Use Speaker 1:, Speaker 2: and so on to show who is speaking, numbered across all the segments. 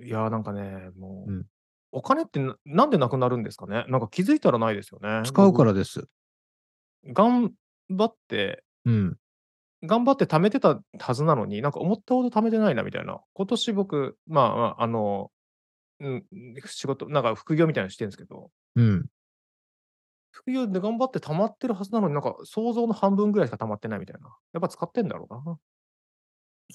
Speaker 1: いや、なんかね、も
Speaker 2: う
Speaker 1: う、
Speaker 2: ん。
Speaker 1: お金ってななんでなくなるんですかね。なんか気づいたらないですよね。
Speaker 2: 使うか
Speaker 1: 僕、
Speaker 2: らです。
Speaker 1: 頑張って
Speaker 2: うん。
Speaker 1: 頑張って貯めてたはずなのに、なんか思ったほど貯めてないなみたいな。今年僕、まあまあ、あの、うん、仕事、なんか副業みたいなのしてんすけど
Speaker 2: うん。
Speaker 1: 副業で頑張って貯まってるはずなのに、なんか想像の半分ぐらいしか貯まってないみたいな。やっぱ使ってんだろうな。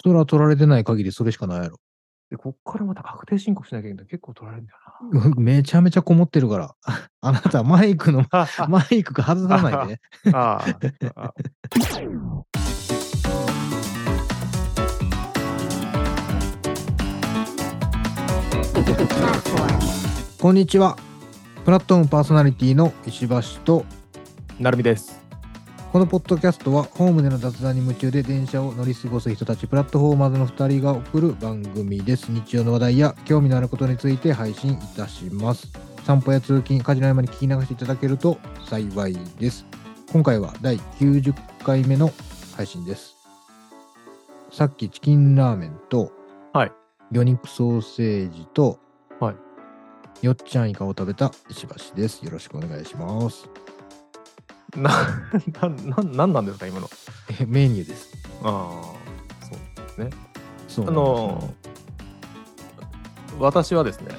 Speaker 2: それは取られてない限りそれしかないやろ。
Speaker 1: で、こっからまた確定申告しなきゃいけないんだ。結構取られるんだよな。
Speaker 2: うめちゃめちゃこもってるから。 あなたマイクの
Speaker 1: ああ。
Speaker 2: マイクが外さないで
Speaker 1: あ
Speaker 2: ね。
Speaker 1: あ、ああ、ああ。
Speaker 2: こんにちは。プラットフォームパーソナリティの石橋と、
Speaker 1: なるみです。
Speaker 2: このポッドキャストはホームでの雑談に夢中で電車を乗り過ごす人たちプラットフォーマーズの2人が送る番組です。日曜の話題や興味のあることについて配信いたします。散歩や通勤、家事の合間に聞き流していただけると幸いです。今回は第90回目の配信です。さっきチキンラーメンと
Speaker 1: はい。
Speaker 2: 魚肉ソーセージと
Speaker 1: はい。
Speaker 2: よっちゃんイカを食べた石橋です。よろしくお願いします。
Speaker 1: な、な、ななんなんですか、今の。
Speaker 2: え、メニューです。
Speaker 1: ああ、そうですね。
Speaker 2: そう
Speaker 1: あ
Speaker 2: なんですよ。
Speaker 1: の、私はですね、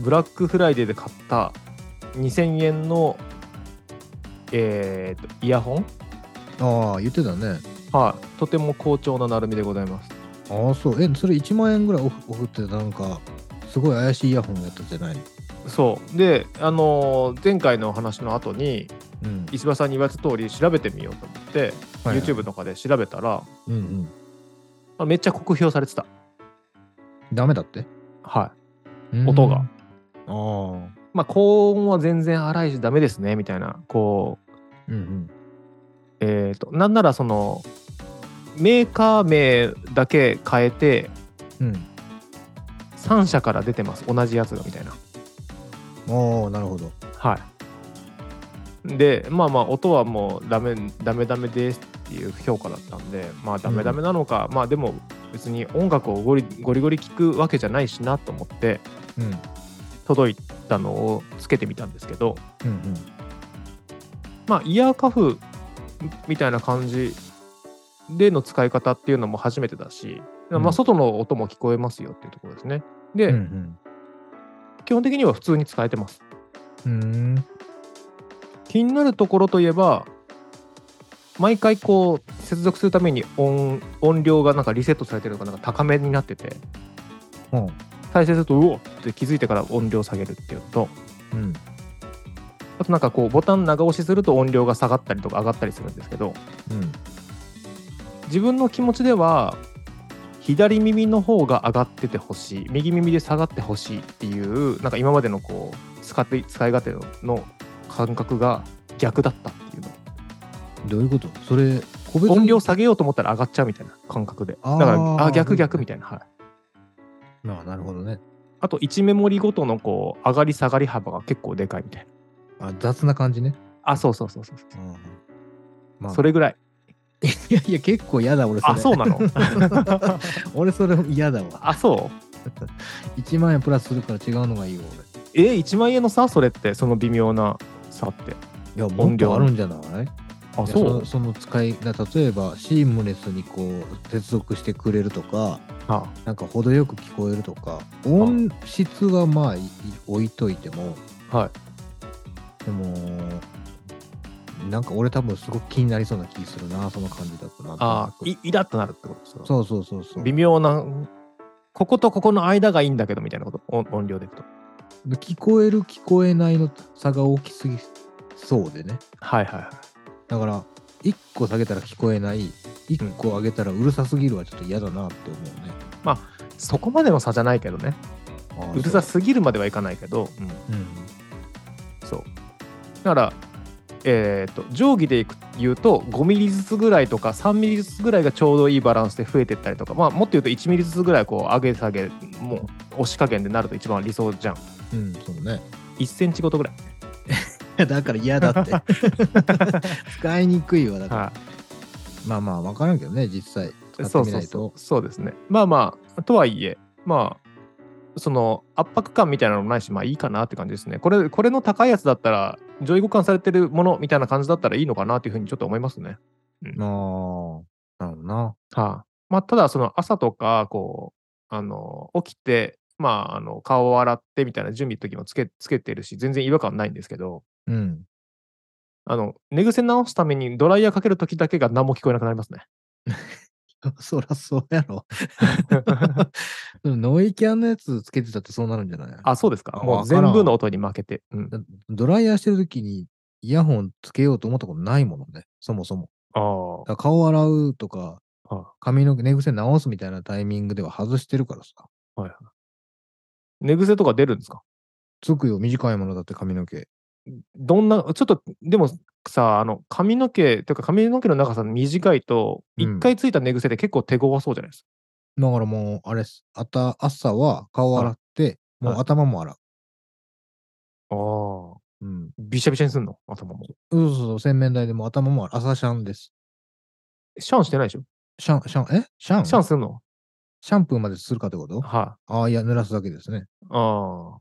Speaker 1: ブラックフライデーで買った2000円の、えーと、イヤホン
Speaker 2: ああ、言ってたね。
Speaker 1: はい、とても好調ななるみでございます。
Speaker 2: ああ、そう。え、それ1万円ぐらいオフオフってなんか、すごい怪しいイヤホンやったじゃないの
Speaker 1: そう。で、あのー前回のお話の後に、
Speaker 2: うん。
Speaker 1: 石破さんに言われた通り調べてみようと思って、
Speaker 2: はいはい。
Speaker 1: YouTube とかで調べたら、
Speaker 2: うんうん。
Speaker 1: あめっちゃ酷評されてた。
Speaker 2: ダメだって。
Speaker 1: はい。
Speaker 2: う
Speaker 1: 音が。
Speaker 2: ん。ああ。うん
Speaker 1: まあ、高音は全然荒いしダメですね、みたいな。こう、
Speaker 2: うん。
Speaker 1: えっ、と、なんならその、メーカー名だけ変えて、
Speaker 2: うん。
Speaker 1: 3社から出てます、同じやつが、みたいな。
Speaker 2: ああ、なるほど。
Speaker 1: はい。でまあまあ音はもうダメダメダメですっていう評価だったんでまあ
Speaker 2: う
Speaker 1: ダメダ
Speaker 2: ん。
Speaker 1: メなのかまあでも別に音楽をゴリゴリゴリ聞くわけじゃないしなと思って
Speaker 2: うん。
Speaker 1: 届いたのをつけてみたんですけど
Speaker 2: うんうん。
Speaker 1: まあイヤーカフみたいな感じでの使い方っていうのも初めてだし
Speaker 2: う
Speaker 1: まあ
Speaker 2: ん。
Speaker 1: 外の音も聞こえますよっていうところですね
Speaker 2: うん
Speaker 1: で
Speaker 2: うん
Speaker 1: 基本的には普通に使えてます
Speaker 2: うーん。
Speaker 1: 気になるところといえば毎回こう接続するために音音量がなんかリセットされてるのがなんか高めになってて
Speaker 2: うん。
Speaker 1: 再生するとうおっって気づいてから音量下げるっていうのと
Speaker 2: うん。
Speaker 1: あとなんかこうボタン長押しすると音量が下がったりとか上がったりするんですけど
Speaker 2: うん。
Speaker 1: 自分の気持ちでは左耳の方が上がっててほしい右耳で下がってほしいっていうなんか今までのこう使って使い勝手の感覚が逆だったっていうの
Speaker 2: どういうことそれ、個別
Speaker 1: 音量
Speaker 2: に、
Speaker 1: 下げようと思ったら上がっちゃうみたいな感覚で。だから、あ、
Speaker 2: ああ、
Speaker 1: 逆
Speaker 2: はい
Speaker 1: 逆
Speaker 2: は
Speaker 1: み
Speaker 2: い。
Speaker 1: たいな。はい。
Speaker 2: ああ、なるほどね。
Speaker 1: あと、1メモリごとのこう、上がり下がり幅が結構でかいみたいな。
Speaker 2: あ、雑な感じね。
Speaker 1: あ、そうそうそうそうそう。
Speaker 2: うんうん。ま
Speaker 1: そ
Speaker 2: あ、
Speaker 1: れぐらい。
Speaker 2: いやいや、結構嫌だ、俺そ
Speaker 1: あ、
Speaker 2: れ。
Speaker 1: そうな の
Speaker 2: 俺それ嫌だわ。
Speaker 1: あ、そう
Speaker 2: 1万円プラスするから違うのがいいよ、俺。
Speaker 1: え、1万円の差それって、その微妙な差って。
Speaker 2: いや、もっ
Speaker 1: 音
Speaker 2: と
Speaker 1: 量
Speaker 2: あ
Speaker 1: の。
Speaker 2: るんじゃないい
Speaker 1: あ、
Speaker 2: や、そ
Speaker 1: そ
Speaker 2: の、その使いが、例えば、シームレスにこう、接続してくれるとか、
Speaker 1: うあ
Speaker 2: なんか程よく聞こえるとか、
Speaker 1: あ、
Speaker 2: 音質はまあ、いい置いといても、
Speaker 1: はい。
Speaker 2: でも、なんか俺多分すごく気になりそうな気するな、その感じだと、なんとな
Speaker 1: あ、
Speaker 2: く。
Speaker 1: い、イラっとなるってことですよ。
Speaker 2: そうそうそうそ
Speaker 1: 微
Speaker 2: う。
Speaker 1: 妙な、こことここの間がいいんだけどみたいなこと、音音量でいくと。
Speaker 2: で聞こえる、聞こえないの差が大きすぎそうでね。
Speaker 1: はいはいは
Speaker 2: だから、1個下げたら聞こえない、1
Speaker 1: い。うん。
Speaker 2: 個上げたらうるさすぎるはちょっと嫌だなって思うね。
Speaker 1: まあ、そこまでの差じゃないけどね。
Speaker 2: ああ、
Speaker 1: うるさ
Speaker 2: そ
Speaker 1: すぎるまではいかないけど、うん、
Speaker 2: う。うん。
Speaker 1: そう。だから、えー、と定規でいく言うと5ミリずつぐらいとか3ミリずつぐらいがちょうどいいバランスで増えてったりとか、まあ、もっと言うと1ミリずつぐらいこう上げ下げもう押し加減でなると一番理想じゃん
Speaker 2: うん、そうね。
Speaker 1: 1センチごとぐらい
Speaker 2: だから嫌だって 使いにくいわ、だから。
Speaker 1: は
Speaker 2: まあまあ、わからんけどね、実際。
Speaker 1: い
Speaker 2: 使って
Speaker 1: そう
Speaker 2: み
Speaker 1: そ
Speaker 2: な
Speaker 1: う
Speaker 2: い
Speaker 1: そう
Speaker 2: と。
Speaker 1: そうですねまあまあとはいえまあその圧迫感みたいなのもないし、まあいいかなって感じですね。これ、これの高いやつだったら、上位互換されてるものみたいな感じだったらいいのかなっていうふうにちょっと思いますね。
Speaker 2: あーなるほどな。
Speaker 1: はい、まあ、ただ、その朝とか、こう、あの、起きて、まあ、あの、顔を洗ってみたいな準備の時もつけ、つけてるし、全然違和感ないんですけど、
Speaker 2: うん。
Speaker 1: あの、寝癖直すためにドライヤーかける時だけが何も聞こえなくなりますね。
Speaker 2: そらそうや ろ。でもノイキャンのやつつけてたってそうなるんじゃない
Speaker 1: あ、そうです
Speaker 2: あ
Speaker 1: か。も
Speaker 2: わ
Speaker 1: う
Speaker 2: から
Speaker 1: 全
Speaker 2: ん
Speaker 1: 部の音に負けて。うん。
Speaker 2: だドライヤーしてる時にイヤホンつけようと思ったことないものね、そもそも。
Speaker 1: ああ
Speaker 2: だから顔洗うとか
Speaker 1: はい、
Speaker 2: 髪の毛、寝癖直すみたいなタイミングでは外してるからさ。
Speaker 1: 寝癖とか出るんですか
Speaker 2: つくよ、短いものだって髪の毛。
Speaker 1: どんな、ちょっと、でもさ、あの、髪の毛、というか髪の毛の長さ短いと、
Speaker 2: うん
Speaker 1: 一回ついた寝癖で結構手強そうじゃないですか。
Speaker 2: だからもう、あれっす、あた朝は顔洗って、
Speaker 1: はい
Speaker 2: もう頭も洗う。
Speaker 1: ああ。
Speaker 2: うん。
Speaker 1: びしゃびしゃにすんの頭も。
Speaker 2: そうそうそう、洗面台でもう頭も洗う。朝シャンです。
Speaker 1: シャンしてないでしょ
Speaker 2: シャン、シャン、えシャン
Speaker 1: シャンするの
Speaker 2: シャンプーまでするかってこと
Speaker 1: は
Speaker 2: ああ、いや、濡らすだけですね。
Speaker 1: い。ああ。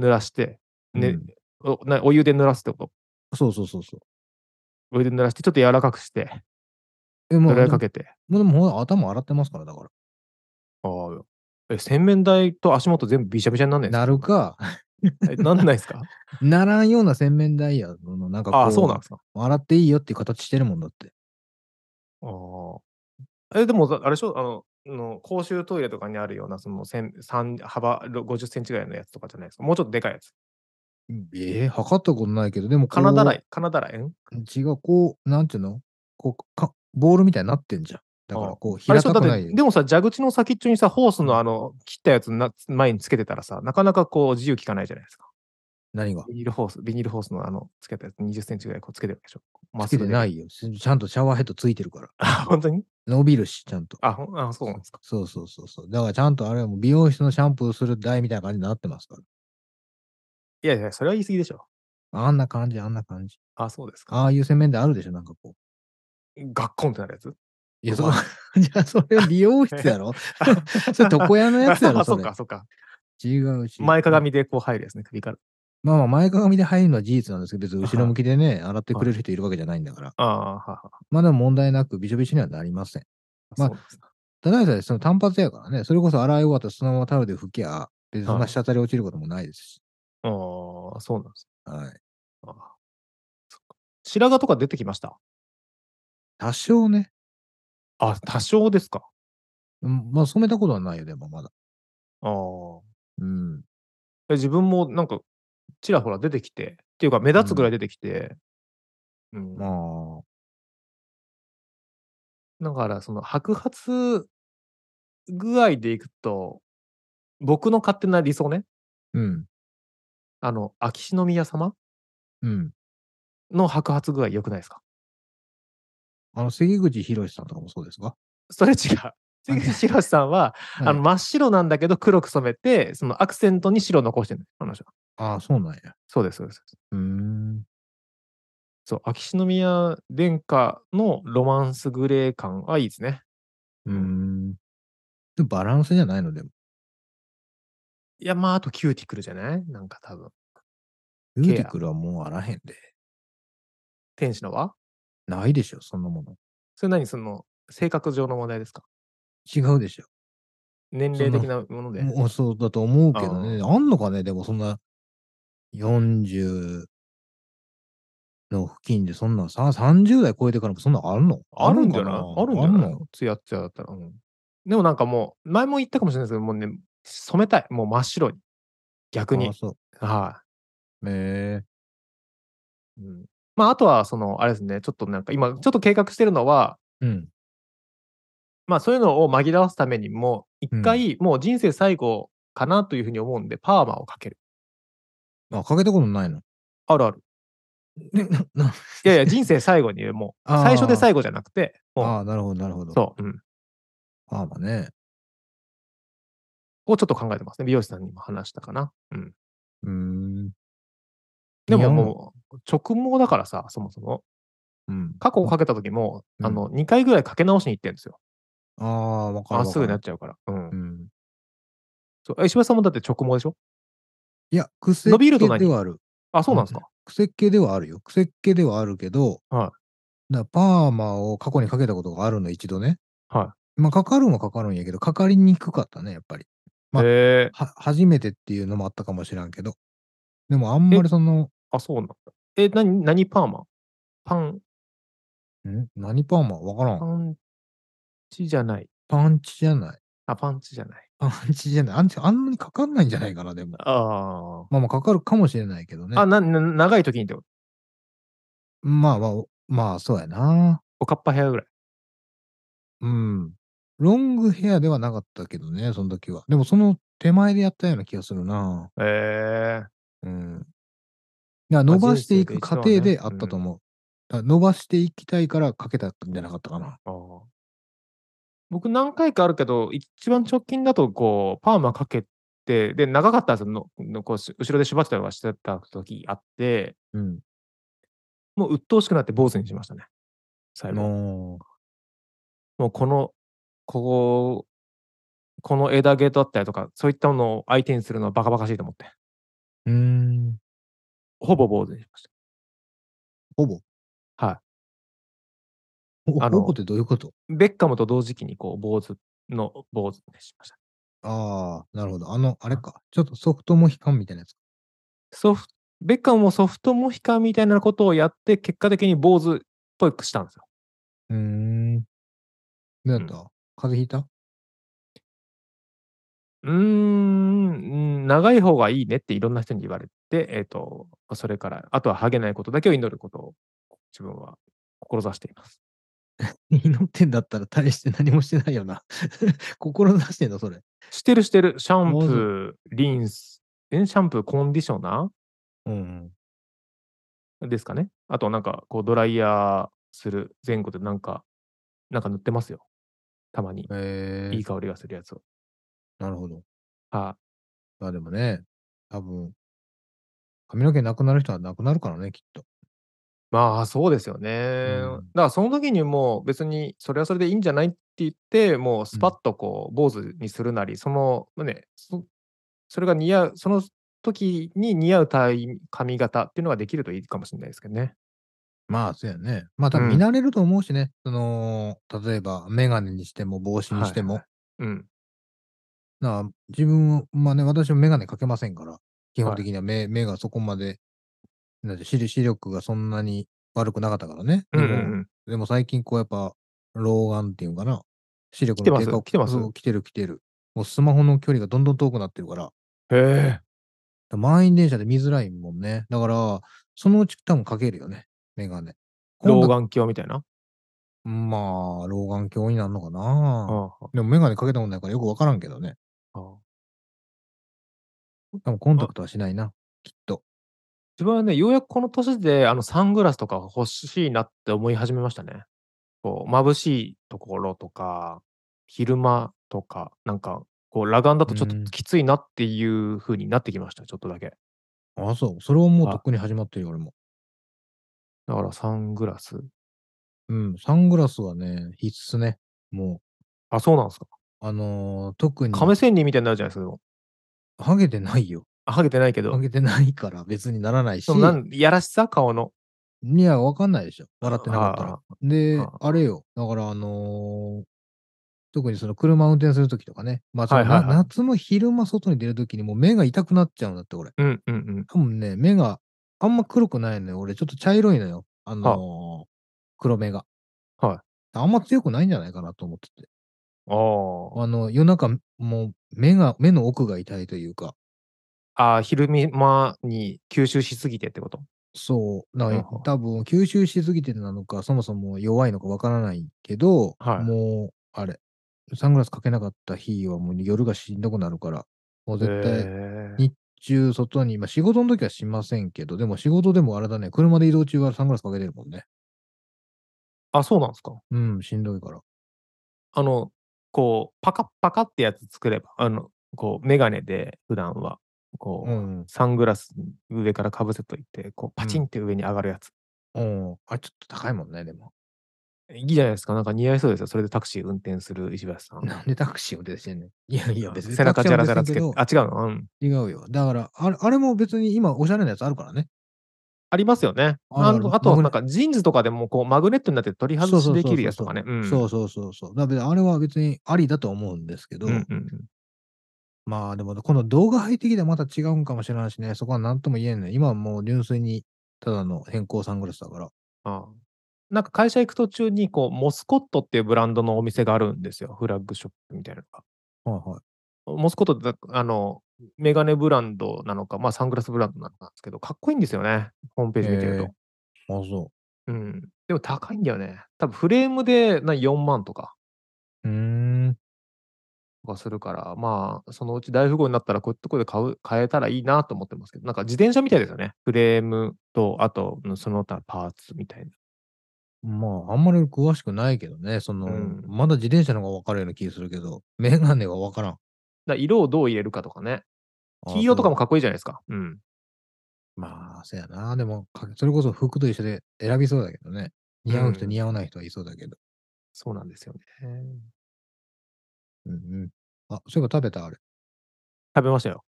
Speaker 1: 濡らして、ね、
Speaker 2: うん
Speaker 1: おなお湯で濡らすってこと
Speaker 2: そうそうそうそう。
Speaker 1: お湯で濡らして、ちょっと柔らかくして、
Speaker 2: え、も
Speaker 1: ド
Speaker 2: う、
Speaker 1: ライヤー
Speaker 2: で
Speaker 1: か
Speaker 2: も
Speaker 1: けて。
Speaker 2: もうでもほら頭洗ってますから、だから。
Speaker 1: ああ。え、洗面台と足元全部びしゃびしゃになんないんで
Speaker 2: なるか、
Speaker 1: すかえなんないですか
Speaker 2: ならんような洗面台やの、なんかこ う、
Speaker 1: ああ、そうなんですか。
Speaker 2: 洗っていいよっていう形してるもんだって。
Speaker 1: ああ。え、でも、あれでしょあの、あの公衆トイレとかにあるような、その、せん三幅ろ50センチぐらいのやつとかじゃないですか。もうちょっとでかいやつ。
Speaker 2: えー、測ったことないけど、でもこ
Speaker 1: カ
Speaker 2: う
Speaker 1: ナダライ、カナダライん
Speaker 2: 違う、こう、なんていうのこうか、ボールみたいになってんじゃん。だから
Speaker 1: あ
Speaker 2: こう、
Speaker 1: あれ
Speaker 2: 平
Speaker 1: でしょだ
Speaker 2: たく
Speaker 1: っ
Speaker 2: ない
Speaker 1: て、でもさ、蛇口の先っちょにさ、ホースのあの、切ったやつな前につけてたらさ、なかなかこう、自由効かないじゃないですか。
Speaker 2: 何が
Speaker 1: ビニールホース、ビニールホースのあの、つけたやつ20センチぐらいこうつけてるでしょ。まっ
Speaker 2: つ
Speaker 1: す
Speaker 2: け
Speaker 1: ぐ
Speaker 2: て
Speaker 1: で
Speaker 2: ないよ。すちゃんとシャワーヘッドついてるから。
Speaker 1: あ、 本当に
Speaker 2: 伸びるし、ちゃんと。
Speaker 1: あ、ほんあ、そうなんですか。
Speaker 2: そうそうそうそう。だからちゃんとあれはもう美容室のシャンプーする台みたいな感じになってますから。
Speaker 1: いやいや、それは言い過ぎでしょ。
Speaker 2: あんな感じ、あんな感じ。
Speaker 1: あ、そうですか。
Speaker 2: ああいう洗面台あるでしょ、なんかこう。
Speaker 1: ガッコンってなるやつ
Speaker 2: いや、
Speaker 1: こ
Speaker 2: そ
Speaker 1: こは
Speaker 2: じゃあそれは美容室 やろ それ床屋のやつやろ
Speaker 1: あ、そ
Speaker 2: そ
Speaker 1: っ
Speaker 2: れ
Speaker 1: か、そっか。
Speaker 2: 違うし。
Speaker 1: 前かがみでこう入るやつね、首から。
Speaker 2: まあまあ前かがみで入るのは事実なんですけど、別に後ろ向きでね、洗ってくれる人いるわけじゃないんだから。
Speaker 1: ああ、はは。
Speaker 2: まあでも問題なくびしょびしょにはなりません。まあ
Speaker 1: そうですか
Speaker 2: ただでさえその単発やからね、それこそ洗い終わったらそのままタオルで拭きゃ、で、そん
Speaker 1: は
Speaker 2: ない滴り落ちることもないですし。
Speaker 1: あー、そうなんです。
Speaker 2: はい。
Speaker 1: あーそっか白髪とか出てきました
Speaker 2: 多少ね、
Speaker 1: あ、多少ですか。
Speaker 2: うんまあ染めたことはないよ、でもまだ。
Speaker 1: ああ。
Speaker 2: うん。
Speaker 1: で自分もなんか、ちらほら出てきて、っていうか目立つぐらい出てきて、うん
Speaker 2: まあ、
Speaker 1: だから、その白髪具合でいくと、僕の勝手な理想ね、
Speaker 2: うん。
Speaker 1: あの、秋篠宮様
Speaker 2: うん。
Speaker 1: の白髪具合良くないですか
Speaker 2: あの、関口宏さんとかもそうですか
Speaker 1: それ違 う。関口宏さんは、
Speaker 2: はい
Speaker 1: あの真っ白なんだけど黒く染めて、そのアクセントに白残してるのあの人は
Speaker 2: ああ、そうなんや。
Speaker 1: そうです、そうです。そうです
Speaker 2: うーん。
Speaker 1: そう、秋篠宮殿下のロマンスグレー感はいいですね。
Speaker 2: うーん。でバランスじゃないのでも。
Speaker 1: いや、まあ、あとキューティクルじゃないなんか多分。
Speaker 2: ユーティクルはもうあらへんで。
Speaker 1: 天使のは
Speaker 2: ないでしょ、そんなもの。
Speaker 1: それ何その、性格上の問題ですか
Speaker 2: 違うでしょ。
Speaker 1: 年齢的なもので。
Speaker 2: もう そうだと思うけどね。あんのかね、でもそんな40の付近でそんなさ30代超えてからもそんなのあるの
Speaker 1: あるんじゃない
Speaker 2: のか
Speaker 1: あるんじゃない
Speaker 2: あの
Speaker 1: ツヤツヤだったら。うんでもなんかもう、前も言ったかもしれないですけど、もうね、染めたい。もう真っ白に。逆に
Speaker 2: あ。そう。
Speaker 1: は
Speaker 2: へえ
Speaker 1: い。うんまあ、あとは、その、あれですね、ちょっとなんか今、ちょっと計画してるのは、
Speaker 2: うん。
Speaker 1: まあ、そういうのを紛らわすためにも、
Speaker 2: う
Speaker 1: 一
Speaker 2: ん
Speaker 1: 回、もう人生最後かなというふうに思うんで、パーマをかける。
Speaker 2: あ、かけたことないの。
Speaker 1: あるある。
Speaker 2: ねなない
Speaker 1: やいや、人生最後に、も う、
Speaker 2: あー
Speaker 1: 最初で最後じゃなくて、
Speaker 2: あ
Speaker 1: も
Speaker 2: あ、なるほど、なるほ
Speaker 1: う、
Speaker 2: ど。
Speaker 1: そう、うん。
Speaker 2: パーマね。
Speaker 1: をちょっと考えてますね。美容師さんにも話したかな。うん。
Speaker 2: うーん。
Speaker 1: でも
Speaker 2: 似合うの
Speaker 1: もう、直毛だからさ、そもそも。
Speaker 2: うん。
Speaker 1: 過去をかけた時も、
Speaker 2: うん
Speaker 1: あの、2回ぐらいかけ直しに行ってるんですよ。
Speaker 2: ああ、わか
Speaker 1: ま
Speaker 2: るわかる。
Speaker 1: っすぐになっちゃうから。うん
Speaker 2: うん。
Speaker 1: そうえ石橋さんもだって直毛でしょ
Speaker 2: いや、癖
Speaker 1: 伸びると
Speaker 2: 系
Speaker 1: 何
Speaker 2: ではある。
Speaker 1: あ、そうなんですか。
Speaker 2: 癖系ではあるよ。癖系ではあるけど、
Speaker 1: は
Speaker 2: だパーマを過去にかけたことがあるの、一度ね。
Speaker 1: は
Speaker 2: まあ、かかるんはかかるんやけど、かかりにくかったね、やっぱり。まあ
Speaker 1: へえ。
Speaker 2: は、初めてっていうのもあったかもしらんけど。でも、あんまりその、
Speaker 1: あ、そうなんだ。え、なに、何パーマパン、
Speaker 2: ん何パーマわから
Speaker 1: パ
Speaker 2: ん。
Speaker 1: ンチじゃない。
Speaker 2: パンチじゃない。
Speaker 1: あ、パンチじゃない。
Speaker 2: パンチじゃない。あんあんなにかかんないんじゃないかな、でも。
Speaker 1: あ
Speaker 2: まあまあ、かかるかもしれないけどね
Speaker 1: あ。。あ、な、な長い時にってこ
Speaker 2: まあまあ、まあ、そうやな。
Speaker 1: とおかっぱヘアぐらい。
Speaker 2: うん。ロングヘアではなかったけどね、その時は。でも、その手前でやったような気がするな。
Speaker 1: へえ。
Speaker 2: うん。だから伸ばしていく過程で
Speaker 1: 人生で一度は
Speaker 2: あ
Speaker 1: ね
Speaker 2: ったと思う。だから伸ばしていきたいからかけたんじゃなかったかな。
Speaker 1: あー僕何回かあるけど、一番直近だと、こう、パーマかけて、で、長かったんですよ。ののこうし後ろで縛ってたりはしてた時あって、
Speaker 2: うん。
Speaker 1: もう鬱陶しくなって坊主にしましたね。最後。
Speaker 2: も
Speaker 1: もうこの、ここ、この枝毛だったりとか、そういったものを相手にするのはバカバカしいと思って、
Speaker 2: う、うーん。
Speaker 1: ほぼ坊主にしまし
Speaker 2: ほぼ。
Speaker 1: た。はい。
Speaker 2: ほ
Speaker 1: あの
Speaker 2: ほぼってどういうこと
Speaker 1: ベッカムと同時期に、こう、坊主の坊主にしました。
Speaker 2: ああ、なるほど。あの、あれか。ちょっとソフトモヒカンみたいなやつ。
Speaker 1: ソフト、ベッカムもソフトモヒカンみたいなことをやって、結果的に坊主っぽくしたんですよ。
Speaker 2: うーん。どうやった、風邪ひいた
Speaker 1: うーん、うん長い方がいいねっていろんな人に言われて、えっ、と、それから、あとはハゲないことだけを祈ることを、自分は志しています。
Speaker 2: 祈ってんだったら大して何もしてないよな。 心出してんの、それ。
Speaker 1: してるしてる。シャン
Speaker 2: 坊
Speaker 1: プー、リンス、えシャンプー、コンディショナ
Speaker 2: うん。
Speaker 1: ーですかね。あと、なんか、こう、ドライヤーする前後で、なんか、なんか塗ってますよ。たまに。
Speaker 2: ええ
Speaker 1: いい香りがするやつを。
Speaker 2: なるほど。
Speaker 1: は
Speaker 2: まあでもね、多分、髪の毛なくなる人はなくなるからね、きっと。
Speaker 1: いまあ、そうですよね。
Speaker 2: うん
Speaker 1: だから、その時にもう、別に、それはそれでいいんじゃないって言って、もう、スパッと、こう、坊主にするなり、その、まあね、そそれが似合う、その時に似合うタイ髪型っていうのができるといいかもしれないですけどね。
Speaker 2: まあ、そうやね。まあ、多分
Speaker 1: うん
Speaker 2: 見慣れると思うしね。その、例えば、メガネにしても、帽子にしても。
Speaker 1: はうん。
Speaker 2: なあ自分を、まあね、私もメガネかけませんから、基
Speaker 1: は
Speaker 2: 本
Speaker 1: い
Speaker 2: 的には目,、目がそこまで、なんて視力視力がそんなに悪くなかったからね。で
Speaker 1: うん
Speaker 2: も、
Speaker 1: うんうん。
Speaker 2: でも最近、こう、やっぱ、老眼っていうんかな。視力
Speaker 1: 来て
Speaker 2: の
Speaker 1: ます
Speaker 2: 低下を
Speaker 1: 来てます
Speaker 2: そう来てる来てる。もうスマホの距離がどんどん遠くなってるから、
Speaker 1: へえ。
Speaker 2: 満員電車で見づらいもんね。だから、そのうち多分かけるよね、メガネ。今
Speaker 1: 老
Speaker 2: 度
Speaker 1: 眼鏡みたいな。
Speaker 2: まあ、老眼鏡になるのかな。
Speaker 1: ああ
Speaker 2: でもメガネかけたもんないからよくわからんけどね。
Speaker 1: ああ
Speaker 2: 多分コンタクトはしないな、きっと。
Speaker 1: 自分はね、ようやくこの年で、あの、サングラスとか欲しいなって思い始めましたね。こう、眩しいところとか、昼間とか、なんか、こう、裸眼だとちょっと
Speaker 2: うん
Speaker 1: きついなっていう風になってきました、ちょっとだけ。
Speaker 2: ああ、そう。それはもう
Speaker 1: はい
Speaker 2: とっくに始まってるよ、俺も。
Speaker 1: だから、サングラス。
Speaker 2: うん、サングラスはね、必須ね。も
Speaker 1: あ、そうなんですか。
Speaker 2: う、あのー特に、
Speaker 1: 亀仙人みたいになるじゃないですかでも。
Speaker 2: ハゲてないよ。
Speaker 1: あハゲてないけ
Speaker 2: ハ
Speaker 1: ど。
Speaker 2: ゲてないから別にならないし
Speaker 1: そ、のなんやらしさ顔の。
Speaker 2: いや、わかんないでしょ。笑ってなかった
Speaker 1: あ
Speaker 2: ら
Speaker 1: あ。
Speaker 2: で
Speaker 1: あ、
Speaker 2: あれよ。だから、あのー特にその車運転するときとかね。まあ、その
Speaker 1: はいはいはい
Speaker 2: な夏の昼間外に出るときにもう目が痛くなっちゃうんだって、俺。
Speaker 1: うんうんうん。
Speaker 2: 多分ね、目があんま黒くないのよ。俺ちょっと茶色いのよ。あのー黒目が。
Speaker 1: はい。
Speaker 2: あんま強くないんじゃないかなと思ってて。
Speaker 1: あ
Speaker 2: あの、夜中、もう目が、目の奥が痛いというか、
Speaker 1: あ。ああ、昼間に吸収しすぎてってこと
Speaker 2: そう、な
Speaker 1: なる
Speaker 2: ん
Speaker 1: ほ
Speaker 2: か
Speaker 1: ど
Speaker 2: 多分吸収しすぎてなのか、そもそも弱いのかわからないけど、
Speaker 1: はい
Speaker 2: もう、あれ、サングラスかけなかった日はもう夜がしんどくなるから、もう絶
Speaker 1: へ
Speaker 2: 対、
Speaker 1: え
Speaker 2: 日中外に、まあ仕事の時はしませんけど、でも仕事でもあれだね、車で移動中はサングラスかけてるもんね。
Speaker 1: あ、そうなんですか。
Speaker 2: うん、しんどいから。
Speaker 1: あの、こう、パカッパカってやつ作れば、あの、こう、メガネで、普段は、こう、
Speaker 2: うん、
Speaker 1: サングラス上からかぶせといて、こう、パチンって上に上がるやつ。
Speaker 2: うん。あれちょっと高いもんね、でも。
Speaker 1: いいじゃないですか。なんか似合いそうですよ。それでタクシー運転する石橋さん。
Speaker 2: なんでタクシーを出してんねん。いやいや、別に。
Speaker 1: 背中ジャラジャラつけて
Speaker 2: タクシー。
Speaker 1: あ、違
Speaker 2: は
Speaker 1: うの、うん、
Speaker 2: 別にけど違うよ。だから、あれあれも別に今、おしゃれなやつあるからね。
Speaker 1: ありますよね。
Speaker 2: あ
Speaker 1: あ
Speaker 2: るある
Speaker 1: のあとはなんかジーンズとかでもこうマグネットになって取り外しできるやつとかね。うん
Speaker 2: そうそうそうそう。だから別にあれは別にありだと思うんですけど、
Speaker 1: うんうん
Speaker 2: まあでも、この動画配的ではまた違うんかもしれないしね、そこは何とも言えんね。今はもう純粋にただの変更サングラスだから。
Speaker 1: ああなんか会社行く途中にこうモスコットっていうブランドのお店があるんですよ。フラッグショップみたいなのが。
Speaker 2: はいはい。
Speaker 1: モスコットってだあのメガネブランドなのか、まあ、サングラスブランドなのかなんですけど、かっこいいんですよね。ホームページ見てると。
Speaker 2: あ、そ
Speaker 1: うん、でも高いんだよね。多分フレームでな4万とか
Speaker 2: う。うーん。
Speaker 1: とかするから、まあ、そのうち大富豪になったら、こういうとこで買う買えたらいいなと思ってますけど、なんか自転車みたいですよね。フレームと、あとうんその他パーツみたいな。
Speaker 2: まあ、あんまり詳しくないけどね、その、
Speaker 1: うん
Speaker 2: まだ自転車の方が分かるような気するけど、メガネが分からん。
Speaker 1: だから色をどう入れるかとかね。
Speaker 2: あ
Speaker 1: 黄色とかも
Speaker 2: そ
Speaker 1: かっこいいじゃないですか。うん。
Speaker 2: うまあ、そうやな。でも、かそれこそ服と一緒で選びそうだけどね。似合う人、
Speaker 1: うん
Speaker 2: 似合わない人はいそうだけど。
Speaker 1: そうなんですよね。
Speaker 2: うんうん。あ、そういえば食べたあれ。
Speaker 1: 食べましたよ。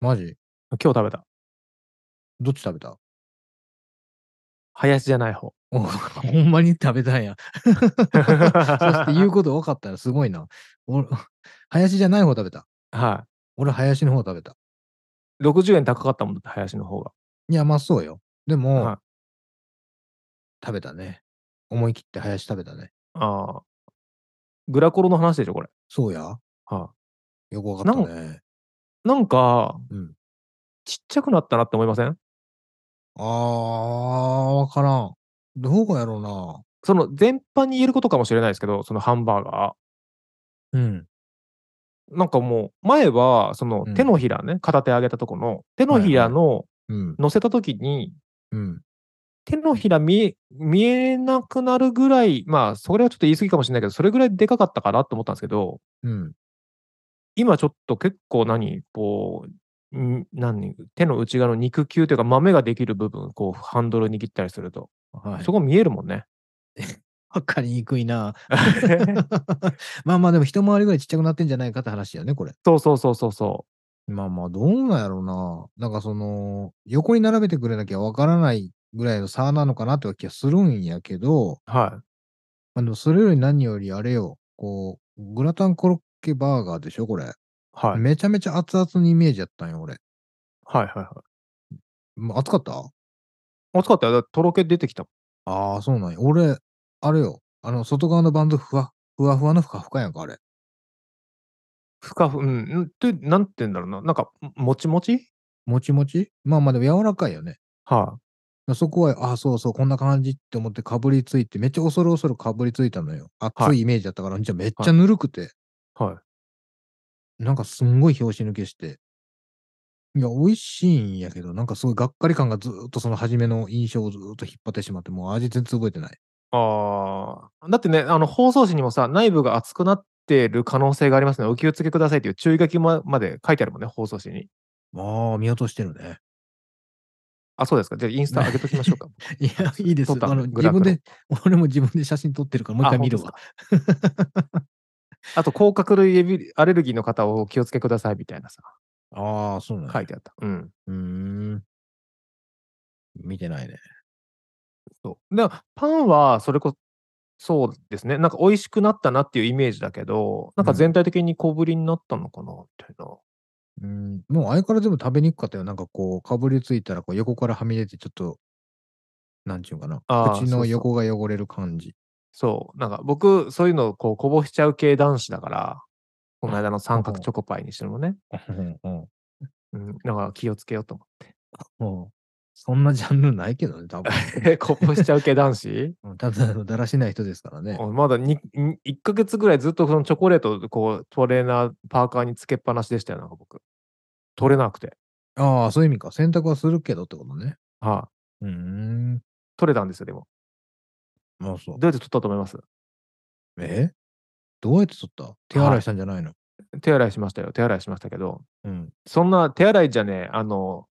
Speaker 2: マジ
Speaker 1: 今日食べた。
Speaker 2: どっち食べた
Speaker 1: 林じゃない方。
Speaker 2: お ほんまに食べたんや。そして言うこと分かったらすごいな。俺、林じゃない方食べた。
Speaker 1: は
Speaker 2: 俺、林の方食べた。
Speaker 1: い。60円高かったもんだって、林の方が。
Speaker 2: いや、まあそうよ。でも、
Speaker 1: はい
Speaker 2: 食べたね。思い切って林食べたね。
Speaker 1: ああ。グラコロの話でしょ、これ。
Speaker 2: そうや。
Speaker 1: は
Speaker 2: よくわかったね。
Speaker 1: い。なんか、
Speaker 2: うん。
Speaker 1: ちっちゃくなったなって思いません
Speaker 2: あー、わからん。どうやろう
Speaker 1: その全般に言えることかもしれないですけど、そのハンバーガ
Speaker 2: な。うん。
Speaker 1: ー。なんかもう、前は、その
Speaker 2: うん
Speaker 1: 手のひらね、片手上げたとこの、手のひらの
Speaker 2: うん。
Speaker 1: 乗せた時に、
Speaker 2: うん。
Speaker 1: 手のひら見え、見えなくなるぐらい、まあ、それはちょっと言い過ぎかもしれないけど、それぐらいでかかったかなと思ったんですけど、
Speaker 2: うん。
Speaker 1: 今ちょっと結構何、こう、ん何手の内側の肉球というか豆ができる部分、こうハンドル握ったりすると、
Speaker 2: はい
Speaker 1: そ。こ見えるもん ね。
Speaker 2: わかりにくいな。 まあまあでも一回りぐらいちっちゃくなってんじゃないかって話だよね、これ。
Speaker 1: そうそうそうそうそ
Speaker 2: まあまあ、どうなんやろうな。なんかその、横に並べてくれなきゃわからないぐらいの差なのかなって気がするんやけど、
Speaker 1: う。は
Speaker 2: まあでもそれより何よりあれよ、こう、グラタンコロッケバーガーでしょ、これ。
Speaker 1: い。はい。
Speaker 2: めちゃめちゃ熱々のイメージやったんよ、俺。
Speaker 1: はいはいはい。
Speaker 2: もう熱かった
Speaker 1: 熱かったよ。だってとろけ出てきたもん。
Speaker 2: ああ、そうなんや。俺、あれよ、あの、外側のバンドふわ、ふわふわのふかふかやんか、あれ。
Speaker 1: ふかふ、うんうん、と、なんて言うんだろうな。なんか、ももちもち
Speaker 2: もちもちまあまあでも柔らかいよね。
Speaker 1: は
Speaker 2: そこは、ああ、そうそう、こんな感じって思ってかぶりついて、めっちゃ恐る恐るかぶりついたのよ。熱いイメージだったから、じゃあめっちゃぬるくて、
Speaker 1: い。はい。
Speaker 2: なんかすんごい拍子抜けして。いや、美味しいんやけど、なんかすごいがっかり感がずーっとその初めの印象をずーっと引っ張ってしまって、もう味全然覚えてない。
Speaker 1: ああ。だってね、あの、放送紙にもさ、内部が熱くなってる可能性がありますので、お気をつけくださいっていう注意書きままで書いてあるもんね、放送紙に。
Speaker 2: ああ、見落としてる ね。
Speaker 1: あ、そうですか。じゃあ、インスタ上げときましょうか。
Speaker 2: いや、いいです。
Speaker 1: 撮った
Speaker 2: あの、
Speaker 1: グ
Speaker 2: 自
Speaker 1: ラフ
Speaker 2: 分
Speaker 1: の
Speaker 2: で、 俺も自分で写真撮ってるから、もう一
Speaker 1: あ
Speaker 2: 回見る
Speaker 1: 本
Speaker 2: わ。
Speaker 1: あと、甲殻類エビアレルギーの方はお気をつけくださいみたいなさ、
Speaker 2: ああ、そうなんや
Speaker 1: 書いてあった。うん。
Speaker 2: うーん。見てないね。
Speaker 1: そう。で、パンは、それこそ、そうですね。なんか美味しくなったなっていうイメージだけど、なんか全体的に小ぶりになったのかな、みたいな。
Speaker 2: うん、もう相変わらずでも食べにくかったよ。なんかこう、かぶりついたらこう横からはみ出て、ちょっと、なんちゅうんかな。
Speaker 1: あー
Speaker 2: 口の横が汚れる感じ。
Speaker 1: そう。なんか僕、そういうのをこうこぼしちゃう系男子だから、この間の三角チョコパイにしてもね、
Speaker 2: うんうん
Speaker 1: うん、なんか気をつけようと思
Speaker 2: うんそんなジャンルないけどね、多分。
Speaker 1: って。 こぼしちゃう系男子
Speaker 2: うんただのだらしない人ですからね。
Speaker 1: おまだにに1ヶ月ぐらいずっとそのチョコレートをこうトレーナー、パーカーにつけっぱなしでしたよ、なんか僕。取れなくて。
Speaker 2: ああ、そういう意味か。選択はするけどってことね。
Speaker 1: はい、
Speaker 2: うーん。
Speaker 1: 取れたんですよ、でも。
Speaker 2: まあそう。
Speaker 1: どうやって取ったと思います
Speaker 2: えどうやって取った手洗いしたんじゃないの、
Speaker 1: 手洗いしましたよ、手洗いしましたけど、
Speaker 2: うん。
Speaker 1: そんな手洗いじゃねえ、あの、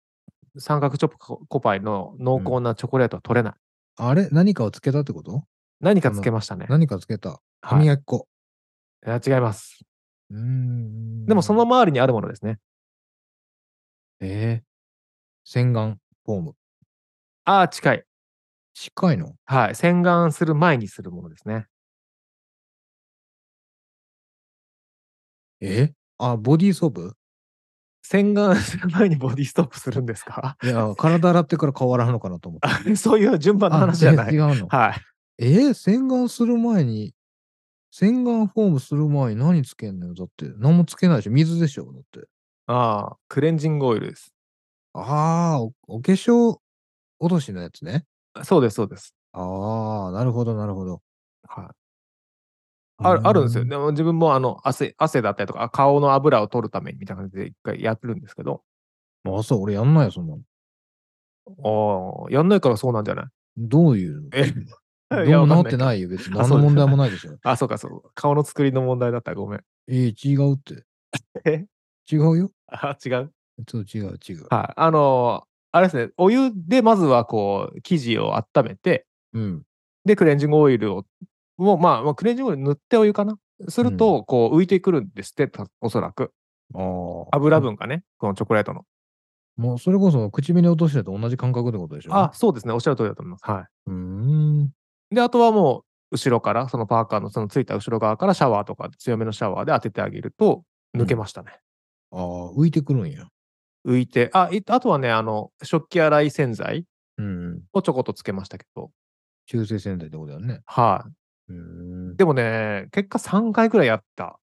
Speaker 1: 三角チョコパイの濃厚なチョコレートは取れない。
Speaker 2: あれ何かをつけたってこと
Speaker 1: 何かつけましたね。
Speaker 2: 何かつけた。歯
Speaker 1: はい、い
Speaker 2: 磨き粉。
Speaker 1: や違います。
Speaker 2: うーん。
Speaker 1: でもその、周りにあるものですね。
Speaker 2: えー、洗顔フォーム。
Speaker 1: ああ、近い。
Speaker 2: 近いの
Speaker 1: はい。洗顔する前にするものですね。
Speaker 2: えあ、ボディーソープ
Speaker 1: 洗顔する前にボディストップするんですか
Speaker 2: いや、体洗ってから顔洗うのかなと思っ て。
Speaker 1: そういう順番の話じゃな
Speaker 2: あ、違
Speaker 1: い。
Speaker 2: う
Speaker 1: はい。
Speaker 2: 違うの。えー洗顔する前に、洗顔フォームする前に何つけんのよだって、何もつけないでしょ。水でしょだって。
Speaker 1: ああ、クレンジングオイルです。
Speaker 2: ああ、おお化粧落としのやつね。
Speaker 1: そうです、そうです。
Speaker 2: ああ、なるほど、なるほど。
Speaker 1: はい。あるあるんですよ。
Speaker 2: うー。
Speaker 1: でも自分もあの汗汗だったりとか、あ顔の油を取るためにみたいな感じで一回やってるんですけど、
Speaker 2: あ、そう、俺やんないよ、そんなの。
Speaker 1: ああ、やんないからそうなんじゃない
Speaker 2: どういうの
Speaker 1: え いや
Speaker 2: どうも
Speaker 1: わ
Speaker 2: 治っ
Speaker 1: か
Speaker 2: て
Speaker 1: んない
Speaker 2: ないよ、別に。
Speaker 1: あ
Speaker 2: 何
Speaker 1: そう
Speaker 2: の
Speaker 1: です
Speaker 2: 問題もないでしょ。
Speaker 1: あ、そうか、そう。顔の作りの問題だったらごめん。
Speaker 2: えー、違うって。
Speaker 1: え
Speaker 2: 違うよ。
Speaker 1: あ、違う
Speaker 2: ちょっと違う、違う。
Speaker 1: はい。あのーあれですね、お湯でまずはこう、生地を温めて、
Speaker 2: うん。
Speaker 1: で、クレンジングオイルを、もうまあ、まあ、クレンジングオイル塗ってお湯かな。すると、こう、浮いてくるんですって、たおそらく。
Speaker 2: ああ。
Speaker 1: 油分がね、このチョコレートの。
Speaker 2: もうそれこそ唇に落としてと同じ感覚ってことでしょ
Speaker 1: あ、、そうですね、おっしゃる通りだと思います。はい。
Speaker 2: うーん。
Speaker 1: で、あとはもう、後ろから、そのパーカーのそのついた後ろ側からシャワーとか、強めのシャワーで当ててあげると、抜けましたね。
Speaker 2: ああ、浮いてくるんや。
Speaker 1: 浮いて、あ、いあとはね、あの、食器洗い洗剤
Speaker 2: うん。
Speaker 1: をちょこっとつけましたけど、
Speaker 2: 中性洗剤ってことだよね。
Speaker 1: はい、
Speaker 2: うーん。
Speaker 1: でもね、結果3回くらいやった。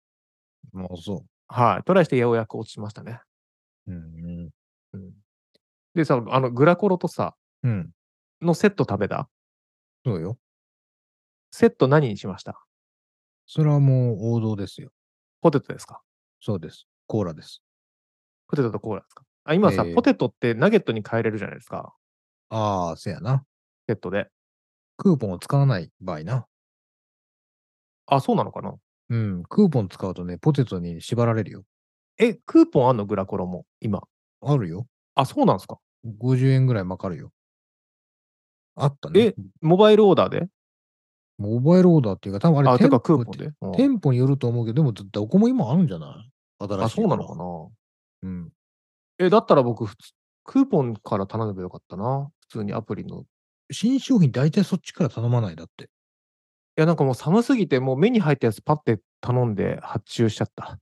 Speaker 2: まあ、そ
Speaker 1: はい、トライしてようやく落ちましたね。
Speaker 2: う。うん。
Speaker 1: うん、でさ、あの、グラコロとさ、
Speaker 2: うん。
Speaker 1: のセット食べた
Speaker 2: そうよ。
Speaker 1: セット何にしました
Speaker 2: それはもう王道ですよ。
Speaker 1: ポテトですか
Speaker 2: そうです。コーラです。
Speaker 1: ポテトとコーラですかあ今さ、
Speaker 2: ええ
Speaker 1: ポテトってナゲットに変えれるじゃないですか。
Speaker 2: ああ、せやな。
Speaker 1: セットで。
Speaker 2: クーポンを使わない場合な。
Speaker 1: あ、そうなのかな
Speaker 2: うん。クーポン使うとね、ポテトに縛られるよ。
Speaker 1: え、クーポンあんのグラコロも、今。
Speaker 2: あるよ。
Speaker 1: あ、そうなんですか
Speaker 2: 50円ぐらいまかるよ。あったね。
Speaker 1: えモバイルオーダーで
Speaker 2: モバイルオーダーっていうか、多分あれ
Speaker 1: あ、て
Speaker 2: 店舗
Speaker 1: かクーポンで。うん
Speaker 2: 店舗によると思うけど、でもどこも今あるんじゃない新しい
Speaker 1: あ、そうなのかな
Speaker 2: うん。
Speaker 1: え、だったら僕、普通クーポンから頼めばよかったな。普通にアプリの。い
Speaker 2: 新商品大体そっちから頼まないだって。
Speaker 1: や、なんかもう寒すぎて、もう目に入ったやつパッて頼んで発注しちゃった。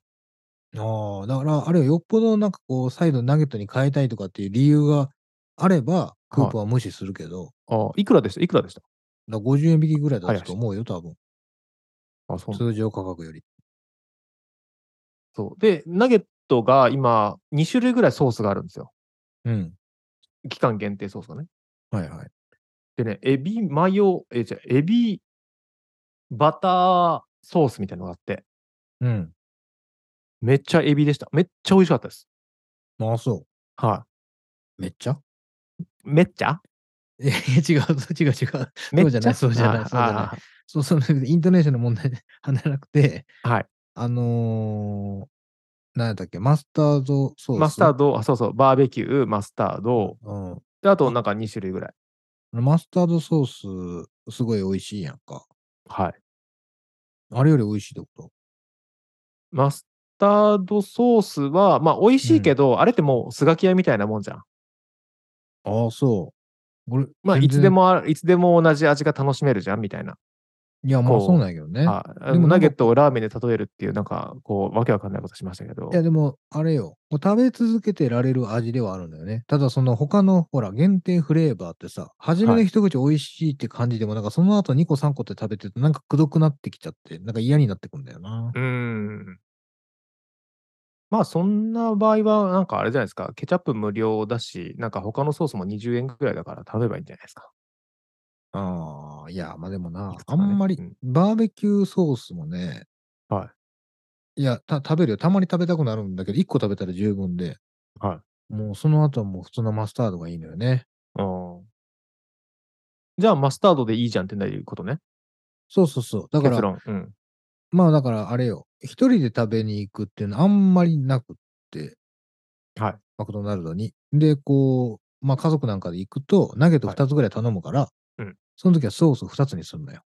Speaker 2: ああ、だからあれはよっぽどなんかこう、再度ナゲットに変えたいとかっていう理由があれば、クーポンは無視するけど、
Speaker 1: あ、いくらでしたいくらでした
Speaker 2: だから50円引きぐらいだったと思うよ、多分。
Speaker 1: あ、そう
Speaker 2: 通常価格より。
Speaker 1: そう。で、ナゲットが今、2種類ぐらいソースがあるんですよ。
Speaker 2: うん。
Speaker 1: 期間限定ソースがね。
Speaker 2: はいはい。
Speaker 1: でね、エビマヨ、え、じゃあエビバターソースみたいなのがあって、
Speaker 2: うん。
Speaker 1: めっちゃエビでした。めっちゃ美味しかったです。
Speaker 2: まあそ
Speaker 1: は
Speaker 2: う。めっちゃ
Speaker 1: い。めっちゃ
Speaker 2: え、違う、違う、違う。
Speaker 1: めっ
Speaker 2: そうじゃ
Speaker 1: ち
Speaker 2: な
Speaker 1: ゃ
Speaker 2: いそうじゃない
Speaker 1: あ
Speaker 2: そうじゃない
Speaker 1: あ
Speaker 2: そう、その、イントネーションの問題じゃなくて、
Speaker 1: はい。
Speaker 2: あのー、何やったっけ、マスタードソース。
Speaker 1: マスタード、あ、そうそう、バーベキュー、マスタード、
Speaker 2: うん。
Speaker 1: であとなんか2種類ぐらい。
Speaker 2: マスタードソース、すごい美味しいやんか。
Speaker 1: はい。
Speaker 2: あれより美味しいってこと
Speaker 1: マスタードソースは、まあ美味し
Speaker 2: う
Speaker 1: い
Speaker 2: ん
Speaker 1: けど、あれってもうスガキ屋みたいなもんじゃん。
Speaker 2: ああ、そう。俺、
Speaker 1: まあ
Speaker 2: 全
Speaker 1: い
Speaker 2: 然
Speaker 1: つで。もあ、いつでも同じ味が楽しめるじゃんみたいな。
Speaker 2: いや、まあ
Speaker 1: こう
Speaker 2: そうなんやけどね。
Speaker 1: はい。
Speaker 2: で
Speaker 1: で
Speaker 2: も
Speaker 1: も
Speaker 2: な
Speaker 1: ナ
Speaker 2: んか
Speaker 1: ゲットをラーメンで例えるっていう、なんか、こう、わけわかんないことしましたけど
Speaker 2: い。や、でも、あれよ。もう食べ続けてられる味ではあるんだよね。ただ、その他の、ほら、限定フレーバーってさ、初め
Speaker 1: は
Speaker 2: の
Speaker 1: い
Speaker 2: 一口美味しいって感じでも、なんかその後2個3個って食べてると、なんかくどくなってきちゃって、なんか嫌になってくんだよな
Speaker 1: う。ーん。まあ、そんな場合は、なんかあれじゃないですか。ケチャップ無料だし、なんか他のソースも20円ぐらいだから食べればいいんじゃないですか。
Speaker 2: ああ、いや、まあでもな、
Speaker 1: いくつ
Speaker 2: あ
Speaker 1: かね
Speaker 2: んまり
Speaker 1: うん、
Speaker 2: バーベキューソースもね、。
Speaker 1: はい
Speaker 2: いや、た食べるよ。たまに食べたくなるんだけど、1個食べたら十分で、
Speaker 1: はい。
Speaker 2: もうその後はもう普通のマスタードがいいのよね。
Speaker 1: うんじゃあ、マスタードでいいじゃんってなることね。
Speaker 2: そうそうそう。だか
Speaker 1: 結
Speaker 2: ら、
Speaker 1: 論。うん。
Speaker 2: まあだからあれよ、一人で食べに行くっていうのはあんまりなくって、
Speaker 1: はい。
Speaker 2: マクドナルドに。で、こう、まあ家族なんかで行くと、ナゲット
Speaker 1: はい
Speaker 2: 2つぐらい頼むから、
Speaker 1: うん
Speaker 2: その時はソース2つにすんのよ。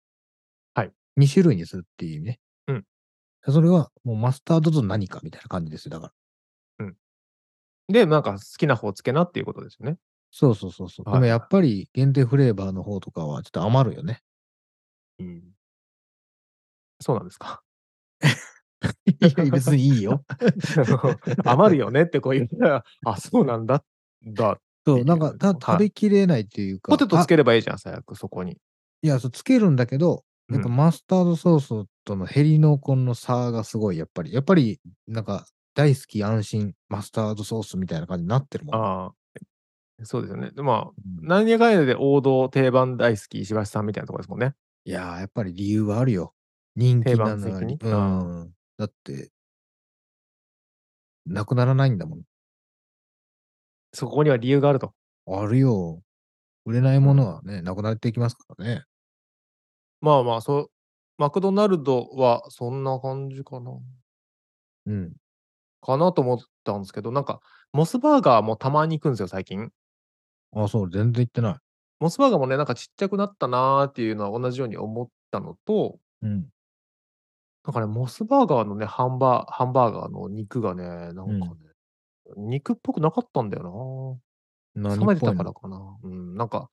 Speaker 2: 2種類にするっていう意味ね。
Speaker 1: うん。
Speaker 2: それは、もうマスタードと何かみたいな感じですよ。だから。
Speaker 1: で、なんか好きな方つけなっていうことですよね。
Speaker 2: そうそうそうそう。
Speaker 1: はい
Speaker 2: でもやっぱり限定フレーバーの方とかはちょっと余るよね。
Speaker 1: うん。そうなんですか。
Speaker 2: いや別にいいよ。
Speaker 1: 余るよねってこう言ったら、あ、そうなんだ。だ。
Speaker 2: そう、なんかた
Speaker 1: はい
Speaker 2: 食べきれないというか。
Speaker 1: ポテトつけ
Speaker 2: あ
Speaker 1: ればいいじゃん、最悪そこに。
Speaker 2: いやそう、つけるんだけど、やっぱ
Speaker 1: うん
Speaker 2: マスタードソースとのヘリ濃ンの差がすごい、やっぱり。やっぱり、なんか、大好き安心マスタードソースみたいな感じになってるもん。
Speaker 1: ああ。そうですよね。でまあ、
Speaker 2: うん
Speaker 1: 何やかんやで王道定番大好き石橋さんみたいなところですもんね。
Speaker 2: いやー、やっぱり理由はあるよ。人気
Speaker 1: 定
Speaker 2: なの
Speaker 1: 番
Speaker 2: よ
Speaker 1: 的に
Speaker 2: うん。だって、なくならないんだもん。
Speaker 1: そこには理由があると。
Speaker 2: あるよ。売れないものはね、なくなっていきますからね。
Speaker 1: まあまあ、そう、マクドナルドはそんな感じかな。
Speaker 2: うん。
Speaker 1: かなと思ったんですけど、なんか、モスバーガーもたまに行くんですよ、最近。
Speaker 2: あ、そう、全然行ってな
Speaker 1: モスバーガーもね、なんかちっちゃくなったなーっていうのは同じように思ったのと、
Speaker 2: い。うん。
Speaker 1: なんかね、モスバーガーのね、ハンバー、ハンバーガーの肉がね、なんかね、肉っぽくなかったんだよな
Speaker 2: 何
Speaker 1: 冷めてたからかな。うん、なんか、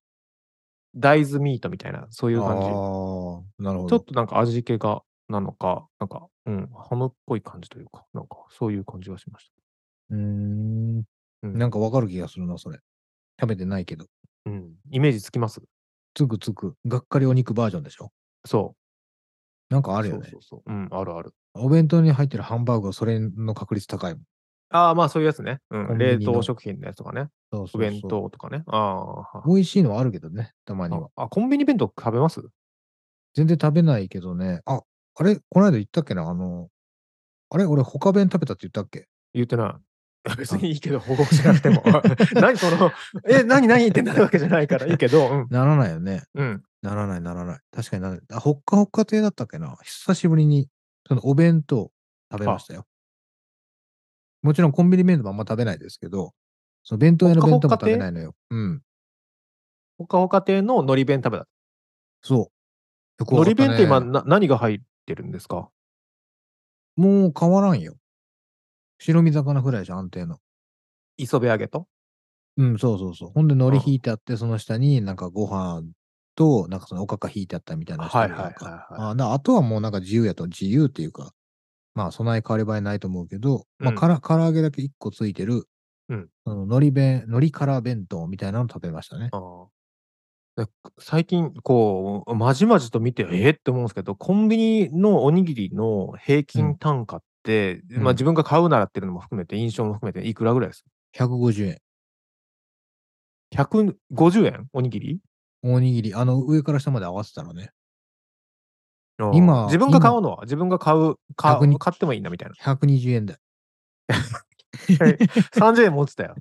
Speaker 1: 大豆ミートみたいな、そういう感じ。
Speaker 2: ああ
Speaker 1: ち
Speaker 2: ー、なるほ
Speaker 1: ょっ
Speaker 2: ど。
Speaker 1: となんか味気が、なのか、なんか、うん、ハムっぽい感じというか、なんか、そういう感じがしまし
Speaker 2: うーん。
Speaker 1: た。うん、
Speaker 2: なんかわかる気がするな、それ。食べてないけど。
Speaker 1: うん、イメージつきます。
Speaker 2: つくつく、がっかりお肉バージョンでしょ
Speaker 1: そう。
Speaker 2: なんかあるよね。
Speaker 1: そうそうそう。うん、あるある。
Speaker 2: お弁当に入ってるハンバーグはそれの確率高いもん。
Speaker 1: ああ、まあそういうやつね。う
Speaker 2: コン
Speaker 1: ん。
Speaker 2: ビニ
Speaker 1: 冷
Speaker 2: の
Speaker 1: 凍食品のやつとかね。
Speaker 2: そうそ
Speaker 1: お
Speaker 2: うそう
Speaker 1: 弁。当とかね。ああ
Speaker 2: 美味しいのはあるけどね、たまには
Speaker 1: あ。。あ、コンビニ弁当食べます
Speaker 2: 全然食べないけどね。あ、あれこの間言ったっけなあの、あれ俺、他弁食べたって言ったっけ
Speaker 1: 言ってない。 別にいいけど、報告しなくても。 何その、 え、何何ってなるわけじゃないからいいけど、うん。
Speaker 2: ならないよね。
Speaker 1: うん。
Speaker 2: ならない、ならない。確かにならない。あ、ほっかほっか亭だったっけな久しぶりに、そのお弁当食べましたよ。もちろんコンビニ弁当もあんま食べないですけど、その弁当屋の
Speaker 1: ほっかほっ
Speaker 2: 弁当
Speaker 1: か
Speaker 2: も
Speaker 1: 亭
Speaker 2: 食べないのよ。うん。
Speaker 1: ほかほか亭の海苔弁食べた。
Speaker 2: そう。よくわ
Speaker 1: 海
Speaker 2: か
Speaker 1: 苔
Speaker 2: たね
Speaker 1: 弁って今な、何が入ってるんですか
Speaker 2: もう変わらんよ。白身魚フライじゃん、安定の。
Speaker 1: 磯辺揚げと
Speaker 2: うん、そうそうそう。ほんで、海苔引いてあって、その下になんかご飯と、なんかそのおかか引いてあったみたいなのして
Speaker 1: は
Speaker 2: る
Speaker 1: い
Speaker 2: やん
Speaker 1: はい
Speaker 2: か。
Speaker 1: はいはい。
Speaker 2: あなあとはもうなんか自由やと、自由っていうか、まあ、備え変わり映えないと思うけど、
Speaker 1: う
Speaker 2: まあ
Speaker 1: ん
Speaker 2: から、唐揚げだけ1個ついてる、
Speaker 1: うん
Speaker 2: その海苔弁、海苔から弁当みたいなの食べましたね。
Speaker 1: あーで最近、こう、まじまじと見て、えーって思うんですけど、コンビニのおにぎりの平均単価って、
Speaker 2: ん
Speaker 1: まあ自分が買うならっていうのも含めて、印象も含めて、いくらぐらいです
Speaker 2: 150円。
Speaker 1: 150円おにぎり
Speaker 2: おにぎり、あの、上から下まで合わせたらね、
Speaker 1: あー
Speaker 2: 今
Speaker 1: 自分が買うのは自分が買う、買
Speaker 2: 120
Speaker 1: う買ってもいいなみたいな。
Speaker 2: 120円だ。
Speaker 1: 30円持ってたよ。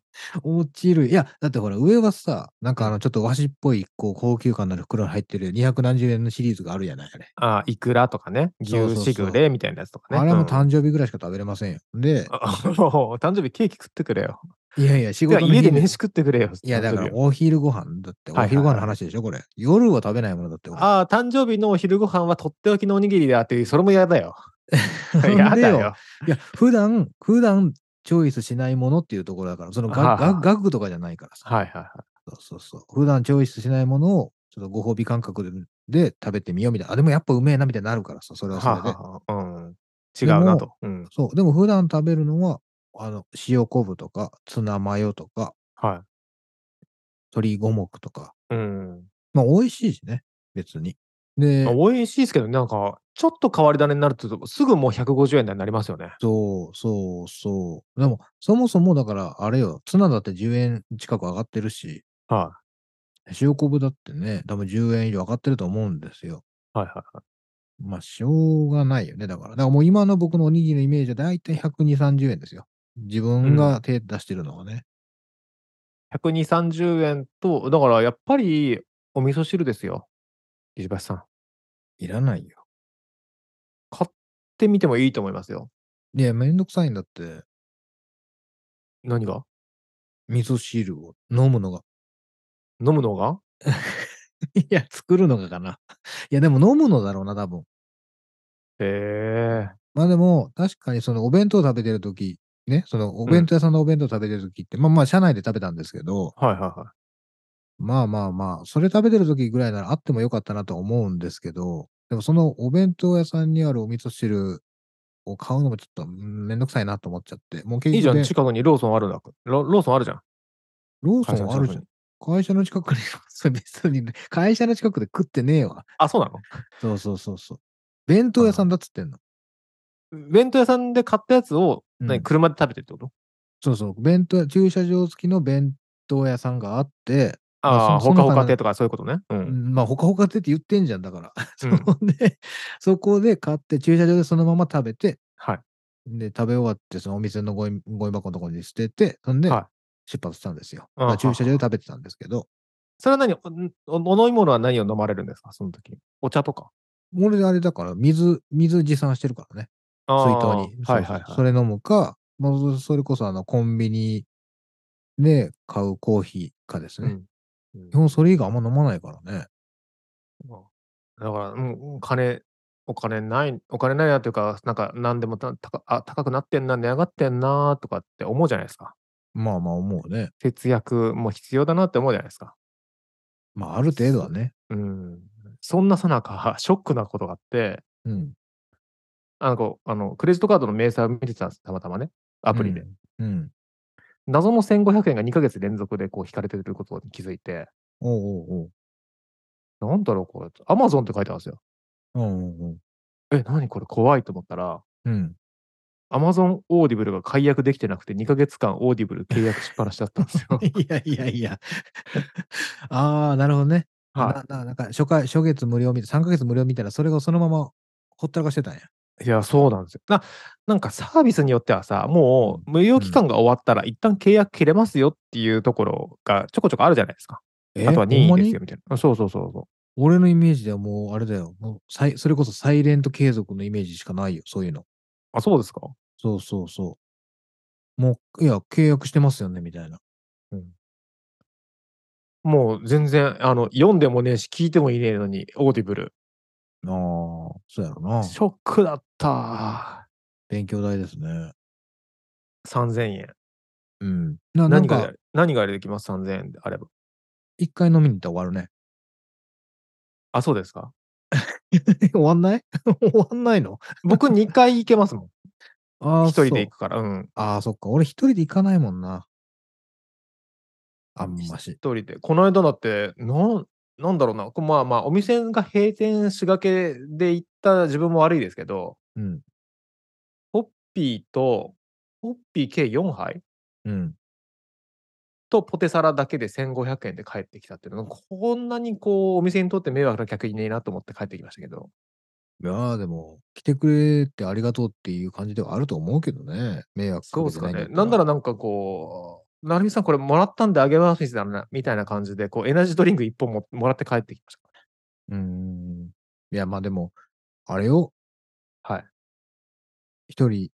Speaker 2: 落ちる。いや、だってほら、上はさ、なんかあの、ちょっと和紙っぽい、こう、高級感のある袋に入ってる200何十円のシリーズがあるじゃない、あれ。
Speaker 1: あーいくらとかね、
Speaker 2: そうそう
Speaker 1: 牛
Speaker 2: そう
Speaker 1: しぐれみたいなやつとかね。
Speaker 2: あれはもう
Speaker 1: うん
Speaker 2: 誕生日ぐらいしか食べれませんよ。で、
Speaker 1: あ 誕生日ケーキ食ってくれよ。
Speaker 2: いやいや、仕
Speaker 1: いや
Speaker 2: 事の
Speaker 1: 家で
Speaker 2: 日に
Speaker 1: 飯食ってくれよ。
Speaker 2: いや、だ
Speaker 1: 誕
Speaker 2: から
Speaker 1: 生日は
Speaker 2: お昼ご飯だって、
Speaker 1: はいはいはい
Speaker 2: お昼ご飯の話でしょ、これ。夜は食べないものだって。俺
Speaker 1: ああ、誕生日のお昼ご飯はとっておきのおにぎりだって、それも嫌だよ。
Speaker 2: なんでよ
Speaker 1: 嫌だよ。
Speaker 2: いや、普段、普段チョイスしないものっていうところだから、その
Speaker 1: はあ
Speaker 2: が
Speaker 1: はあ
Speaker 2: が額とかじゃないからさ。
Speaker 1: はいはいはい。
Speaker 2: そうそうそう。普段チョイスしないものを、ちょっとご褒美感覚でで食べてみようみたいな。あ、でもやっぱうめえなみたいになるからさ、それはそれで。
Speaker 1: はあはあうん、違うなと。うん、
Speaker 2: そう。でも普段食べるのは、あの、塩昆布とか、ツナマヨとか、
Speaker 1: は
Speaker 2: 鶏五目とか。
Speaker 1: い。うん。
Speaker 2: まあ、美味しいしね、別に。で、
Speaker 1: まあ美味しいですけど、なんか、ちょっと変わり種になると、すぐもう150円台になりますよね。
Speaker 2: そうそうそう。でも、そもそもだから、あれよ、ツナだって10円近く上がってるし、
Speaker 1: は
Speaker 2: 塩昆布だってね、多分10円以上上がってると思うんですよ。
Speaker 1: い。はいはいはい。
Speaker 2: まあ、しょうがないよね。だから、だからもう今の僕のおにぎりのイメージはだいたい120、30円ですよ。自分が手出してるのはね。
Speaker 1: 120、30円と、だからやっぱりお味噌汁ですよ。石橋さん。買
Speaker 2: いらないよ。
Speaker 1: ってみてもいいと思いますよ。
Speaker 2: いや、めんどくさいんだって、
Speaker 1: 何が
Speaker 2: 味噌汁を飲むのが。
Speaker 1: 飲むのが
Speaker 2: いや、作るのがかな。いや、でも飲むのだろうな、多分。
Speaker 1: え
Speaker 2: まあでも、確かにそのお弁当食べてるとき、ね、そのお弁当屋さんのお弁当食べてるときって、まあまあ、社内で食べたんですけど、
Speaker 1: はいはいは
Speaker 2: まあまあまあ、それ食べてるときぐらいならあってもよかったなとは思うんですけど、でもそのお弁当屋さんにあるお味噌汁を買うのもちょっとうんめんどくさいなと思っちゃって、もう
Speaker 1: い。
Speaker 2: 結
Speaker 1: いいじゃ
Speaker 2: 局
Speaker 1: ん、
Speaker 2: ね、
Speaker 1: 近くにローソンあるんだ。ロローソンあるじゃん。
Speaker 2: ロー
Speaker 1: 会
Speaker 2: ソ
Speaker 1: 社
Speaker 2: ン
Speaker 1: の
Speaker 2: あるじゃん。会社の近くに、 それ別に、会社の近くで食ってねえわ。
Speaker 1: あ、そうなの
Speaker 2: そうそうそうそう。弁当屋さんだっつってんの。
Speaker 1: 弁当屋さんで買ったやつを、
Speaker 2: うん
Speaker 1: 何車で食べてってこと
Speaker 2: そうそう。弁当屋、駐車場付きの弁当屋さんがあって、
Speaker 1: ああ、
Speaker 2: そ
Speaker 1: ほ
Speaker 2: ん
Speaker 1: か
Speaker 2: そん
Speaker 1: ほ
Speaker 2: な
Speaker 1: か亭とかそういうことね。うん。
Speaker 2: まあ、ほかほかってって言ってんじゃん、だから。
Speaker 1: うん
Speaker 2: そんで、そこで買って、駐車場でそのまま食べて、
Speaker 1: はい。
Speaker 2: で、食べ終わって、そのお店のゴミゴミ箱のところに捨てて、そんで
Speaker 1: は、
Speaker 2: 出発したんですよ。
Speaker 1: あはは
Speaker 2: だから駐車場で食べてたんですけど、
Speaker 1: それは何おおお飲み物は何を飲まれるんですかその時。お茶とか。
Speaker 2: 俺、あれだから、水、水持参してるからね。
Speaker 1: あ
Speaker 2: 水筒
Speaker 1: ーは
Speaker 2: に。
Speaker 1: い
Speaker 2: そう
Speaker 1: はい
Speaker 2: そう
Speaker 1: は
Speaker 2: そ
Speaker 1: い。
Speaker 2: れ飲むか、もうそれこそあのコンビニで買うコーヒーかです
Speaker 1: う
Speaker 2: ね。
Speaker 1: んうん
Speaker 2: 基本それ以外あんま飲まないからね。
Speaker 1: だから、うん、うん金、お金ない、お金ないなというか、なんか何でもた高あ高くなってんな、値上がってんなとかって思うじゃないですか。
Speaker 2: まあまあ思うね。
Speaker 1: 節約も必要だなって思うじゃないですか。
Speaker 2: まあある程度はね。
Speaker 1: うん。そんなさなか、 ショックなことがあって、
Speaker 2: うん。
Speaker 1: あのこうあのクレジットカードの明細を見てたんです、たまたまね、アプリで。
Speaker 2: うん。うん。
Speaker 1: 謎の1500円が2ヶ月連続でこう引かれてることに気づいて、
Speaker 2: おうおう
Speaker 1: なんだろう、これ、アマゾンって書いてあるんですよ。
Speaker 2: おう。うんうん
Speaker 1: え、何これ怖いと思ったら、
Speaker 2: うん。うん。。
Speaker 1: アマゾンオーディブルが解約できてなくて、2ヶ月間オーディブル契約しっぱなしだったんですよ
Speaker 2: いやいやいや。ああ、なるほどね。
Speaker 1: は
Speaker 2: なななんか初回、初月無料みたいな、3ヶ月無料みたいな、それをそのままほったらかしてたんや。
Speaker 1: い。いや、そうなんですよ。な、なんかサービスによってはさ、もう無料期間が終わったら、一旦契約切れますよっていうところがちょこちょこあるじゃないですか。
Speaker 2: え
Speaker 1: あとは
Speaker 2: ほん
Speaker 1: 任
Speaker 2: ま
Speaker 1: 意で
Speaker 2: に
Speaker 1: すよみたいな。そうそうそうそう。
Speaker 2: 俺のイメージではもうあれだよ。もうサイそれこそサイレント継続のイメージしかないよ、そういうの。
Speaker 1: あ、そうですか
Speaker 2: そうそうそう。もう、いや、契約してますよね、みたいな。
Speaker 1: もう全然、あの、読んでもねえし、聞いてもいねえのに、オーディブル。
Speaker 2: ああ、そうやろな。
Speaker 1: ショックだった。
Speaker 2: 勉強代ですね。
Speaker 1: 3000円。
Speaker 2: うん。ななん
Speaker 1: 何が
Speaker 2: か、
Speaker 1: 何ができます ?3000 円であれば。
Speaker 2: 一回飲みに行ったら終わるね。
Speaker 1: あ、そうですか
Speaker 2: 終わんない終わんないの
Speaker 1: 僕2回行けますもん。
Speaker 2: ああ、
Speaker 1: 一人
Speaker 2: そう
Speaker 1: で行くから。うん。
Speaker 2: ああ、そっか。俺一人で行かないもんな。あんま
Speaker 1: 一
Speaker 2: し。
Speaker 1: 人で。この間だって、なん、なんだろうな。こまあまあ、お店が閉店しがけで行った自分も悪いですけど、
Speaker 2: うん。
Speaker 1: ホッピーと、ホッピー計4杯
Speaker 2: うん。
Speaker 1: とポテサラだけで1500円で帰ってきたっていうのが、こんなにこう、お店にとって迷惑な客いねえなと思って帰ってきましたけど。
Speaker 2: いやーでも、来てくれてありがとうっていう感じではあると思うけどね。迷惑
Speaker 1: そうで
Speaker 2: かけ
Speaker 1: す
Speaker 2: て
Speaker 1: か
Speaker 2: ないんだ
Speaker 1: ね
Speaker 2: っ。た
Speaker 1: なんならなんかこう、なるみさんこれもらったんであげますみたいなみたいな感じで、こうエナジードリンク一本ももらって帰ってきましたか
Speaker 2: うーん。いや、まあでも、あれを
Speaker 1: らね。はい。
Speaker 2: 一人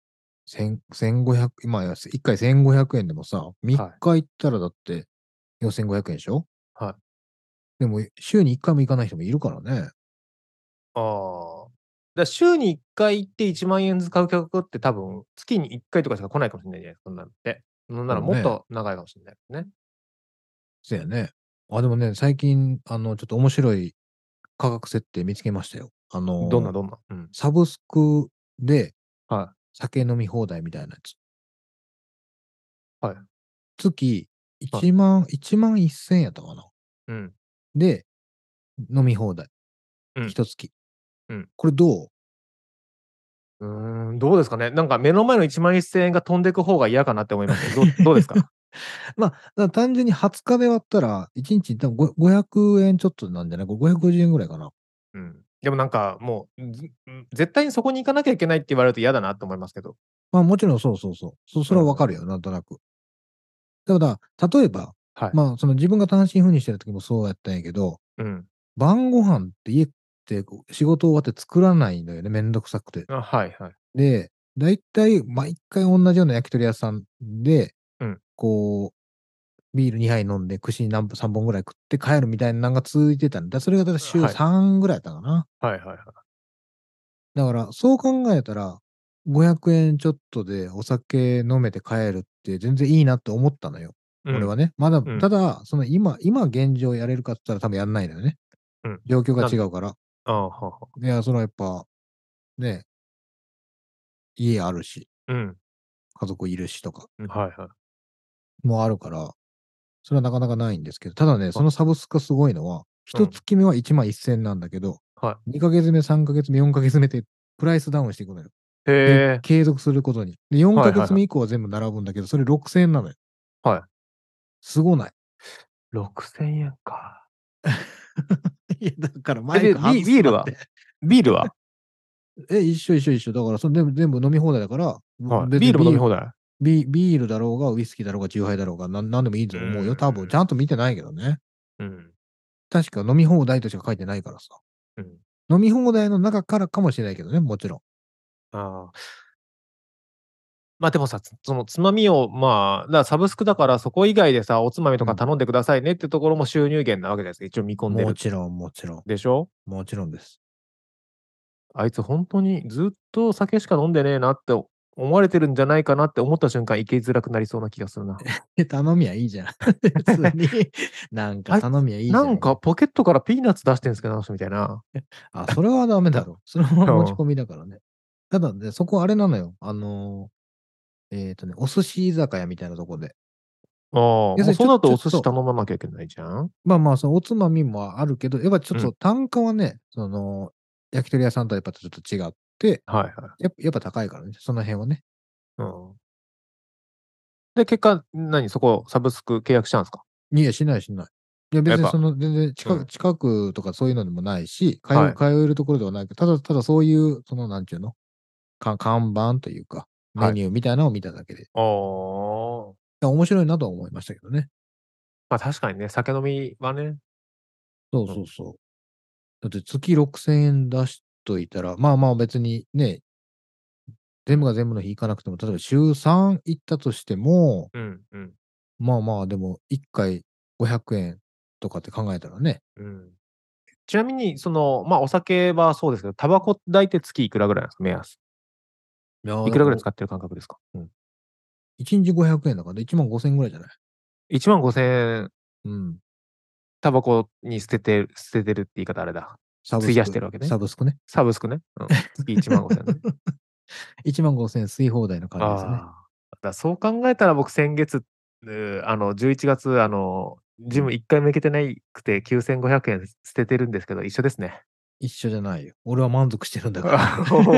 Speaker 2: 千1500、今や一回1500円でもさ、3日行ったらだって4500円でしょ。
Speaker 1: はい
Speaker 2: でも、週に1回も行かない人もいるからね。
Speaker 1: ああ。だから週に1回行って1万円使う客って多分月に1回とかしか来ないかもしれないじゃないですか、そんなのって。そんならもっと長いかもしれないですね。
Speaker 2: そうやね。あ、でもね、最近、あの、ちょっと面白い価格設定見つけましたよ。あの、
Speaker 1: どんなどんな。うん。
Speaker 2: サブスクで
Speaker 1: は
Speaker 2: 酒飲み放題みたいなやつ。
Speaker 1: はい。
Speaker 2: 月
Speaker 1: はい
Speaker 2: 1万、1万1000円やったかな。
Speaker 1: い。うん。
Speaker 2: で、飲み放題
Speaker 1: うん。
Speaker 2: 一、月。
Speaker 1: うん
Speaker 2: これどう
Speaker 1: うーん、どうですかね。なんか目の前の1万1000円が飛んでいく方が嫌かなって思いますけど、どうどうです か
Speaker 2: まあ、だから単純に20日で割ったら、1日多分5 500円ちょっとなんじゃない ?550 円ぐらいかな。
Speaker 1: うん。でもなんかもう、ず絶対にそこに行かなきゃいけないって言われると嫌だなと思いますけど。
Speaker 2: まあもちろんそうそうそう。そそれはわかるよ、なんとなく。ただから、例えば、
Speaker 1: はい。
Speaker 2: まあその自分が単身赴任してる時もそうやったんやけど、
Speaker 1: うん。
Speaker 2: 晩ご飯って家ってこう仕事終わって作らないのよね、めんどくさくて。
Speaker 1: あはいはい。
Speaker 2: で、だいたい毎回同じような焼き鳥屋さんで、
Speaker 1: うん
Speaker 2: こう、ビール2杯飲んで、串に何本3本ぐらい食って帰るみたいなのが続いてたんだ。それがだから週
Speaker 1: はい
Speaker 2: 3ぐらいだったかな。
Speaker 1: はいはいはい。
Speaker 2: だから、そう考えたら、500円ちょっとでお酒飲めて帰るって全然いいなって思ったのよ。俺は
Speaker 1: ね。
Speaker 2: ね。まだ、
Speaker 1: ん
Speaker 2: ただ、その今、今現状やれるかって言ったら多分やんないのよね。
Speaker 1: うん
Speaker 2: 状況が違うから。
Speaker 1: ああ、はあはい
Speaker 2: や、そのやっぱ、ね、家あるし、
Speaker 1: あ。うん。
Speaker 2: 家族いるしとか、
Speaker 1: はいはい。
Speaker 2: もあるから、それはなかなかないんですけど、ただね、そのサブスクがすごいのは、
Speaker 1: うん
Speaker 2: 一月目は1万1000なんだけど、
Speaker 1: は
Speaker 2: 2ヶ月目、3ヶ月目、4ヶ月目ってプライスダウンしていくのよ。
Speaker 1: い。へえ。
Speaker 2: 継続することに。で、4
Speaker 1: はいは
Speaker 2: ヶ
Speaker 1: い
Speaker 2: 月目以降は全部並ぶんだけど、それ6000円なのよ。
Speaker 1: はい。
Speaker 2: す ごない。
Speaker 1: 6000円か。
Speaker 2: いや、だから
Speaker 1: え
Speaker 2: 前
Speaker 1: で、ビビールはビールは、
Speaker 2: え、一緒一緒一緒。だから、それ全部全部飲み放題だから、
Speaker 1: はい、
Speaker 2: 別に
Speaker 1: ビールも飲み放題。
Speaker 2: ビビールだろうが、ウイスキーだろうが、チューハイだろうが、なんなんでもいいと思う
Speaker 1: う
Speaker 2: よ。
Speaker 1: ん
Speaker 2: 多分、ちゃんと見てないけどね。
Speaker 1: うん。
Speaker 2: 確か飲み放題としか書いてないからさ。
Speaker 1: うん。
Speaker 2: 飲み放題の中からかもしれないけどね、もちろん。
Speaker 1: ああ。まあでもさ、つそのつまみを、まあ、だからサブスクだからそこ以外でさ、おつまみとか頼んでくださいねってところも収入源なわけじゃないですか。一応見込んで
Speaker 2: も
Speaker 1: る。
Speaker 2: ちろん、もちろん。
Speaker 1: でしょ
Speaker 2: もちろんです。
Speaker 1: あいつ本当にずっと酒しか飲んでねえなって思われてるんじゃないかなって思った瞬間、行きづらくなりそうな気がするな。
Speaker 2: え頼みゃいいじゃん。 別に。なんか頼みゃいいじゃん。
Speaker 1: なんかポケットからピーナッツ出してるんですけど、あの人みたいな。
Speaker 2: あ、それはダメだろ。それは
Speaker 1: うん
Speaker 2: 持ち込みだからね。ただね、そこあれなのよ。あのー、えっ、とね、お寿司居酒屋みたいなとこで。
Speaker 1: ああ、も
Speaker 2: 要する
Speaker 1: う
Speaker 2: にち
Speaker 1: そう
Speaker 2: ょ
Speaker 1: なるとお
Speaker 2: ち
Speaker 1: 寿
Speaker 2: ょっと
Speaker 1: 司頼まなきゃいけないじゃん。
Speaker 2: まあまあ、そのおつまみもあるけど、やっぱちょっ
Speaker 1: う
Speaker 2: と単価はね、その、焼き鳥屋さんとはやっぱちょっと違って、
Speaker 1: はいはい。
Speaker 2: やっぱやっぱ高いからね、その辺はね。
Speaker 1: うん。で、結果、何そこ、サブスク契約したんですか
Speaker 2: いや、しないしない。いや、別
Speaker 1: や
Speaker 2: に
Speaker 1: っぱ
Speaker 2: その、全然近
Speaker 1: うん
Speaker 2: く、近くとかそういうのでもないし、通、
Speaker 1: はいう
Speaker 2: 通えるところではないけど、ただ、ただそういう、その、なんちゅうの、か看板というか、
Speaker 1: はい
Speaker 2: メニューみたいなのを見ただけで、
Speaker 1: ああ。
Speaker 2: いや面白いなとは思いましたけどね。
Speaker 1: まあ確かにね、酒飲みはね。
Speaker 2: そうそうそう。だって月6000円出しといたら、まあまあ別にね、全部が全部の日行かなくても、例えば週3行ったとしても、
Speaker 1: うん、うん、
Speaker 2: まあまあでも1回500円とかって考えたらね、
Speaker 1: うん。ちなみに、その、まあお酒はそうですけど、タバコ代って月いくらぐらいなんですか目安。
Speaker 2: いや
Speaker 1: いくらぐらい
Speaker 2: です
Speaker 1: 使
Speaker 2: か
Speaker 1: ってる感覚ですか、うん、
Speaker 2: ?1 日500円だから1万5000円ぐらいじゃない
Speaker 1: ?1 万5千円、
Speaker 2: うん。
Speaker 1: タバコに捨ててる、捨ててるって言い方あれだ。
Speaker 2: サ
Speaker 1: 費やしてるわけね
Speaker 2: サブスクね。
Speaker 1: サブスクね。うん、月1万5千円、ね。
Speaker 2: 1万5000円吸い放題の感じですね。
Speaker 1: ああ。だからそう考えたら僕先月、うーあの、11月、あの、ジム1回も行けてないくて9500円捨ててるんですけど、一緒です ね。
Speaker 2: 一緒じゃないよ。俺は満足してるんだから。
Speaker 1: もうもう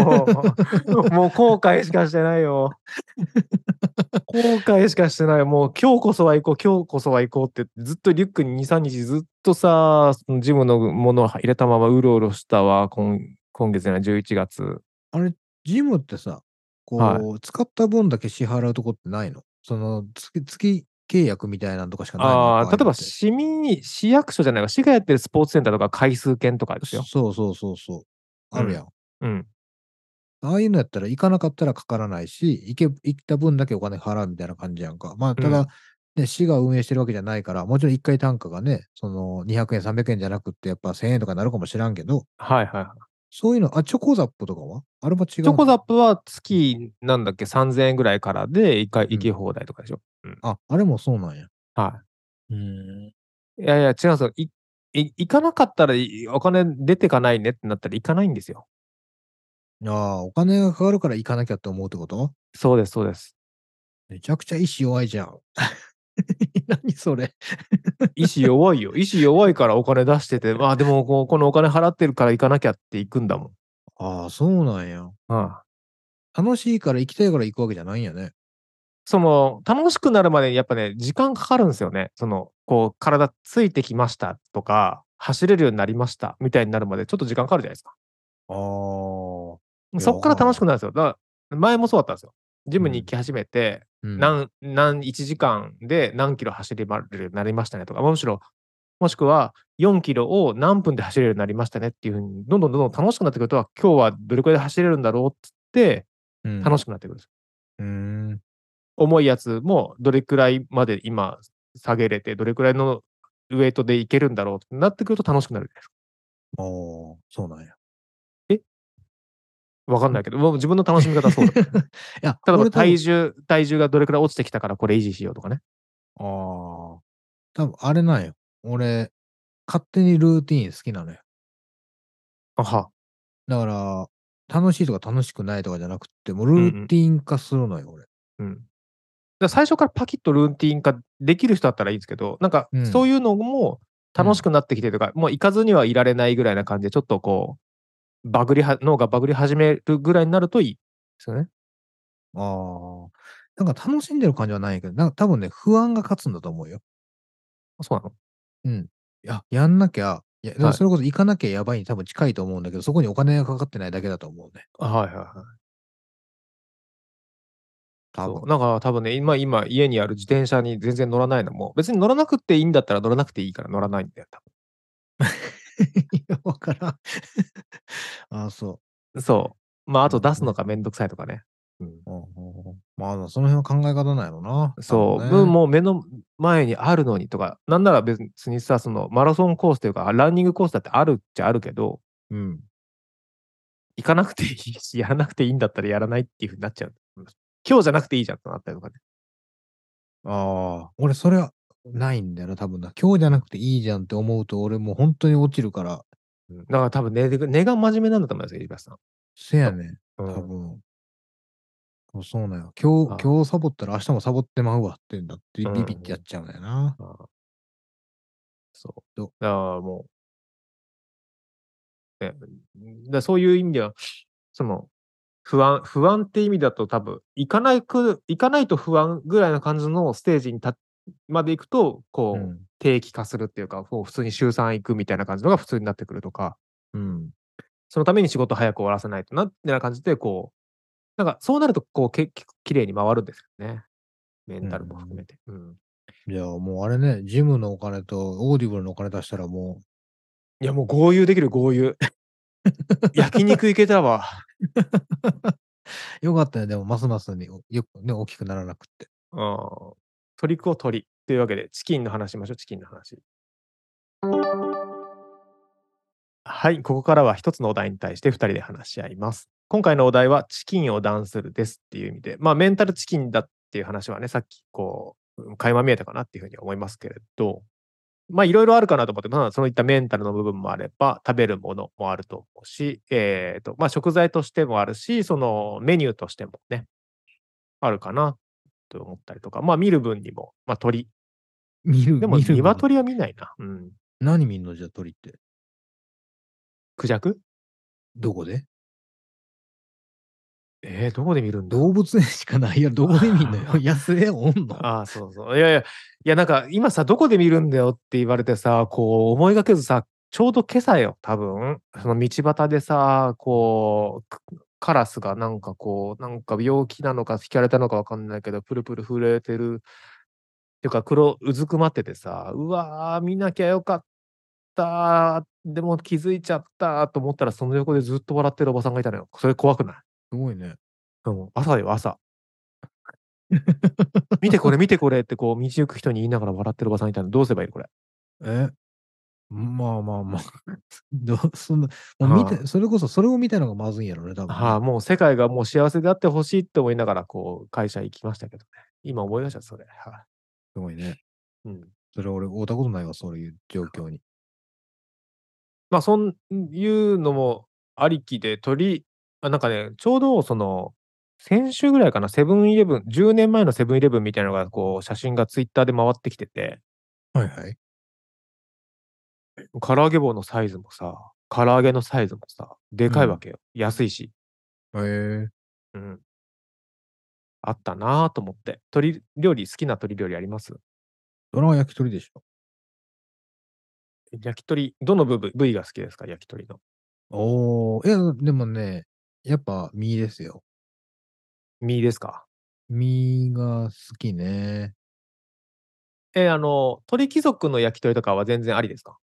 Speaker 1: 後悔しかしてないよ。 後悔しかしてない。もう今日こそは行こう、今日こそは行こうって、ずっとリュックに2、3日ずっとさ、そのジムのものを入れたままうろうろしたわ、今今月じゃない、11月。
Speaker 2: ジムってさ、こう、
Speaker 1: は
Speaker 2: 使った分だけ支払うとこってないのその月、月契約みたいなのとかしかないの
Speaker 1: ああ、例えば
Speaker 2: そ
Speaker 1: 市民、市役所じゃないか、市がやってるスポーツセンターとか回数券とかですよ。
Speaker 2: そうそうそうそう。あるやん。
Speaker 1: うん。
Speaker 2: ああいうのやったら行かなかったらかからないし、行け、行った分だけお金払うみたいな感じやんか。まあ、ただ、
Speaker 1: う
Speaker 2: ね、市が運営してるわけじゃないから、もちろん一回単価がね、その200円、300円じゃなくって、やっぱ1000円とかなるかもしらんけど、
Speaker 1: はいはいはい。
Speaker 2: そういうの、あ、チョコザップとかはあれも違う
Speaker 1: チ
Speaker 2: の。
Speaker 1: ョコザップは月なんだっけ3000円ぐらいからで一回
Speaker 2: ん
Speaker 1: 行き放題とかでしょ、
Speaker 2: あ、あれもそうなんや。
Speaker 1: は
Speaker 2: うん。
Speaker 1: い。いやいや違うんですよ。いい行かなかったらいお金出てかないねってなったら行かないんですよ。
Speaker 2: ああ、お金がかかるから行かなきゃって思うってこと
Speaker 1: そうですそうです。
Speaker 2: めちゃくちゃ意志弱いじゃん。 何それ。
Speaker 1: 意志弱いよ。意志弱いからお金出してて、まあでもこうこのお金払ってるから行かなきゃって行くんだもん。
Speaker 2: ああ、そうなんや。
Speaker 1: ああ
Speaker 2: 楽しいから行きたいから行くわけじゃないんやね。
Speaker 1: その楽しくなるまでにやっぱね時間かかるんですよね。そのこう体ついてきましたとか走れるようになりましたみたいになるまでちょっと時間かかるじゃないですか。
Speaker 2: ああ。いや
Speaker 1: そっから楽しくなるんですよ。だから前もそうだったんですよ。ジムに
Speaker 2: うん
Speaker 1: 行き始めて、
Speaker 2: うん、
Speaker 1: 何、何、1時間で何キロ走れるようになりましたねとか、むしろ、もしくは4キロを何分で走れるようになりましたねっていうふうに、どんどんどんどん楽しくなってくると、今日はどれくらいで走れるんだろうっつって、
Speaker 2: うん、
Speaker 1: 楽
Speaker 2: し
Speaker 1: しくなってくるんですよ。
Speaker 2: うーん。
Speaker 1: 重いやつも、どれくらいまで今下げれて、どれくらいのウェイトでいけるんだろうってなってくると楽しくなるじゃないですか。
Speaker 2: おーそうなんや。
Speaker 1: わかんないけど、もう自分の楽しみ方は そうだ。例
Speaker 2: いや、
Speaker 1: えば
Speaker 2: 俺多分
Speaker 1: 体重、体重がどれくらい落ちてきたからこれ維持しようとかね。
Speaker 2: ああ。多分あれなんよ。俺、勝手にルーティン好きなのよ。
Speaker 1: あは。
Speaker 2: だから、楽しいとか楽しくないとかじゃなくって、もうルーティン化するのよ、俺。
Speaker 1: うん。だから最初からパキッとルーティン化できる人だったらいいんですけど、なんか
Speaker 2: うん
Speaker 1: そういうのも楽しくなってきてとか、もう行かずにはいられないぐらいな感じで、ちょっとこう、バグりは、脳がバグり始めるぐらいになるといいですよね。
Speaker 2: ああ。なんか楽しんでる感じはないけど、なんか多分ね、不安が勝つんだと思うよ。
Speaker 1: あそうなの
Speaker 2: いや、やんなきゃ、いやでも
Speaker 1: はい
Speaker 2: それこそ行かなきゃやばいに多分近いと思うんだけど、そこにお金がかかってないだけだと思うね。
Speaker 1: あはいはいはい。
Speaker 2: 多
Speaker 1: そう
Speaker 2: 分。
Speaker 1: なんか多分ね、今、今、家にある自転車に全然乗らないのも、別に乗らなくていいんだったら乗らなくていいから乗らないんだよ、多
Speaker 2: いや、わからん。 ああ、そ
Speaker 1: 分。そう。まあ、あと出すのがめんどくさいとかね。うん
Speaker 2: う。うんうんうんまあ、その辺は考え方なんやろな。
Speaker 1: そう、分
Speaker 2: 多分ね
Speaker 1: もう目の前にあるのにとか、なんなら別にさ、そのマラソンコースというか、ランニングコースだってあるっちゃあるけど、
Speaker 2: うん。
Speaker 1: 行かなくていいし、やらなくていいんだったらやらないっていうふうになっちゃう。今日じゃなくていいじゃんってなったりとかね。
Speaker 2: ああ、俺それはないんだよな、多分な。今日じゃなくていいじゃんって思うと、俺もう本当に落ちるから、
Speaker 1: うんだから多分根が根が真面目なんだと思いますよ、飯橋さん。
Speaker 2: せやねん、
Speaker 1: う
Speaker 2: 多
Speaker 1: ん
Speaker 2: 分。そうそうなんよ。今
Speaker 1: ああ
Speaker 2: 日、今日サボったら明日もサボってまうわってんだって、
Speaker 1: うん
Speaker 2: ビビってやっちゃうんだよな。
Speaker 1: ああそう。だ
Speaker 2: ど
Speaker 1: からもう、ね、だからそういう意味では、その、不安、不安って意味だと多分、行かないく、行かないと不安ぐらいの感じのステージにたまで行くと、こ
Speaker 2: う
Speaker 1: う、
Speaker 2: ん。
Speaker 1: 定期化するっていうか、こう普通に週3行くみたいな感じのが普通になってくるとか、
Speaker 2: うん。
Speaker 1: そのために仕事早く終わらせないとな、みたいな感じで、こう、なんかそうなると、こう、けきれいに回るんですよね。メンタルも含めて。うん
Speaker 2: いや、もうあれね、ジムのお金とオーディブルのお金出したらも
Speaker 1: いや、もう合流できる合流。 焼肉行けたわ。
Speaker 2: う、よかったね。でも、ますますにおよくね、大きくならなくって。
Speaker 1: うん。鳥食おう鳥。というわけで、チキンの話しましょう、チキンの話。はい、ここからは一つのお題に対して2人で話し合います。今回のお題は、チキンをダンスるですっていう意味で、まあ、メンタルチキンだっていう話はね、さっき、こう、うん垣間見えたかなっていうふうに思いますけれど、まあ、いろいろあるかなと思って、まあ、そういったメンタルの部分もあれば、食べるものもあると思うし、えーと、まあ、食材としてもあるし、そのメニューとしてもね、あるかなと思ったりとか、まあ、見る分にも、まあ、鳥。
Speaker 2: 見る、
Speaker 1: でも、
Speaker 2: 見るもの
Speaker 1: 鶏は見ないな。うん。
Speaker 2: 何見んのじゃ、鳥って。
Speaker 1: クジャク
Speaker 2: どこで
Speaker 1: えー、どこで見るんだ
Speaker 2: 動物園しかない やろ、どこで見んのよ。 野生おんの
Speaker 1: ああ、そうそう。いやいや、いや、なんか、今さ、どこで見るんだよって言われてさ、こう、思いがけずさ、ちょうど今朝よ、多分、その道端でさ、こう、くカラスがなんかこう、なんか病気なのか、引かれたのかわかんないけど、プルプル震えてる。っていうか、黒、うずくまっててさ、うわー、見なきゃよかった。でも気づいちゃったと思ったら、その横でずっと笑ってるおばさんがいたのよ。それ怖くない
Speaker 2: すごいね。
Speaker 1: うん、朝よ、朝。見てこれ、見てこれって、こう、道行く人に言いながら笑ってるおばさんいたの。どうすればいいのこれ。
Speaker 2: えまあまあま あ。どうそんな、もう見
Speaker 1: は
Speaker 2: て、それこそそれを見たのがまずいんやろね、多分ね。
Speaker 1: はあ、もう世界がもう幸せであってほしいって思いながら、こう、会社行きましたけどね。今思い出した、それ。はい、
Speaker 2: すごいね。
Speaker 1: うん。
Speaker 2: それ俺、会ったことないわ、そういう状況に。
Speaker 1: まあ、そういうのもありきで、鳥、あなんかね、ちょうどその、先週ぐらいかな、セブンイレブン、10年前のセブンイレブンみたいなのが、こう、写真がツイッターで回ってきてて、
Speaker 2: はいはい。
Speaker 1: 唐揚げ棒のサイズもさ、唐揚げのサイズもさ、でかいわけよ。安いし。
Speaker 2: えー、
Speaker 1: うん。あったなぁと思って。鶏料理、好きな鶏料理あります
Speaker 2: ドラは焼き鳥でしょ。
Speaker 1: 焼き鳥、どの部分、部位が好きですか焼き鳥の。
Speaker 2: おー、いや、でもね、やっぱ身ですよ。
Speaker 1: 身ですか
Speaker 2: 身が好きね。
Speaker 1: えーあの、鳥貴族の焼き鳥とかは全然ありですか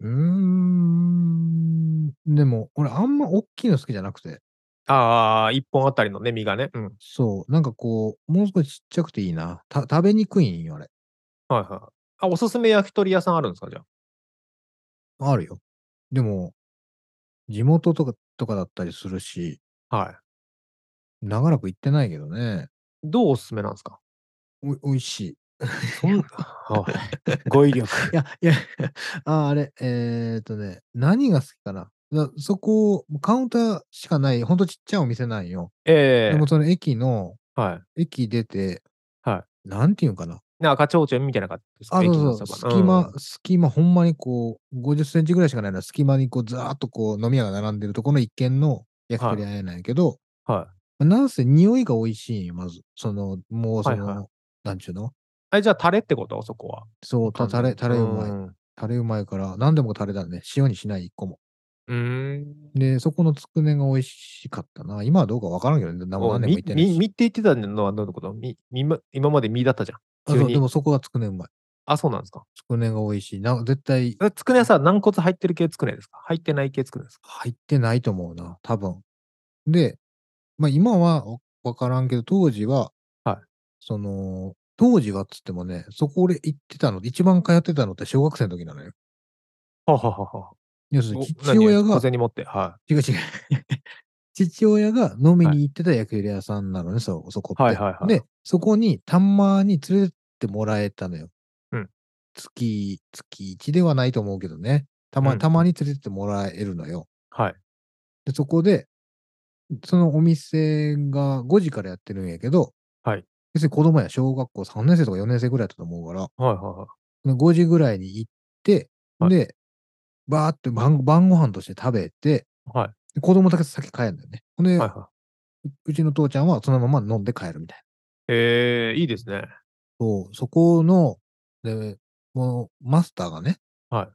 Speaker 2: うーん。でも、俺、あんま大きいの好きじゃなくて。
Speaker 1: ああ、一本あたりのね、身がね。うん。
Speaker 2: そう。なんかこう、もう少しちっちゃくていいな。た食べにくいんよ、あれ。
Speaker 1: はいはい。あ、おすすめ焼き鳥屋さんあるんですかじゃあ。
Speaker 2: あるよ。でも、地元とかとかだったりするし、
Speaker 1: はい。
Speaker 2: 長らく行ってないけどね。
Speaker 1: どうおすすめなんですか
Speaker 2: おいおいしい。
Speaker 1: そんはい 語彙力。
Speaker 2: いや、いや、 ああれ、えー、っとね、何が好きかな。なそこ、カウンターしかない、ほんとちっちゃいお店なんよ。
Speaker 1: え
Speaker 2: で
Speaker 1: え
Speaker 2: もその駅の、
Speaker 1: はい。
Speaker 2: 駅出て、
Speaker 1: は
Speaker 2: なんていうんかな。
Speaker 1: なんか、蝶々みたいな感じですか
Speaker 2: あ、
Speaker 1: 駅
Speaker 2: そ
Speaker 1: の
Speaker 2: うそう、
Speaker 1: そば
Speaker 2: 隙間、隙間、ほんまにこう、50センチぐらいしかないような隙間にこう、ずーっとこう、飲み屋が並んでるとこの一軒の焼き鳥屋やなんやけど、
Speaker 1: うんはい。
Speaker 2: まあなんせ匂いが美味しいんよ、まず。その、もうその、
Speaker 1: はいは
Speaker 2: なんちゅうの
Speaker 1: あれじゃあ、タレってことそこは。
Speaker 2: そう、たタレ、タレうまい。
Speaker 1: ん
Speaker 2: タレうまいから、何でもタレだね。塩にしない、一個も。
Speaker 1: うーん。
Speaker 2: で、そこのつくねが美味しかったな。今はどうかわからんけどね、何も
Speaker 1: お
Speaker 2: 何年も
Speaker 1: み
Speaker 2: 行ってない
Speaker 1: み
Speaker 2: し。
Speaker 1: みって言ってたのはどういうことみみま今までみだったじゃん。
Speaker 2: あ
Speaker 1: 急
Speaker 2: そう
Speaker 1: に
Speaker 2: でもそこはつくねうまい。
Speaker 1: あ、そうなんですか。
Speaker 2: つくねが美味しい。な絶対
Speaker 1: それつくねはさ、軟骨入ってる系つくねですか入ってない系つくねですか
Speaker 2: 入ってないと思うな、多分。で、まあ今はわからんけど、当時は、
Speaker 1: はい
Speaker 2: その、当時はっつってもね、そこ俺行ってたの、一番通ってたのって小学生の時なのよ。
Speaker 1: はははは。
Speaker 2: 要するに
Speaker 1: お
Speaker 2: 父親
Speaker 1: 何
Speaker 2: が
Speaker 1: 小、銭持って。は
Speaker 2: 違う違 う。父親が飲みに行ってた焼き鳥屋さんなのね、そそこって。
Speaker 1: はいはいはい
Speaker 2: で、そこにたまに連れてってもらえたのよ。
Speaker 1: うん
Speaker 2: 月、月1ではないと思うけどね。たま,、
Speaker 1: うん
Speaker 2: たまに連れてってもらえるのよ。
Speaker 1: い。はい。
Speaker 2: で、そこで、そのお店が5時からやってるんやけど、
Speaker 1: はい。
Speaker 2: 別に子供や小学校3年生とか4年生ぐらいだったと思うから、
Speaker 1: はいはいはい。
Speaker 2: その5時ぐらいに行って、
Speaker 1: はい
Speaker 2: で、バーって晩晩ご飯として食べて、
Speaker 1: はい
Speaker 2: で子供だけ先帰るんだよね。ほんで、
Speaker 1: はいは
Speaker 2: うちの父ちゃんはそのまま飲んで帰るみたいな。
Speaker 1: い。えー、いいですね。
Speaker 2: そう、そこの、で、もう、マスターがね、
Speaker 1: はい。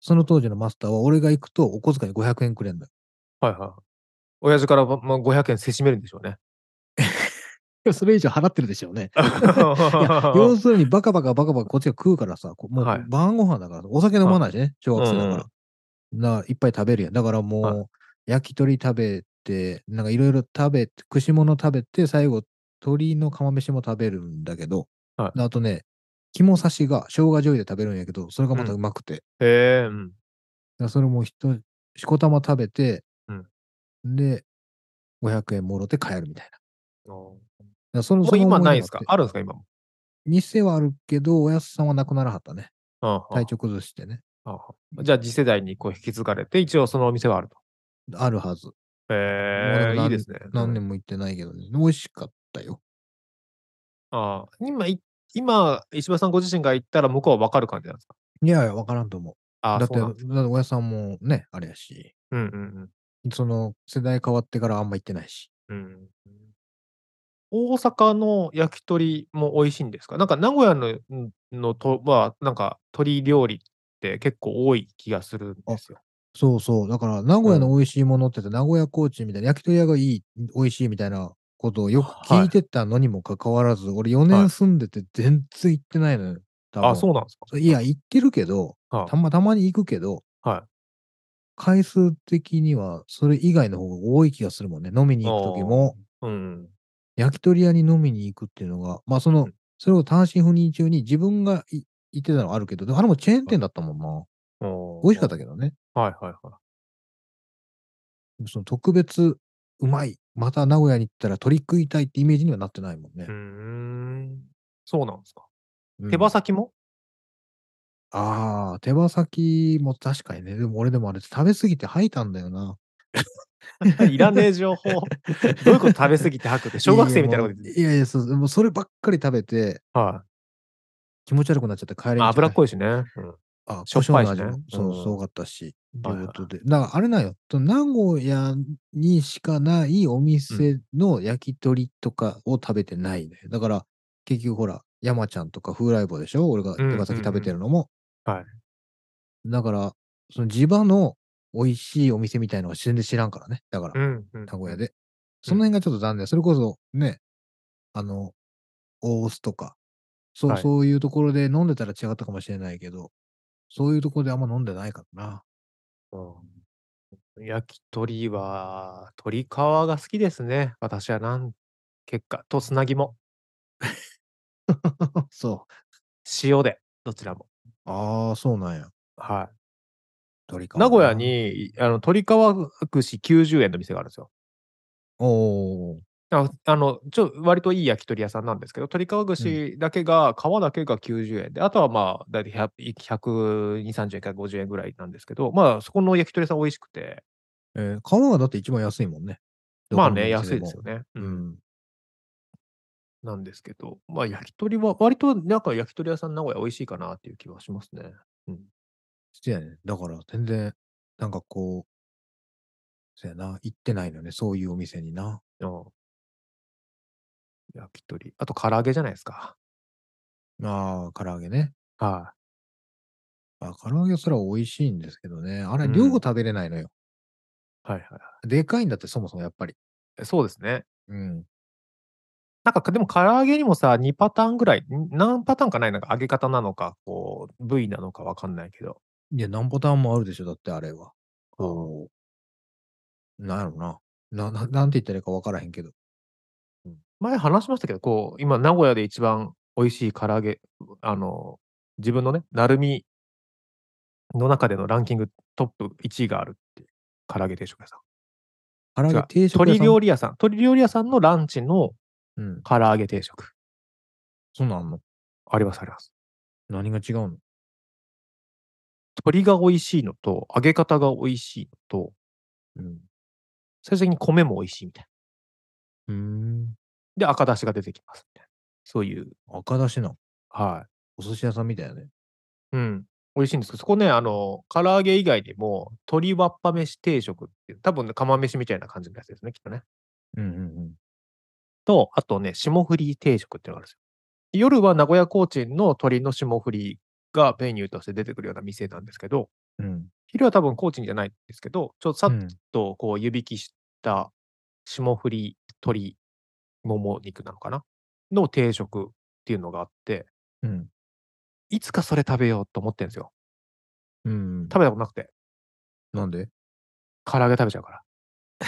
Speaker 2: その当時のマスターは、俺が行くとお小遣い500円くれんだよ。
Speaker 1: はいはい。親父から、ま、ま500円せしめるんでしょうね。
Speaker 2: いや それ以上払ってるでしょうね。いや要
Speaker 1: は
Speaker 2: するにバカバカバカバカこっちが食うからさ、こも
Speaker 1: は
Speaker 2: う
Speaker 1: い
Speaker 2: 晩ご飯だから、お酒飲まないしね、小学生だか
Speaker 1: うん
Speaker 2: ら。な、いっぱい食べるやん。だから
Speaker 1: は
Speaker 2: もう、焼き鳥食べて、なんかいろいろ食べて、串物食べて、最後、鶏の釜飯も食べるんだけど、
Speaker 1: は
Speaker 2: あとね、肝刺しが生姜醤油で食べるんやけど、それがまた
Speaker 1: う
Speaker 2: うまくて。だか
Speaker 1: えー、うん。
Speaker 2: らそれもひと、しこたま食べて、
Speaker 1: うん
Speaker 2: で、500円もろて帰るみたいな。だか
Speaker 1: あーも
Speaker 2: らその
Speaker 1: う今ないん
Speaker 2: ん
Speaker 1: ですかあるんですか今も。
Speaker 2: 店はあるけど、おやすさんはなくならはったね。
Speaker 1: あー
Speaker 2: 体調崩してね。
Speaker 1: あーじゃあ次世代にこう引き継がれて、一応そのお店はあると。
Speaker 2: あるはず。
Speaker 1: え
Speaker 2: もう
Speaker 1: ー、い
Speaker 2: ないん
Speaker 1: ですね。
Speaker 2: 何年も行ってないけどね。美味しかったよ。
Speaker 1: ああ、今い、今、石破さんご自身が行ったら向こうは分かる感じなんですか
Speaker 2: いやいや、わからんと思う。
Speaker 1: ああ、
Speaker 2: だって、
Speaker 1: そう
Speaker 2: だ
Speaker 1: なん
Speaker 2: っ
Speaker 1: です
Speaker 2: て親さんもね、あれやし、
Speaker 1: うんうん
Speaker 2: その世代変わってからあんま行ってないし。
Speaker 1: うん。うん大阪の焼き鳥も美味しいんですかなんか名古屋ののとは、なんか鳥料理って結構多い気がするんですよ。
Speaker 2: そうそう。だから、名古屋の美味しいものって言って、名古屋コーチンみたいな、焼き鳥屋がいい、美味しいみたいなことをよく聞いてたのにもかかわらず、俺4
Speaker 1: は
Speaker 2: 年
Speaker 1: い
Speaker 2: 住んでて全然行ってないのよ。
Speaker 1: あそううなんですか。
Speaker 2: いや、行ってるけど、
Speaker 1: はい
Speaker 2: たま、たまに行くけど、
Speaker 1: はい
Speaker 2: 回数的にはそれ以外の方が多い気がするもんね。飲みに行く時も。
Speaker 1: うん。
Speaker 2: 焼き鳥屋に飲みに行くっていうのが、まあその
Speaker 1: うん、
Speaker 2: それを単身赴任中に自分がい行ってたのはあるけど、でもあれもチェーン店だったもんな。美
Speaker 1: 美
Speaker 2: 味しかったけどね。
Speaker 1: た。はいはいはい。
Speaker 2: その特別うまい。また名古屋に行ったら鳥食いたいってイメージにはなってないもんね
Speaker 1: うー。ん。そうなんですか。
Speaker 2: うん
Speaker 1: 手羽先も
Speaker 2: ああ、手羽先も確かにね。でも俺でもあれ食べ過ぎて吐いたんだよな。
Speaker 1: いらねえ情報。どう いうこと食べ過ぎて吐くって、小学生み たいなこと言って
Speaker 2: いやいや、そう、もうそればっかり食べて
Speaker 1: は
Speaker 2: 気持ち悪くなっちゃって帰れ
Speaker 1: い。
Speaker 2: ん
Speaker 1: まあ脂っこ
Speaker 2: い。
Speaker 1: いしね。うん
Speaker 2: あ、
Speaker 1: しょっぱいし
Speaker 2: 胡椒
Speaker 1: ね
Speaker 2: の味もそう、
Speaker 1: うん
Speaker 2: すごかったし。と
Speaker 1: はい
Speaker 2: い
Speaker 1: はいう
Speaker 2: ことで。だからあれなんよ。と名古屋にしかないお店の焼き鳥とかを食べてないね。だから結局ほら、山ちゃんとか風来坊でしょ俺が手羽先食べてるのも。
Speaker 1: うんうんうんは
Speaker 2: だから、その地場の美味しいお店みたいのを全然知らんからね。だから、名
Speaker 1: ん。うん
Speaker 2: 古屋で。その辺がちょっと残念。それこそね、あの、大須とか、そう、
Speaker 1: はい
Speaker 2: そういうところで飲んでたら違ったかもしれないけど、そういうところであんま飲んでないからな。
Speaker 1: うん焼き鳥は、鶏皮が好きですね。私はなん、結果、と砂肝、
Speaker 2: そ
Speaker 1: 塩で、どちらも。
Speaker 2: う。ああ、そうなんや。
Speaker 1: は
Speaker 2: 鳥川
Speaker 1: 名古屋。にあの鳥川区市90円の店があるんですよ。
Speaker 2: おー
Speaker 1: ああのちょ割といい焼き鳥屋さんなんですけど、鳥川串だけが、皮だけが90円で、あとはまあ、大体100 120、30円か50円ぐらいなんですけど、まあ、そこの焼き鳥屋さん美味しくて、
Speaker 2: えー、皮はだって一番安いもんね。
Speaker 1: まあね、安いですよ
Speaker 2: ね。
Speaker 1: ね。う
Speaker 2: うんん。
Speaker 1: なんですけど、まあ、焼き鳥は、割となんか焼き鳥屋さん、名古屋美味しいかなっていう気はしますね。
Speaker 2: そうやね。だから全然、なんかこう、そうやな、行ってないのね、そういうお店にな。
Speaker 1: うん焼き鳥。あと、唐揚げじゃないですか。
Speaker 2: ああ、唐揚げね。
Speaker 1: は
Speaker 2: あ唐揚げすら美味しいんですけどね。あれ、
Speaker 1: うん
Speaker 2: 量食べれないのよ。
Speaker 1: い。はいはい
Speaker 2: でかいんだって、そもそもやっぱり。
Speaker 1: え。そうですね。
Speaker 2: うん。
Speaker 1: なんか、でも、唐揚げにもさ、2パターンぐらい、ん何パターンかないなんか、揚げ方なのか、こう、部位なのかわかんないけど。
Speaker 2: いや、何パターンもあるでしょ、だってあれは。
Speaker 1: あー
Speaker 2: こう、なんやろな。な、ななんて言ったらいいか分からへんけど。
Speaker 1: 前話しましたけど、こう、今、名古屋で一番美味しい唐揚げ、あの、自分のね、なるみの中でのランキングトップ1位があるって、唐揚げ定食屋さん。
Speaker 2: 唐揚
Speaker 1: 違
Speaker 2: げ
Speaker 1: う
Speaker 2: 定食
Speaker 1: 鳥料
Speaker 2: 理。
Speaker 1: 理屋さん、鳥料理屋さんのランチの
Speaker 2: うん。
Speaker 1: 唐揚げ定食。
Speaker 2: そうなんの
Speaker 1: ありますあります。
Speaker 2: 何が違うの
Speaker 1: 鶏が美味しいのと、揚げ方が美味しいのと、
Speaker 2: うん。
Speaker 1: 最終的に米も美味しいみたいう
Speaker 2: ーん。
Speaker 1: な。で、赤だしが出てきますみたいな。そういう、
Speaker 2: 赤だしな。
Speaker 1: はい。
Speaker 2: お寿司屋さんみたいやね。
Speaker 1: うん。美味しいんですけど、そこね、あの、唐揚げ以外にも、鶏わっぱ飯定食っていう、多分ね、釜飯みたいな感じのやつですね、きっとね。
Speaker 2: うんうんうん。
Speaker 1: と、あとね、霜降り定食っていうのがあるんですよ。夜は名古屋コーチンの鶏の霜降りがメニューとして出てくるような店なんですけど、
Speaker 2: うん。
Speaker 1: 昼は多分コーチンじゃないんですけど、ちょっとさっ
Speaker 2: うん
Speaker 1: とこう湯引きした霜降り鶏もも肉なのかなの定食っていうのがあって、
Speaker 2: うん。
Speaker 1: いつかそれ食べようと思ってるんですよ。
Speaker 2: うん。
Speaker 1: 食べたことなくて、
Speaker 2: なんで
Speaker 1: 唐揚げ食べちゃうか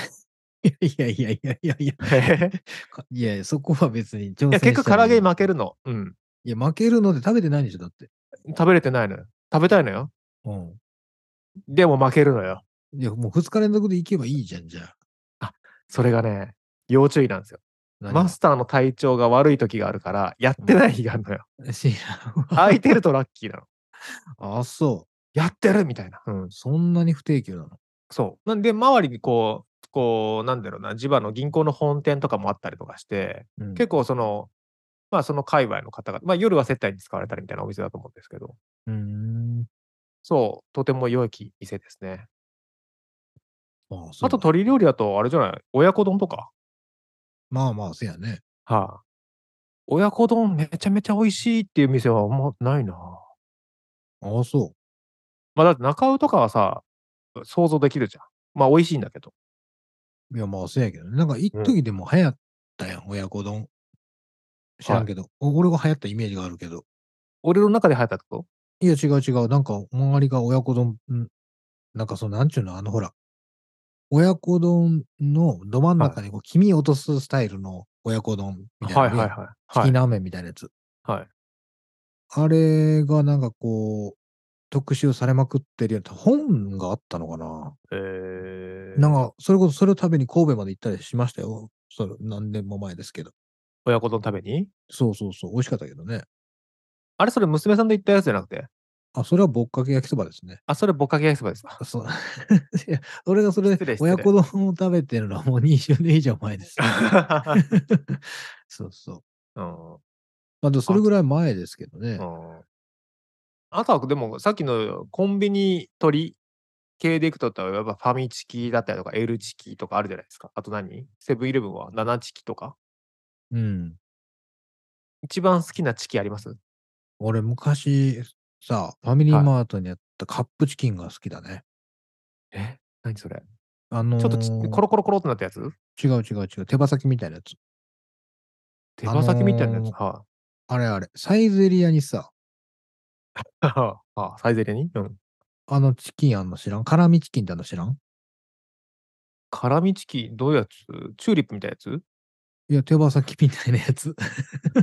Speaker 2: いやいやいやいやいや。
Speaker 1: ら。
Speaker 2: いやいや、そこは別に挑
Speaker 1: いや結局唐揚げに負け
Speaker 2: る。
Speaker 1: るの。うん。
Speaker 2: いや、負けるので食べてないんでしょ、だって。
Speaker 1: 食べれてないのよ。食べたいのよ。
Speaker 2: う
Speaker 1: でも負けるのよ。
Speaker 2: ん。いや、もう2日連続で行けばいいじゃん、じゃあ。
Speaker 1: それがね、要注意なんです よ。
Speaker 2: 何が
Speaker 1: マスターの体調が悪い時があるから、やってない日があるの よ。
Speaker 2: 知らんわ
Speaker 1: 空いてるとラッキーなの。
Speaker 2: あ、そ
Speaker 1: やってるみたいな。うん
Speaker 2: う。。そんなに不定休なの。
Speaker 1: そう。なんで、周りにこう、こう、なんだろうな、地場の銀行の本店とかもあったりとかして、
Speaker 2: うん
Speaker 1: 結構その、まあその界隈の方々、まあ夜は接待に使われたりみたいなお店だと思うんですけど、
Speaker 2: うーん。
Speaker 1: そう、とても良い店ですね。
Speaker 2: まあ、そう
Speaker 1: あと
Speaker 2: か
Speaker 1: 鶏料理だと、あれじゃない、親子丼とか。
Speaker 2: まあまあ、せやね。
Speaker 1: はい、親子丼めちゃめちゃ美味しいっていう店はあんまないな。
Speaker 2: あ、そ
Speaker 1: まあだって中尾とかはさ、想像できるじゃん。まあ美味しいんだけど。
Speaker 2: う。いや、まあ、せやけどね。なんか、一時でも流行ったやん、親子丼。知らんけど、お俺が流行ったイメージがあるけど。
Speaker 1: 俺の中で流行ったってこ
Speaker 2: いや、違う違う。なんか、周りが親子丼、んなんかその、なんちゅうの、あの、ほら、親子丼のど真ん中にこう、黄身落とすスタイルの親子丼み
Speaker 1: と
Speaker 2: た
Speaker 1: は
Speaker 2: いなね、
Speaker 1: いはいはい。
Speaker 2: チ
Speaker 1: は
Speaker 2: キン
Speaker 1: い。
Speaker 2: ラーメンみたいなやつ。
Speaker 1: はい、
Speaker 2: あれがなんかこう、特集されまくってるやつ、本があったのかな、
Speaker 1: えー、
Speaker 2: なんか、それこそそれを食べに神戸まで行ったりしましたよ。それ何年も前ですけど。
Speaker 1: 親子丼食べに
Speaker 2: そうそうそう、美味しかったけどね。
Speaker 1: あれそれ娘さんで言ったやつじゃなくて
Speaker 2: あ、それはぼっかけ焼きそばですね。
Speaker 1: あ、それぼっかけ焼きそばですわ。
Speaker 2: そう。 いや、俺がそれ
Speaker 1: 失礼、失礼
Speaker 2: 親子丼を食べてるのはもう20年以 上前です。 そうそう。
Speaker 1: うん
Speaker 2: まあ、でもそれぐらい前ですけどね
Speaker 1: う。んあとはでもさっきのコンビニ鳥系でいくとやっぱファミチキだったりとか L チキとかあるじゃないですか。あと何セブンイレブンは7チキとか。
Speaker 2: うん。
Speaker 1: 一番好きなチキあります
Speaker 2: 俺、昔、さ、ファミリーマートにあったカップチキンが好きだね。
Speaker 1: え何それ
Speaker 2: あのー
Speaker 1: ちょっとちコロコロコロってなったやつ
Speaker 2: 違う違う違う。手羽先みたいなやつ。
Speaker 1: 手羽先みたいなやつ。
Speaker 2: あの
Speaker 1: は
Speaker 2: あれあれ。サイゼリアにさ、
Speaker 1: いはあ、サイゼリヤにうん。
Speaker 2: あのチキンあんの知らん辛味チキンってあんの知らん
Speaker 1: 辛味チキ、どういうやつチューリップみたいなや
Speaker 2: いや、手羽先みたいなやつ。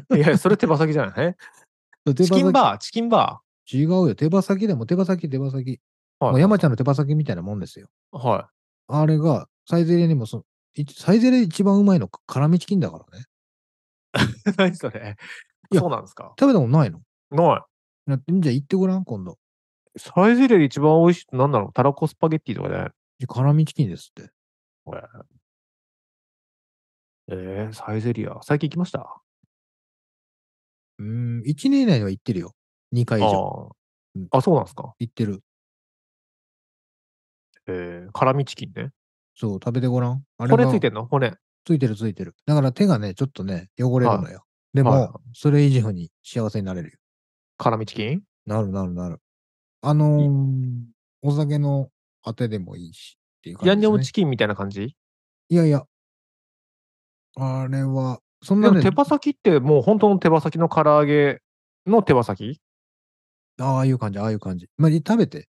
Speaker 1: ついや、それ手羽先じゃないえ チ
Speaker 2: 手羽
Speaker 1: キン
Speaker 2: 先
Speaker 1: バー、チキンバ
Speaker 2: 違うよ。手羽先でも手羽先、手羽先。
Speaker 1: ー。はい
Speaker 2: もう山ちゃんの手羽先みたいなもんですよ。
Speaker 1: は
Speaker 2: あれが、サイゼリヤにもその、いサイゼリヤで一番うまいの、辛味チキンだからね。
Speaker 1: い。 何それ
Speaker 2: いや
Speaker 1: そうなんですか
Speaker 2: 食べたことないの
Speaker 1: ない。
Speaker 2: なじゃあ行ってごらん、今度。
Speaker 1: サイゼリヤで一番美味しいって何だろうたらこスパゲッティとかじゃない
Speaker 2: いや辛味チキンですって。
Speaker 1: これ。えー、サイゼリヤ。最近行きました
Speaker 2: うーん、1年以内には行ってるよ。2回以上
Speaker 1: あーあ、そうなんですか
Speaker 2: 行ってる。
Speaker 1: えー、辛味チキンね。
Speaker 2: そう、食べてごらん。あれ
Speaker 1: 骨
Speaker 2: が
Speaker 1: ついてんの骨。
Speaker 2: ついてるついてる。だから手がね、ちょっとね、汚れるのよ。でも、
Speaker 1: はい
Speaker 2: それ以上に幸せになれるよ。
Speaker 1: 辛味チキン
Speaker 2: なるなるなる。あのーお酒のあてでもいいしっていう感じ、
Speaker 1: ヤ
Speaker 2: です
Speaker 1: ン
Speaker 2: ね。
Speaker 1: ニョムチキンみたいな感じ
Speaker 2: いやいや。あれは、そん
Speaker 1: で
Speaker 2: な
Speaker 1: も
Speaker 2: ね
Speaker 1: 手羽先ってもう本当の手羽先の唐揚げの手羽先
Speaker 2: ああいう感じ、ああいう感じ。まあ、食べて。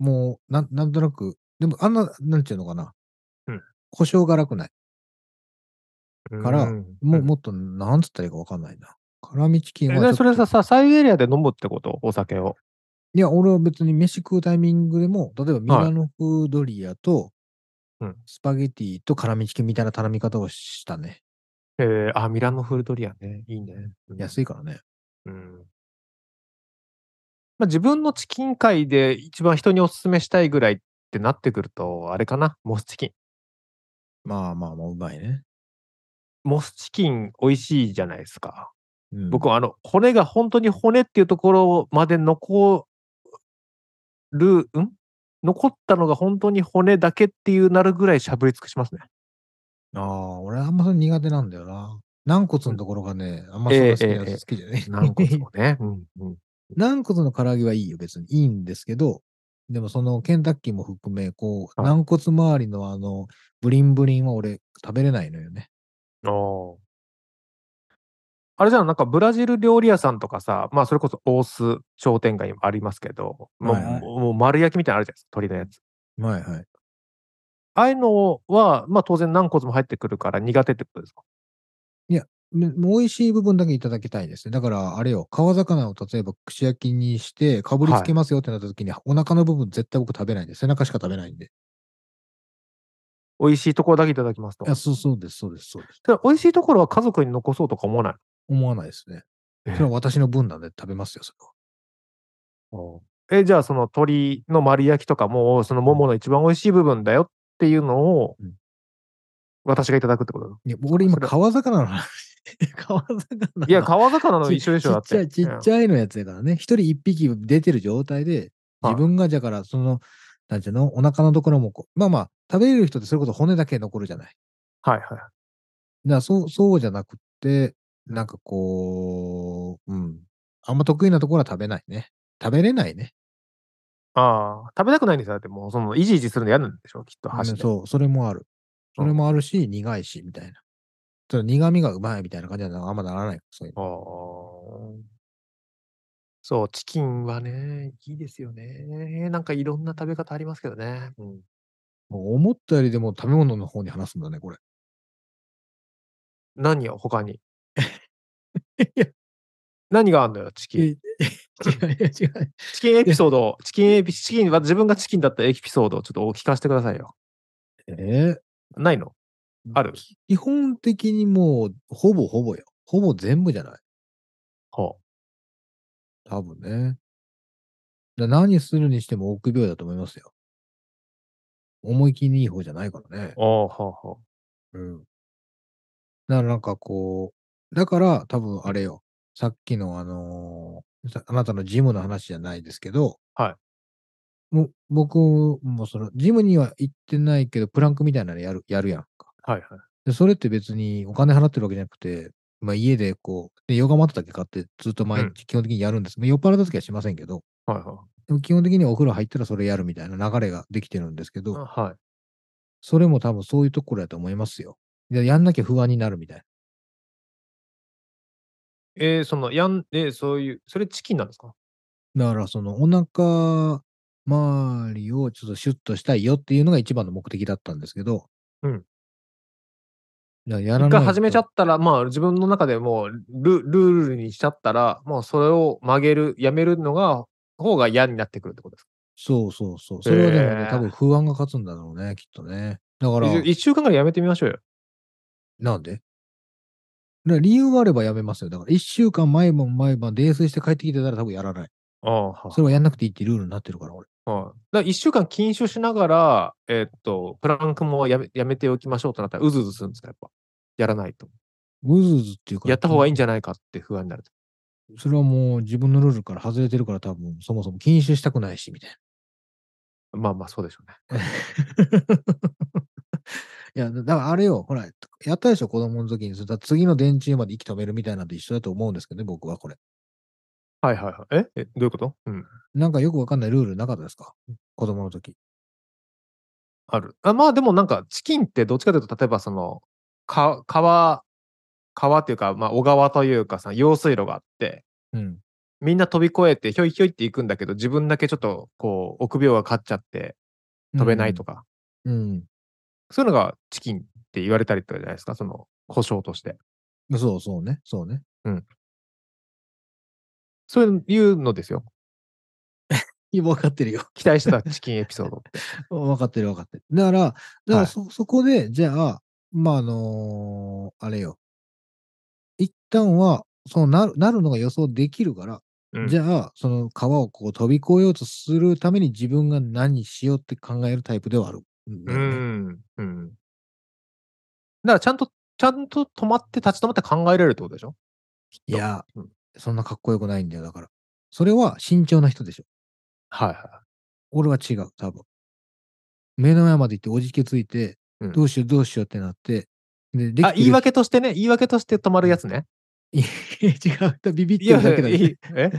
Speaker 2: もう、なん、なんとなく、でも、あんな、なんていうのかな。
Speaker 1: うん。
Speaker 2: 故障が楽ない。から
Speaker 1: うん
Speaker 2: もう、
Speaker 1: うん
Speaker 2: もっと、なんつったらいいかわかんないな。辛味チキンは
Speaker 1: え
Speaker 2: ちょっ
Speaker 1: で
Speaker 2: と。
Speaker 1: それさ、さサイゼリヤで飲むってことお酒を。
Speaker 2: いや、俺は別に飯食うタイミングでも、例えばミラノ風ドリアと
Speaker 1: うん、
Speaker 2: スパゲティと辛味チキンみたいな頼み方をしたね。
Speaker 1: えー、あ、ミラノフルドリアね。いいね。うん
Speaker 2: 安いからね。
Speaker 1: うんまあ、自分のチキン界で一番人におすすめしたいぐらいってなってくると、あれかな、モスチキン。
Speaker 2: まあまあまあ、うまいね。
Speaker 1: モスチキン美味しいじゃないですか。
Speaker 2: うん、
Speaker 1: 僕はあの骨が本当に骨っていうところまで残る、ん残ったのが本当に骨だけっていうなるぐらいしゃぶり尽くしますね。
Speaker 2: ああ、俺あんまそれ苦手なんだよな。軟骨のところがね、あんまそ
Speaker 1: え
Speaker 2: れ
Speaker 1: え
Speaker 2: 好きな
Speaker 1: ええ
Speaker 2: 好きじゃね。
Speaker 1: 軟骨もね。うんうん、
Speaker 2: 軟骨の唐揚げはいいよ、別に。いいんですけど、でもそのケンタッキーも含め、こう、
Speaker 1: はい
Speaker 2: 軟骨周りのあの、ブリンブリンは俺食べれないのよね。
Speaker 1: あーあれじゃん、なんかブラジル料理屋さんとかさ、まあそれこそ大須商店街もありますけど、もう
Speaker 2: はいはい
Speaker 1: もうもう丸焼きみたいなのあるじゃないですか、鳥のやつ。
Speaker 2: はいはい。
Speaker 1: ああいうのは、まあ当然軟骨も入ってくるから苦手ってことですか。
Speaker 2: ね美味しい部分だけいただきたいですね。だから、あれよ、川魚を例えば串焼きにして、かぶりつけますよってなった時に、お腹の部分絶対僕食べないんで、背中しか食べないんで。
Speaker 1: 美味しいところだけいただきますと。
Speaker 2: あそうそうです、そうです、そうです。
Speaker 1: ただ美味しいところは家族に残そうとか思わない。
Speaker 2: 思わないですね。
Speaker 1: ええ
Speaker 2: それは私の分なんで食べますよ、それは。
Speaker 1: え、じゃあその鳥の丸焼きとかも、その桃の一番美味しい部分だよっていうのを
Speaker 2: うん、
Speaker 1: 私がいただくってことだ。
Speaker 2: いや俺今、
Speaker 1: それ
Speaker 2: 川魚の話。 川魚の
Speaker 1: いや、川魚の
Speaker 2: ち
Speaker 1: 一緒でしょ、だっ
Speaker 2: ちっちゃ
Speaker 1: て。
Speaker 2: い、ちっちゃいのやつやからね。一人一匹出てる状態で、
Speaker 1: はい
Speaker 2: 自分が、じゃから、その、なんていうの、お腹のところもこう、まあまあ、食べれる人ってそれこそ骨だけ残るじゃない。だか
Speaker 1: うんはいはい。
Speaker 2: らそう、そうじゃなくって、なんかこう、うん。あんま得意なところは食べないね。食べれないね。
Speaker 1: ああ、食べたくないんですよ。だってもう、その、いじいじするの嫌なんでしょきっと、
Speaker 2: うん
Speaker 1: 箸で。
Speaker 2: そう、それもある。
Speaker 1: う
Speaker 2: そ
Speaker 1: ん
Speaker 2: れもあるし、苦いし、みたいな。ちょっと苦味がうまいみたいな感じはあんまならない。そういう
Speaker 1: あーそう、チキンはね、いいですよね。なんかいろんな食べ方ありますけどね。うん、
Speaker 2: のもう思ったよりでも食べ物の方に話すんだね、これ。
Speaker 1: 何よ、他 に
Speaker 2: いや。
Speaker 1: 何があんのよ、チキン。
Speaker 2: え違う違う。
Speaker 1: チキンエピソードを、チキンエピ、チキンは自分がチキンだったエピソードをちょっとお聞かせてくださいよ。
Speaker 2: えー
Speaker 1: ないのある
Speaker 2: 基本的にもう、ほぼほぼよ。ほぼ全部じゃない
Speaker 1: ほ
Speaker 2: 多分ね。だ何するにしても臆病だと思いますよ。思い切りいい方じゃないからね
Speaker 1: う。。おうほうほ
Speaker 2: うん。だからなんかこう、だから多分あれよ。さっきのあのーさあなたのジムの話じゃないですけど、。
Speaker 1: はい
Speaker 2: もう僕もその、ジムには行ってないけど、プランクみたいなのやる、やるやんか。
Speaker 1: う。はいはい。
Speaker 2: で、それって別にお金払ってるわけじゃなくて、まあ家でこう、で、ヨガマットだけ買ってずっと毎日基本的にやるんです。まあ酔っ払った時はしませんけど、
Speaker 1: はいは
Speaker 2: でも基本的にはお風呂入ったらそれやるみたいな流れができてるんですけ
Speaker 1: い。
Speaker 2: ど、
Speaker 1: はい。
Speaker 2: それも多分そういうところやと思いますよ。で、やんなきゃ不安になるみたいな。
Speaker 1: えーその、やん、えーそういう、それチキンなんですか
Speaker 2: だからそのお腹周りをちょっとシュッとしたいよっていうのが一番の目的だったんですけど、
Speaker 1: うん。
Speaker 2: だからやら
Speaker 1: 一
Speaker 2: ない
Speaker 1: 回始めちゃ
Speaker 2: と
Speaker 1: ったら、まあ自分の中でもうルルールにしちゃったら、もうそれを曲げる、やめるのが、方が嫌になってくるってことです
Speaker 2: そうそうそう。それはでもね、
Speaker 1: へー
Speaker 2: 多分不安が勝つんだろうね、きっとね。だから、
Speaker 1: 1週間ぐらいやめてみましょうよ。
Speaker 2: なんでだから理由があればやめますよ。だから、一週間毎晩毎晩泥酔して帰ってきてたら多分やらない。
Speaker 1: ああ、は
Speaker 2: それはやんなくていいっていうルールになってるから、俺。
Speaker 1: あはあだから1週間禁酒しながら、えっと、プランクもやめやめておきましょうとなったら、うずうずするんですか、やっぱ。やらないと。
Speaker 2: うずうずっていうか、
Speaker 1: やった方がいいん
Speaker 2: じ
Speaker 1: じゃないかって不安になる。
Speaker 2: ゃそれはもう自分のルールから外れてるから多分、そもそも禁酒したくないし、みたいな。
Speaker 1: まあまあ、そうでしょうね。
Speaker 2: いや、だからあれよ、ほら、やったでしょ、子供の時に。それだから次の電柱まで息止めるみたいなんと一緒だと思うんですけどね、僕はこれ。
Speaker 1: はいはいはい。ええどういうことうん。
Speaker 2: なんかよくわかんないルールなかったですか子供の時。
Speaker 1: ある。あまあでもなんか、チキンってどっちかというと、例えばその、か川、川っていうか、まあ小川というかさ、用水路があって、
Speaker 2: うん。
Speaker 1: みんな飛び越えて、ひょいひょいって行くんだけど、自分だけちょっと、こう、臆病が勝っちゃって、飛べないと
Speaker 2: か。
Speaker 1: か、
Speaker 2: うん。
Speaker 1: そういうのがチキンって言われたりとかじゃないですか、その、故障として。
Speaker 2: そうそうね、そうね。
Speaker 1: そういうのですよ。
Speaker 2: いや、分かってるよ。
Speaker 1: 期待してたチキンエピソードって。
Speaker 2: 分かってる分かってる。だから、だから
Speaker 1: はい
Speaker 2: そ、そこで、じゃあ、まあ、あのーあれよ。一旦は、そのなる、なるのが予想できるから、
Speaker 1: うん
Speaker 2: じゃあ、その川をこう飛び越えようとするために自分が何しようって考えるタイプではある。
Speaker 1: う。ん。うん。だから、ちゃんと、ちゃんと止まって、立ち止まって考えられるってことでしょ
Speaker 2: いや、
Speaker 1: うん
Speaker 2: そんなかっこよくないんだよ、だから。それは慎重な人でしょ。
Speaker 1: はいは
Speaker 2: 俺は違う、多分。目の前まで行っておじけついて、
Speaker 1: うん
Speaker 2: どうしようどうしようってなって、で、で
Speaker 1: い。あ、言い訳としてね、言い訳として止まるやつね。
Speaker 2: いや 違う。ビビって
Speaker 1: いや
Speaker 2: るだけだよ。
Speaker 1: いい え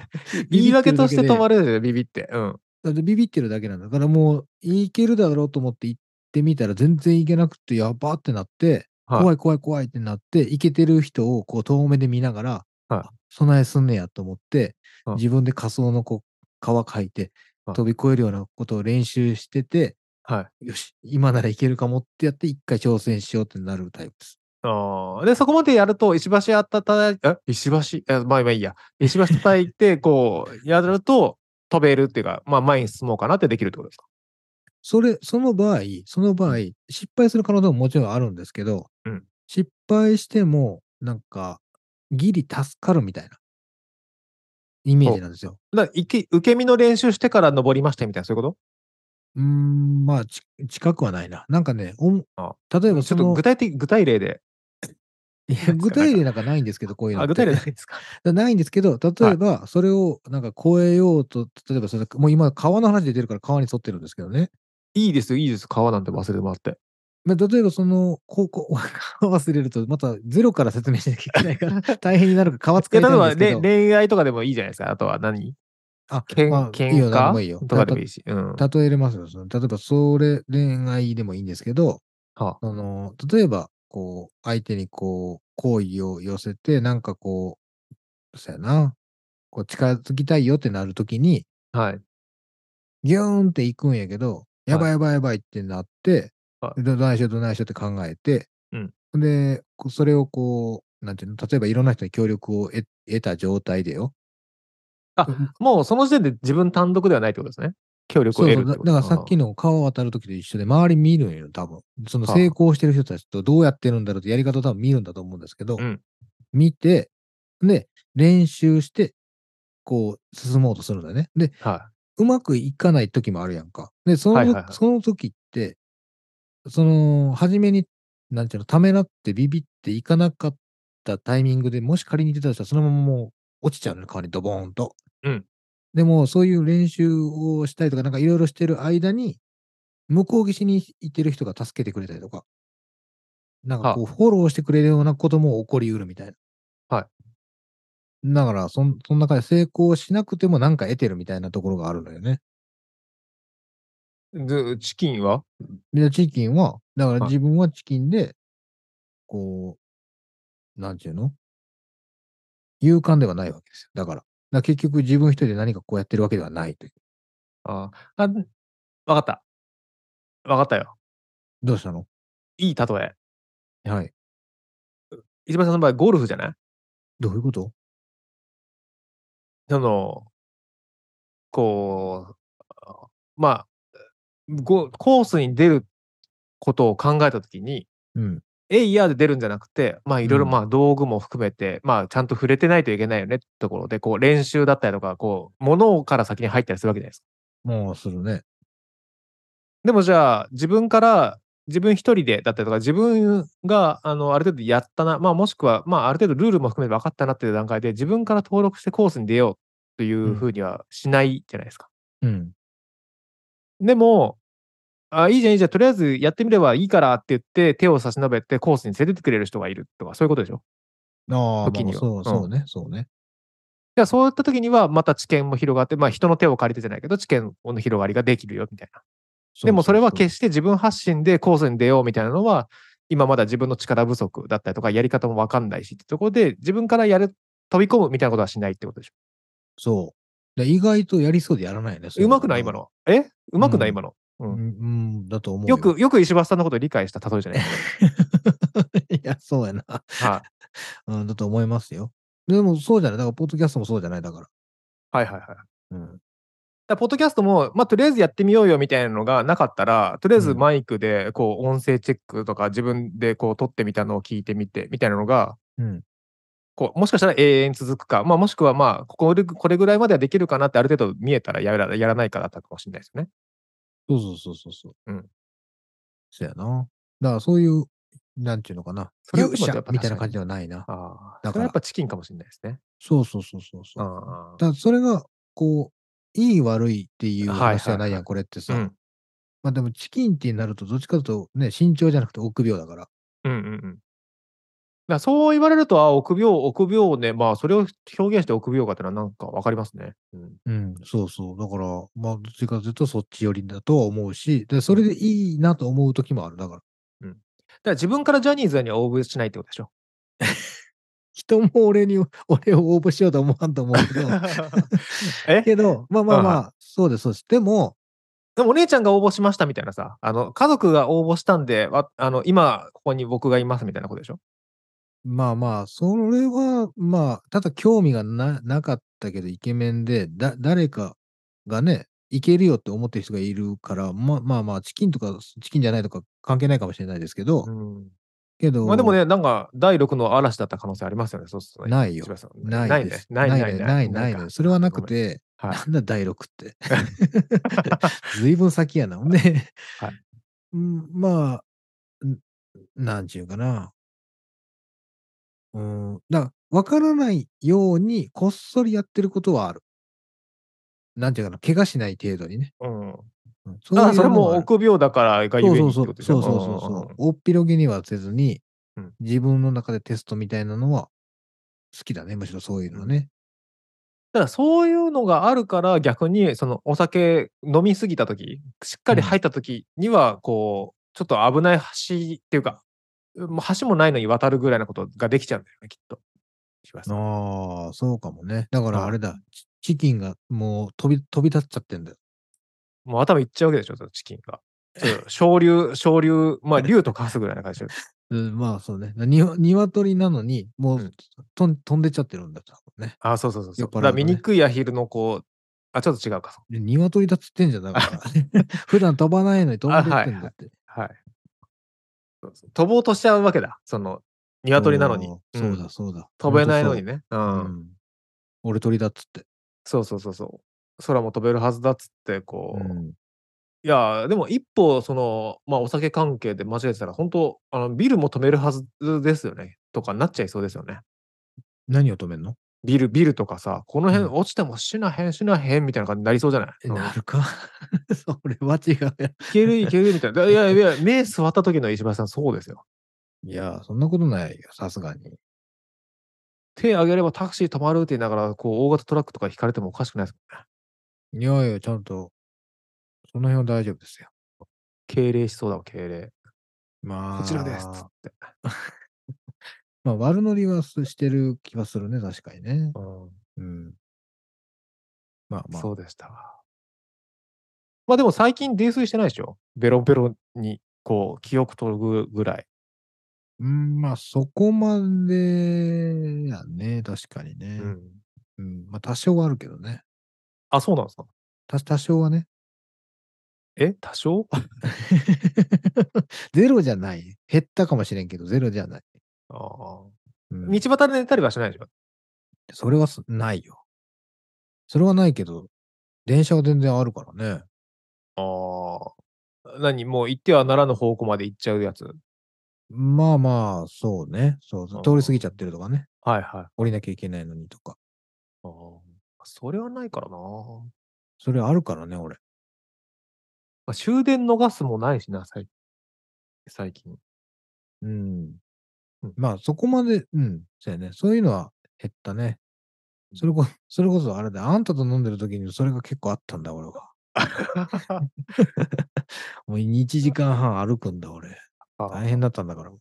Speaker 1: 言い訳として止まるやつでビビって。うん。
Speaker 2: だってビビってるだけなんだだからもう、いけるだろうと思って行ってみたら全然いけなくて、やばってなって、
Speaker 1: はい
Speaker 2: 怖い怖い怖いってなって、いけてる人をこう遠目で見ながら、
Speaker 1: はい
Speaker 2: あ備えすんねやと思って、
Speaker 1: はい
Speaker 2: 自分で仮想のこう皮書いて、
Speaker 1: はい
Speaker 2: 飛び越えるようなことを練習してて、
Speaker 1: はい。
Speaker 2: よし、今ならいけるかもってやって、一回挑戦しようってなるタイプです。
Speaker 1: あーで、そこまでやると、石橋あたたい、え石橋えまあまあいいや。石橋叩いて、こう、やると、飛べるっていうか、まあ前に進もうかなってできるってことですか。
Speaker 2: それ、その場合、その場合、失敗する可能性ももちろんあるんですけど、
Speaker 1: うん
Speaker 2: 失敗しても、なんか、ギリ助かるみたいな、イメージなんですよ。
Speaker 1: だからいけ受け身の練習してから登りましたみたいな、そういうこ
Speaker 2: うーん、まあ、ち近くはないな。なんかね、おん
Speaker 1: あ
Speaker 2: 例えば
Speaker 1: とちょ
Speaker 2: そ
Speaker 1: っと
Speaker 2: の
Speaker 1: 具、体的、具体例で。
Speaker 2: 具体例なんかないんですけど、こういうの
Speaker 1: あ、
Speaker 2: って。
Speaker 1: 具体例ないですか。
Speaker 2: だないんですけど、例えば、それをなんか越えようと、例えばそれ、もう今、川の話出てるから川に沿ってるんですけどね。
Speaker 1: いいですよ、いいです。川なんて忘れてもらって。
Speaker 2: まあ、例えばその、こうこう 忘れると、またゼロから説明しなきゃいけな いから、大変になるから、皮
Speaker 1: い
Speaker 2: 作
Speaker 1: や
Speaker 2: りた
Speaker 1: 例
Speaker 2: い
Speaker 1: え
Speaker 2: ん
Speaker 1: ば
Speaker 2: ですけど。
Speaker 1: れ恋愛とかでもいいじゃないですか。あとは何
Speaker 2: あ
Speaker 1: けん、
Speaker 2: まあいい
Speaker 1: 喧
Speaker 2: よ何でもいいよ
Speaker 1: 嘩とかでもいいし。うん。
Speaker 2: 例えれますよ。その例えば、それ、恋愛でもいいんですけど、
Speaker 1: は
Speaker 2: あの、例えば、こう、相手にこう、好意を寄せて、なんかこう、そうやな、こう、近づきたいよってなるときに、
Speaker 1: はい。
Speaker 2: ギューンって行くんやけど、やばいやばいやばいってなって、
Speaker 1: は
Speaker 2: でどないしようどないしようって考えて、
Speaker 1: うん
Speaker 2: で、こうそれをこう、なんていうの、例えばいろんな人に協力を得得た状態でよ。
Speaker 1: あ
Speaker 2: うん
Speaker 1: もうその時点で自分単独ではないってことですね。協力を
Speaker 2: そう
Speaker 1: 得
Speaker 2: そ
Speaker 1: る
Speaker 2: う
Speaker 1: ってこ
Speaker 2: だ。だ
Speaker 1: と
Speaker 2: からさっき
Speaker 1: の。
Speaker 2: の川を渡るときと一緒で、周り見るんよ、多分。その
Speaker 1: はあ
Speaker 2: 成功してる人たちとどうやってるんだろうってやり方を多分見るんだと思うんですけど、
Speaker 1: うん
Speaker 2: 見て、で、練習して、こう、進もうとするんだよね。で、
Speaker 1: は
Speaker 2: うまくいかない時もあるやんか。で、その、
Speaker 1: はいはいはい
Speaker 2: その時って、その、初めに、なんていうの、ためらってビビっていかなかったタイミングでもし仮に出たとしたら、そのままもう落ちちゃうのね、川にドボーンと。
Speaker 1: うん
Speaker 2: でも、そういう練習をしたりとか、なんかいろいろしてる間に、向こう岸に行ってる人が助けてくれたりとか、なんかこう、フォローしてくれるようなことも起こりうるみたいな。。
Speaker 1: はい
Speaker 2: だからそん、その中で成功しなくてもなんか得てるみたいなところがあるのよね。
Speaker 1: い。でチキンは
Speaker 2: で、チキンは、だから
Speaker 1: はい
Speaker 2: 自分はチキンで、こう、なんていうの勇敢ではないわけですよ。だから。だから結局自分一人で何かこうやってるわけではないという。
Speaker 1: ああ、わかった。わかったよ。
Speaker 2: どうしたの
Speaker 1: いい例え。
Speaker 2: はい。
Speaker 1: 石橋さんの場合、ゴルフじゃない
Speaker 2: どういうこと
Speaker 1: その、こう、まあ、ごコースに出ることを考えたときに、
Speaker 2: うん。
Speaker 1: エイヤーで出るんじゃなくて、まあいろいろ
Speaker 2: うん
Speaker 1: まあ道具も含めて、まあちゃんと触れてないといけないよねってところで、こう練習だったりとか、こう、物から先に入ったりするわけじゃないですか。
Speaker 2: もうするね。
Speaker 1: でもじゃあ、自分から、自分一人でだったりとか、自分があのある程度やったな、まあもしくは、まあある程度ルールも含めて分かったなっていう段階で、自分から登録してコースに出ようというふうにはしないじゃないですか。
Speaker 2: うん。
Speaker 1: でも、あ、いいじゃん、いいじゃん、とりあえずやってみればいいからって言って、手を差し伸べてコースに連れてってくれる人がいるとか、そういうことでしょ。
Speaker 2: ああ、
Speaker 1: 時には
Speaker 2: そううんそうね、そうね。
Speaker 1: じゃあ、そういった時には、また知見も広がって、まあ、人の手を借りてじゃないけど、知見の広がりができるよみたいな。でも、それは決
Speaker 2: し
Speaker 1: して自分発信でコースに出ようみたいなのは、今まだ自分の力不足だったりとか、やり方も分かんないしってところで、自分からやる、飛び込むみたいなことはしないってことでしょ。
Speaker 2: そう。で意外とやりそうでやらないよね。そう
Speaker 1: まくない、今
Speaker 2: の
Speaker 1: の。えうまくない、
Speaker 2: うん
Speaker 1: 今の。
Speaker 2: は。うん、うんだと思う。
Speaker 1: よ。く、よく石橋さんのことを理解した例えじゃない
Speaker 2: いや、そうやな。
Speaker 1: はい
Speaker 2: うん、だと思いますよ。でも、そうじゃない。だから、ポッドキャストもそうじゃない。だか
Speaker 1: はいはいはい。
Speaker 2: ら。うん。
Speaker 1: だからポッドキャストも、まあ、とりあえずやってみようよみたいなのがなかったら、とりあえずマイクで、こう、音声チェックとか、自分でこう、撮ってみたのを聞いてみて、みたいなのが、
Speaker 2: うん。
Speaker 1: こう、もしかしたら永遠続くか、まあ、もしくは、まあ、ここで、これぐらいまではできるかなって、ある程度見えたらやら、やらないかだったかもしれないですよね。
Speaker 2: そうそうそうそうそう。
Speaker 1: うん。
Speaker 2: そうやな。だから、そういう、なんていうのかな。
Speaker 1: それは
Speaker 2: 勇
Speaker 1: でもや
Speaker 2: 者
Speaker 1: っぱ
Speaker 2: みたいな
Speaker 1: 確か
Speaker 2: 感
Speaker 1: に
Speaker 2: じではないな。
Speaker 1: ああ、
Speaker 2: だから
Speaker 1: それはやっぱチキンかもしれないですね。
Speaker 2: そうそうそうそうそう。
Speaker 1: あ
Speaker 2: だからそれが、こう、いい悪いっていう
Speaker 1: はいはい
Speaker 2: 話じゃないやん、
Speaker 1: はい
Speaker 2: これって
Speaker 1: あ、
Speaker 2: さ。
Speaker 1: うん。
Speaker 2: まあでも、チキンってなると、どっちかというと、ね、身長じゃなくて臆病だから。
Speaker 1: うんうんうん。だからそう言われると、ああ、臆病、臆病ね、まあ、それを表現して臆病かってのは、なんかわかりますね。うん。
Speaker 2: うん、そうそう。だから、まあ、どっちかというと、そっち寄りだとは思うし、で、それでいいなと思う時もある。だから、
Speaker 1: だから自分からジャニーズには応募しないってことでし ょ。
Speaker 2: 人も俺に、俺を応募しようとは思わんと思うけど、
Speaker 1: え
Speaker 2: けど、まあまあまあ、そうです、そうです。でも、
Speaker 1: でもお姉ちゃんが応募しましたみたいなさ、あの家族が応募したんで、わあの今ここに僕がいますみたいなことでしょ
Speaker 2: まあまあ、それは、まあ、ただ興味がななかったけど、イケメンで、だ、誰かがね、いけるよって思ってる人がいるから、まあまあまあ、チキンとか、チキンじゃないとか関係ないかもしれないですけど、けど、
Speaker 1: まあでもね、なんか第6の嵐だった可能性ありますよね、そうするとね
Speaker 2: ないよ
Speaker 1: 柴田さん
Speaker 2: ない
Speaker 1: ない
Speaker 2: で
Speaker 1: ね
Speaker 2: す。。
Speaker 1: ない
Speaker 2: な
Speaker 1: ないい
Speaker 2: ね
Speaker 1: ね
Speaker 2: ないない
Speaker 1: か
Speaker 2: ね。それはなくて、
Speaker 1: はい
Speaker 2: なんだ第6って。 ずいぶん先やな。ほんで、
Speaker 1: はい
Speaker 2: うんまあ、んなんちゅうかな。うん、だから分からないようにこっそりやってることはある。なんていうかな、怪我しない程度にね。
Speaker 1: うん、
Speaker 2: うん
Speaker 1: だからそれも
Speaker 2: そう
Speaker 1: 臆病だからが
Speaker 2: い
Speaker 1: ゆえに
Speaker 2: うの
Speaker 1: って
Speaker 2: そう
Speaker 1: ことでし
Speaker 2: そ
Speaker 1: ょ
Speaker 2: うそうそうそうそうそう。大っぴろげにはせずに
Speaker 1: うん、
Speaker 2: 自分の中でテストみたいなのは好きだね。むしろそういうのはね。
Speaker 1: だからそういうのがあるから逆にそのお酒飲みすぎた時しっかり入った時にはこうちょっと危ない橋っていうかもう橋もないのに渡るぐらいのことができちゃうんだよねきっと。石橋さん
Speaker 2: ああ、そうかもね。だから
Speaker 1: はい
Speaker 2: あれだ、チチキンがもう飛び飛び立っちゃってんだよ。
Speaker 1: もう頭いっちゃうわけでしょそのチキンが。ち ょっと昇竜昇竜まあ竜と化すぐらいな感じで。
Speaker 2: うん、まあそうね。に鶏なのに、もう、
Speaker 1: うん
Speaker 2: とん飛んでっちゃってるんだよ、多分ね。
Speaker 1: あそうそうそうそ
Speaker 2: 酔
Speaker 1: う。
Speaker 2: っ払うとね
Speaker 1: だから醜いアヒルのこうあちょっと違うかそう。
Speaker 2: で鶏だっつってんじゃんだ から。 普段飛ばないのに飛んでってんだって。
Speaker 1: はい。そうそう飛ぼうとしちゃうわけだ。その鶏なのに。
Speaker 2: おー
Speaker 1: うん
Speaker 2: そうだ、そうだ。
Speaker 1: 飛べないのにね。う
Speaker 2: ほんとそう。
Speaker 1: ん
Speaker 2: うん。俺鳥だっつって。
Speaker 1: そうそうそうそう。空も飛べるはずだっつって、こう。
Speaker 2: う
Speaker 1: い
Speaker 2: ん
Speaker 1: やー、でも一歩、その、まあ、お酒関係で間違えてたら、本当あの、ビルも飛べるはずですよね。とかなっちゃいそうですよね。
Speaker 2: 何を止めんの
Speaker 1: ビル、ビルとかさ、この辺
Speaker 2: う
Speaker 1: 落ちても死なへん、死なへんみたいな感じになりそうじゃない、
Speaker 2: え
Speaker 1: うんい
Speaker 2: なるか。 それは違うやん。
Speaker 1: けるいけるみたいな。いやいや、目座った時の石橋さん、そうですよ。
Speaker 2: いや、そんなことないよ、さすがに。
Speaker 1: 手上げればタクシー止まるって言いながら、こう、大型トラックとか引かれてもおかしくないですもんね。
Speaker 2: いやいや、ちゃんと、その辺は大丈夫ですよ。
Speaker 1: 敬礼しそうだわ、敬礼。
Speaker 2: まあ、
Speaker 1: こちらですっつって。
Speaker 2: まあ、悪乗りはすしてる気はするね、確かにね。
Speaker 1: うん
Speaker 2: うん。まあまあ
Speaker 1: そ、うでしたわ。まあでも最近泥酔してないでしょベロベロにこう記憶取るぐらい。
Speaker 2: うん、まあ、そこまでやね、確かにね。うん、まあ、多少はあるけどね。
Speaker 1: あ、そうなんですか
Speaker 2: た多少はね。
Speaker 1: え多少
Speaker 2: ゼロじゃない。減ったかもしれんけど、ゼロじゃない。
Speaker 1: ああ
Speaker 2: うん
Speaker 1: 道端で寝たりはしないでしょ
Speaker 2: それはすないよ。それはないけど、電車は全然あるからね。
Speaker 1: ああ。何もう行ってはならぬ方向まで行っちゃうやつ。
Speaker 2: まあまあ、そうね。そう
Speaker 1: うん
Speaker 2: 通り過ぎちゃってるとかね。
Speaker 1: はいはい。
Speaker 2: 降りなきゃいけないのにとか。
Speaker 1: あーそれはないからな。
Speaker 2: それあるからね、俺。
Speaker 1: まあ終電逃すもないしな、最最近。
Speaker 2: うん
Speaker 1: うん。
Speaker 2: まあ、そこまで、うん。そうやね。そういうのは減ったね。それこ、 それこそあれだ。あんたと飲んでる時にそれが 結構あったんだ、俺 は。もう1時間半歩くんだ、俺。
Speaker 1: あー
Speaker 2: 大変だったんだから。
Speaker 1: い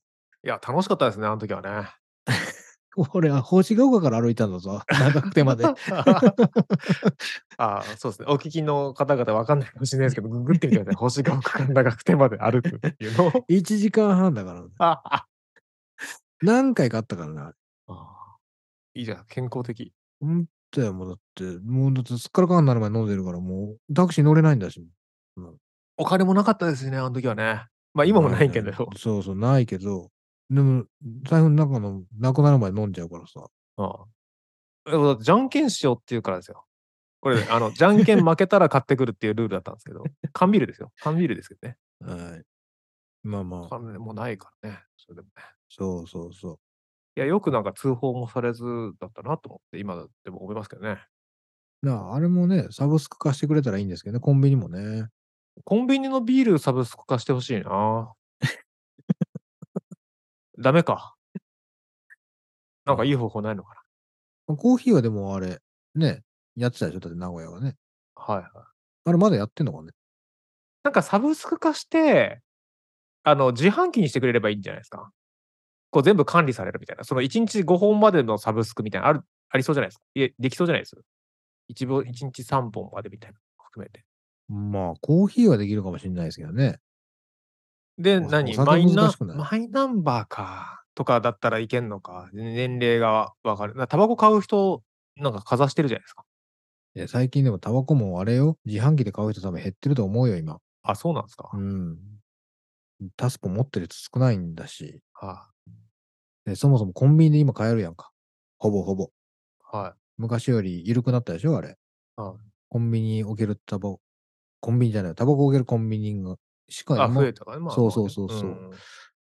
Speaker 1: や、楽しかったですね、あの時はね。
Speaker 2: 俺は星ヶ丘から歩いたんだぞ。 長久手まで。
Speaker 1: あーそうですね。お聞きの方々わかんないかもしれないですけど、ググってみ てください。星が奥から長く手まで歩くっていうのを
Speaker 2: 1時間半だから。
Speaker 1: ああ
Speaker 2: 何回かあったからな。
Speaker 1: あーいいじゃん、健康的。
Speaker 2: ほんとや、もうだって、もうだってすっからかんなる前に飲んでるから、もうタクシー乗れないんだし。
Speaker 1: お金もなかったですね、あの時はね。まあ今もないけど。
Speaker 2: そうそう、ないけど。でも、財布の中のなくなる前に飲んじゃうからさ。
Speaker 1: ああでもだってじゃんけんしようっていうからですよ。これね、あの、じゃんけん負けたら買ってくるっていうルールだったんですけど、缶ビールですよ。缶ビールですけどね。
Speaker 2: はい。まあまあ、
Speaker 1: 缶ねもうないからね。それでもね。
Speaker 2: そうそうそう。
Speaker 1: いや、よくなんか通報もされずだったなと思って、今でも思いますけどね。
Speaker 2: なああれもね、サブスク化してくれたらいいんですけどね、コンビニもね。
Speaker 1: コンビニのビールサブスク化してほしいな。ダメか。なんかいい方法ないのか
Speaker 2: コーヒーはでもあれ、ね、やってたでしょだって名古屋はね。
Speaker 1: な。はいはい。
Speaker 2: あれまだやってんのかね
Speaker 1: なんかサブスク化して、あの、自販機にしてくれればいいんじゃないですか。こう全部管理されるみたいな。その1日5本までのサブスクみたいな、ある、ありそうじゃないですか。いえ、できそうじゃないです。1, 本一日3本までみたいな、含めて。
Speaker 2: まあ、コーヒーはできるかもしれないですけどね。
Speaker 1: で、
Speaker 2: お
Speaker 1: 何マ
Speaker 2: お酒
Speaker 1: イナ
Speaker 2: 難しくない
Speaker 1: マイナンバーか。とかだったらいけんのか。年齢がわかる。なタバコ買う人、なんかかざしてるじゃないですか。
Speaker 2: いや最近でもタバコもあれよ。自販機で買う人多分減ってると思うよ、今。
Speaker 1: あ、そうなんですか。
Speaker 2: うん。タスポ持ってるやつ少ないんだし。
Speaker 1: は
Speaker 2: でそもそもコンビニで今買えるやんか。ほぼほぼ。
Speaker 1: い。はい。
Speaker 2: 昔より緩くなったでしょ、あれ。
Speaker 1: はい
Speaker 2: コンビニ置けるタバコ。コンビニじゃない。タバコ置けるコンビニがしか
Speaker 1: あ、
Speaker 2: 今
Speaker 1: 増えたからね。まあ、
Speaker 2: そうそうそうそうん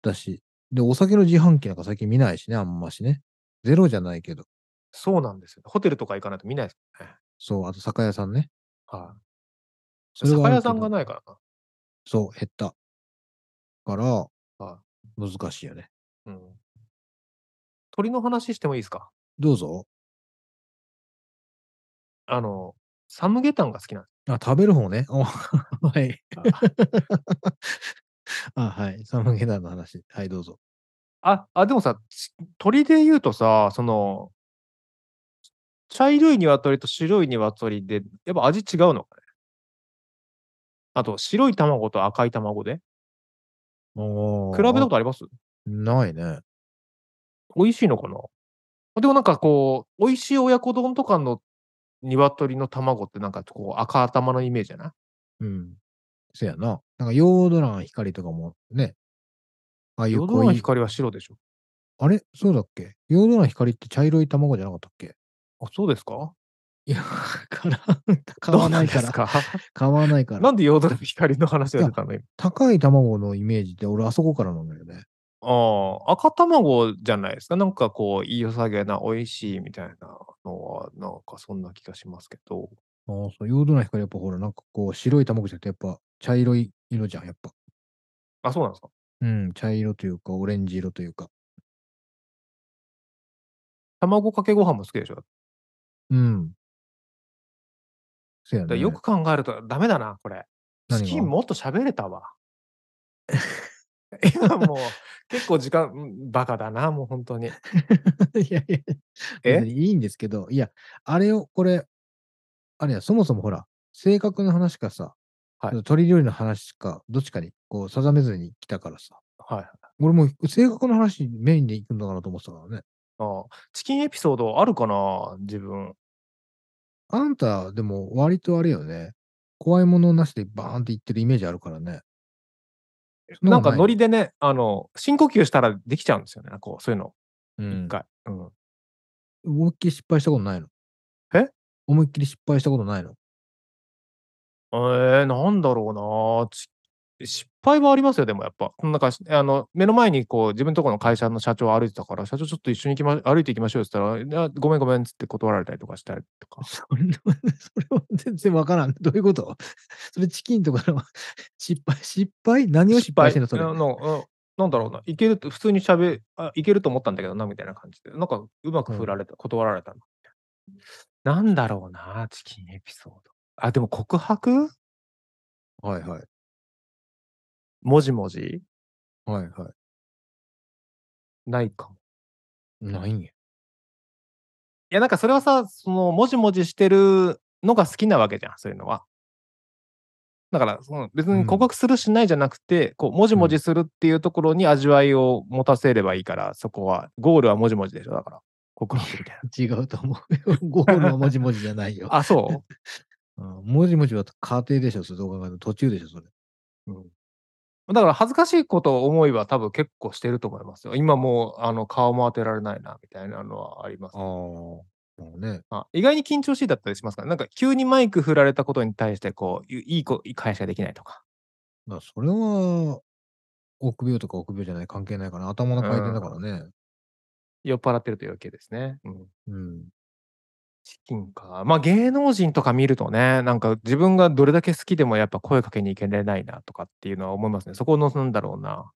Speaker 2: だし。で、お酒の自販機なんか最近見ないしね、あんましね。ゼロじゃないけど。
Speaker 1: そうなんですよ。ホテルとか行かないと見ないですもんね。
Speaker 2: そう、あと酒屋さんね。
Speaker 1: はい。
Speaker 2: それはあ
Speaker 1: 酒
Speaker 2: る
Speaker 1: 屋
Speaker 2: けど
Speaker 1: さんがないからな。
Speaker 2: そう、減った。から、
Speaker 1: は
Speaker 2: 難しいよね。
Speaker 1: うん、鳥の話してもいいですか
Speaker 2: どうぞ。
Speaker 1: あの、サムゲタンが好きなんで
Speaker 2: あ、食べる方ね。 おはい。あ、はい。サムゲタンの話。はい、どうぞ。
Speaker 1: あ、あ、でもさ、ち鳥で言うとさ、その、茶色い鶏と白い鶏で、やっぱ味違うのかねあと、白い卵と赤い卵で
Speaker 2: お
Speaker 1: 比べたことあります
Speaker 2: ないね。
Speaker 1: 美味しいのかなでもなんかこう、美味しい親子丼とかの鶏の卵ってなんかこう赤頭のイメージじゃない
Speaker 2: うん。せやな。なんか、ヨードラン光とかもね。ああいう
Speaker 1: 淀川
Speaker 2: 濃い。
Speaker 1: 光は白でしょ
Speaker 2: あれそうだっけヨードラン光って茶色い卵じゃなかったっけ
Speaker 1: あ、そうですか
Speaker 2: いや、から 買わないか
Speaker 1: どう
Speaker 2: ら。
Speaker 1: んですか
Speaker 2: 買わないか ら。
Speaker 1: なんでヨードラ光の話が出たの今
Speaker 2: 高い卵のイメージって俺あそこからなんだよね。
Speaker 1: ああ、赤卵じゃないですか。なんかこう、いいよさげな、美味しいみたいなのは、なんかそんな気がしますけど。
Speaker 2: ああ、そう、ヨードラン光やっぱほら、なんかこう、白い卵じゃなくてやっぱ茶色い色じゃん、やっぱ。
Speaker 1: あ、そうなんですか。
Speaker 2: うん、茶色というか、オレンジ色というか。
Speaker 1: 卵かけご飯も好きでしょ。だか
Speaker 2: うん。そうや
Speaker 1: ら
Speaker 2: ね。
Speaker 1: よく考えると、ダメだな、これ。
Speaker 2: 何
Speaker 1: 好き
Speaker 2: が
Speaker 1: もっと喋れた わ。今もう、結構時間、うんバカだな、もう本当に。
Speaker 2: いやいや、
Speaker 1: え
Speaker 2: 別にいいんですけど、いや、あれを、これ、あれや、そもそもほら、性格の話かさ、
Speaker 1: はい
Speaker 2: 鳥料理の話か、どっちかに、こう、定めずに来たからさ、
Speaker 1: はい。
Speaker 2: 俺も性格の話メインで行くんだかなと思ってたからね。
Speaker 1: ああチキンエピソードあるかな、自分。
Speaker 2: あんた、でも、割とあれよね、怖いものなしでバーンっていってるイメージあるからね。そん
Speaker 1: な
Speaker 2: なんこ
Speaker 1: か
Speaker 2: とない
Speaker 1: ノリでね、あの、深呼吸したらできちゃうんですよね。こう、そういうの、
Speaker 2: う
Speaker 1: 一
Speaker 2: ん。
Speaker 1: 回。うん。
Speaker 2: 思いっきり失敗したことないの。
Speaker 1: え
Speaker 2: 思いっきり失敗したことないの。
Speaker 1: えー、なんだろうなち失敗はありますよ、でもやっぱ。なんか、あの、目の前にこう、自分のところの会社の社長歩いてたから、社長ちょっと一緒に行きま、歩いていきましょうって言ったら、いやごめんごめんっつって断られたりとかしたりとか。
Speaker 2: それはそれは全然わからん。どういうこと それチキンとかの 失敗、失敗何を失敗してんのそれ。
Speaker 1: あのうんなんだろうな、いけると、普通にしゃべあ、いけると思ったんだけどな、みたいな感じで、なんかうまく振られた、断られたの。なんだろうな、チキンエピソード。あ、でも告白
Speaker 2: はいはい。
Speaker 1: もじもじ
Speaker 2: はいは
Speaker 1: ないかも。
Speaker 2: い。ないんや。
Speaker 1: いや、なんかそれはさ、その、もじもじしてるのが好きなわけじゃん、そういうのは。だから、その別
Speaker 2: う
Speaker 1: に
Speaker 2: ん
Speaker 1: 告白するしないじゃなくて、こう、もじも
Speaker 2: う
Speaker 1: じするっていうところに味わいを持たせればいいから、そこは、ゴールはもじもじでしょ、だから。告白みたい
Speaker 2: 違うと思うよ。ゴールはもじもじじゃないよ。
Speaker 1: な。あ、そう
Speaker 2: うんもじもじは家庭でしょ、それどう考えても途中でしょ、それ。
Speaker 1: だから恥ずかしいことを思いは多分結構してると思いますよ。今もうあの顔も当てられないなみたいなのはあります
Speaker 2: あ。あ。もうね。
Speaker 1: あ意外に緊張しいだったりしますから、なんか急にマイク振られたことに対してこういいいこ返しができないとか。
Speaker 2: まあ、それは、臆病とか臆病じゃない、関係ないから、頭の回転だからね。
Speaker 1: 酔っ払ってると余計ですね。うん、
Speaker 2: うん。
Speaker 1: チキンか。まあ芸能人とか見るとね、なんか自分がどれだけ好きでもやっぱ声かけに行けれないなとかっていうのは思いますね。そこのなんだろうな。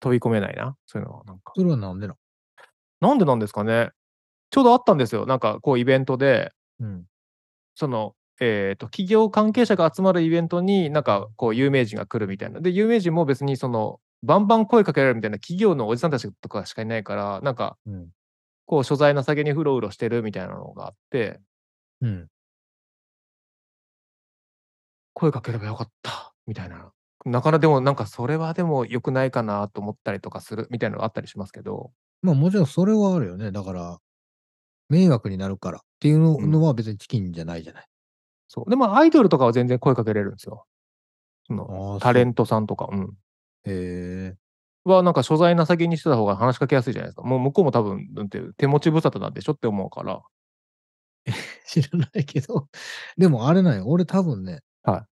Speaker 1: 飛び込めないな。そういうのはなんか。
Speaker 2: それはなんでな
Speaker 1: なんでなんですかね。ちょうどあったんですよ。なんかこうイベントで、
Speaker 2: うん。
Speaker 1: その、えーと、企業関係者が集まるイベントに、なんかこう有名人が来るみたいな。で、有名人も別にその、バンバン声かけられるみたいな企業のおじさんたちとかしかいないから、なんか
Speaker 2: うん。
Speaker 1: こう所在なさげにうろうろしてるみたいなのがあって、
Speaker 2: うん。
Speaker 1: 声かければよかったみたいな。なかなかでもなんかそれはでも良くないかなと思ったりとかするみたいなのがあったりしますけど、
Speaker 2: まあ、もちろんそれはあるよね。だから、迷惑になるからっていうの
Speaker 1: うん
Speaker 2: のは別にチキンじゃないじゃない。
Speaker 1: そう。でもアイドルとかは全然声かけれるんですよ。そ
Speaker 2: あ
Speaker 1: の
Speaker 2: ー
Speaker 1: タレン
Speaker 2: そ
Speaker 1: トさんとか。うん。
Speaker 2: うへえ。
Speaker 1: はなんか所在なさげにしてた方が話しかけやすいじゃないですか。もう向こうも多分、なんていう手持ち無沙汰なんでしょって思うから。
Speaker 2: 知らないけど。 でもあれなんよ。俺多分ね。。
Speaker 1: は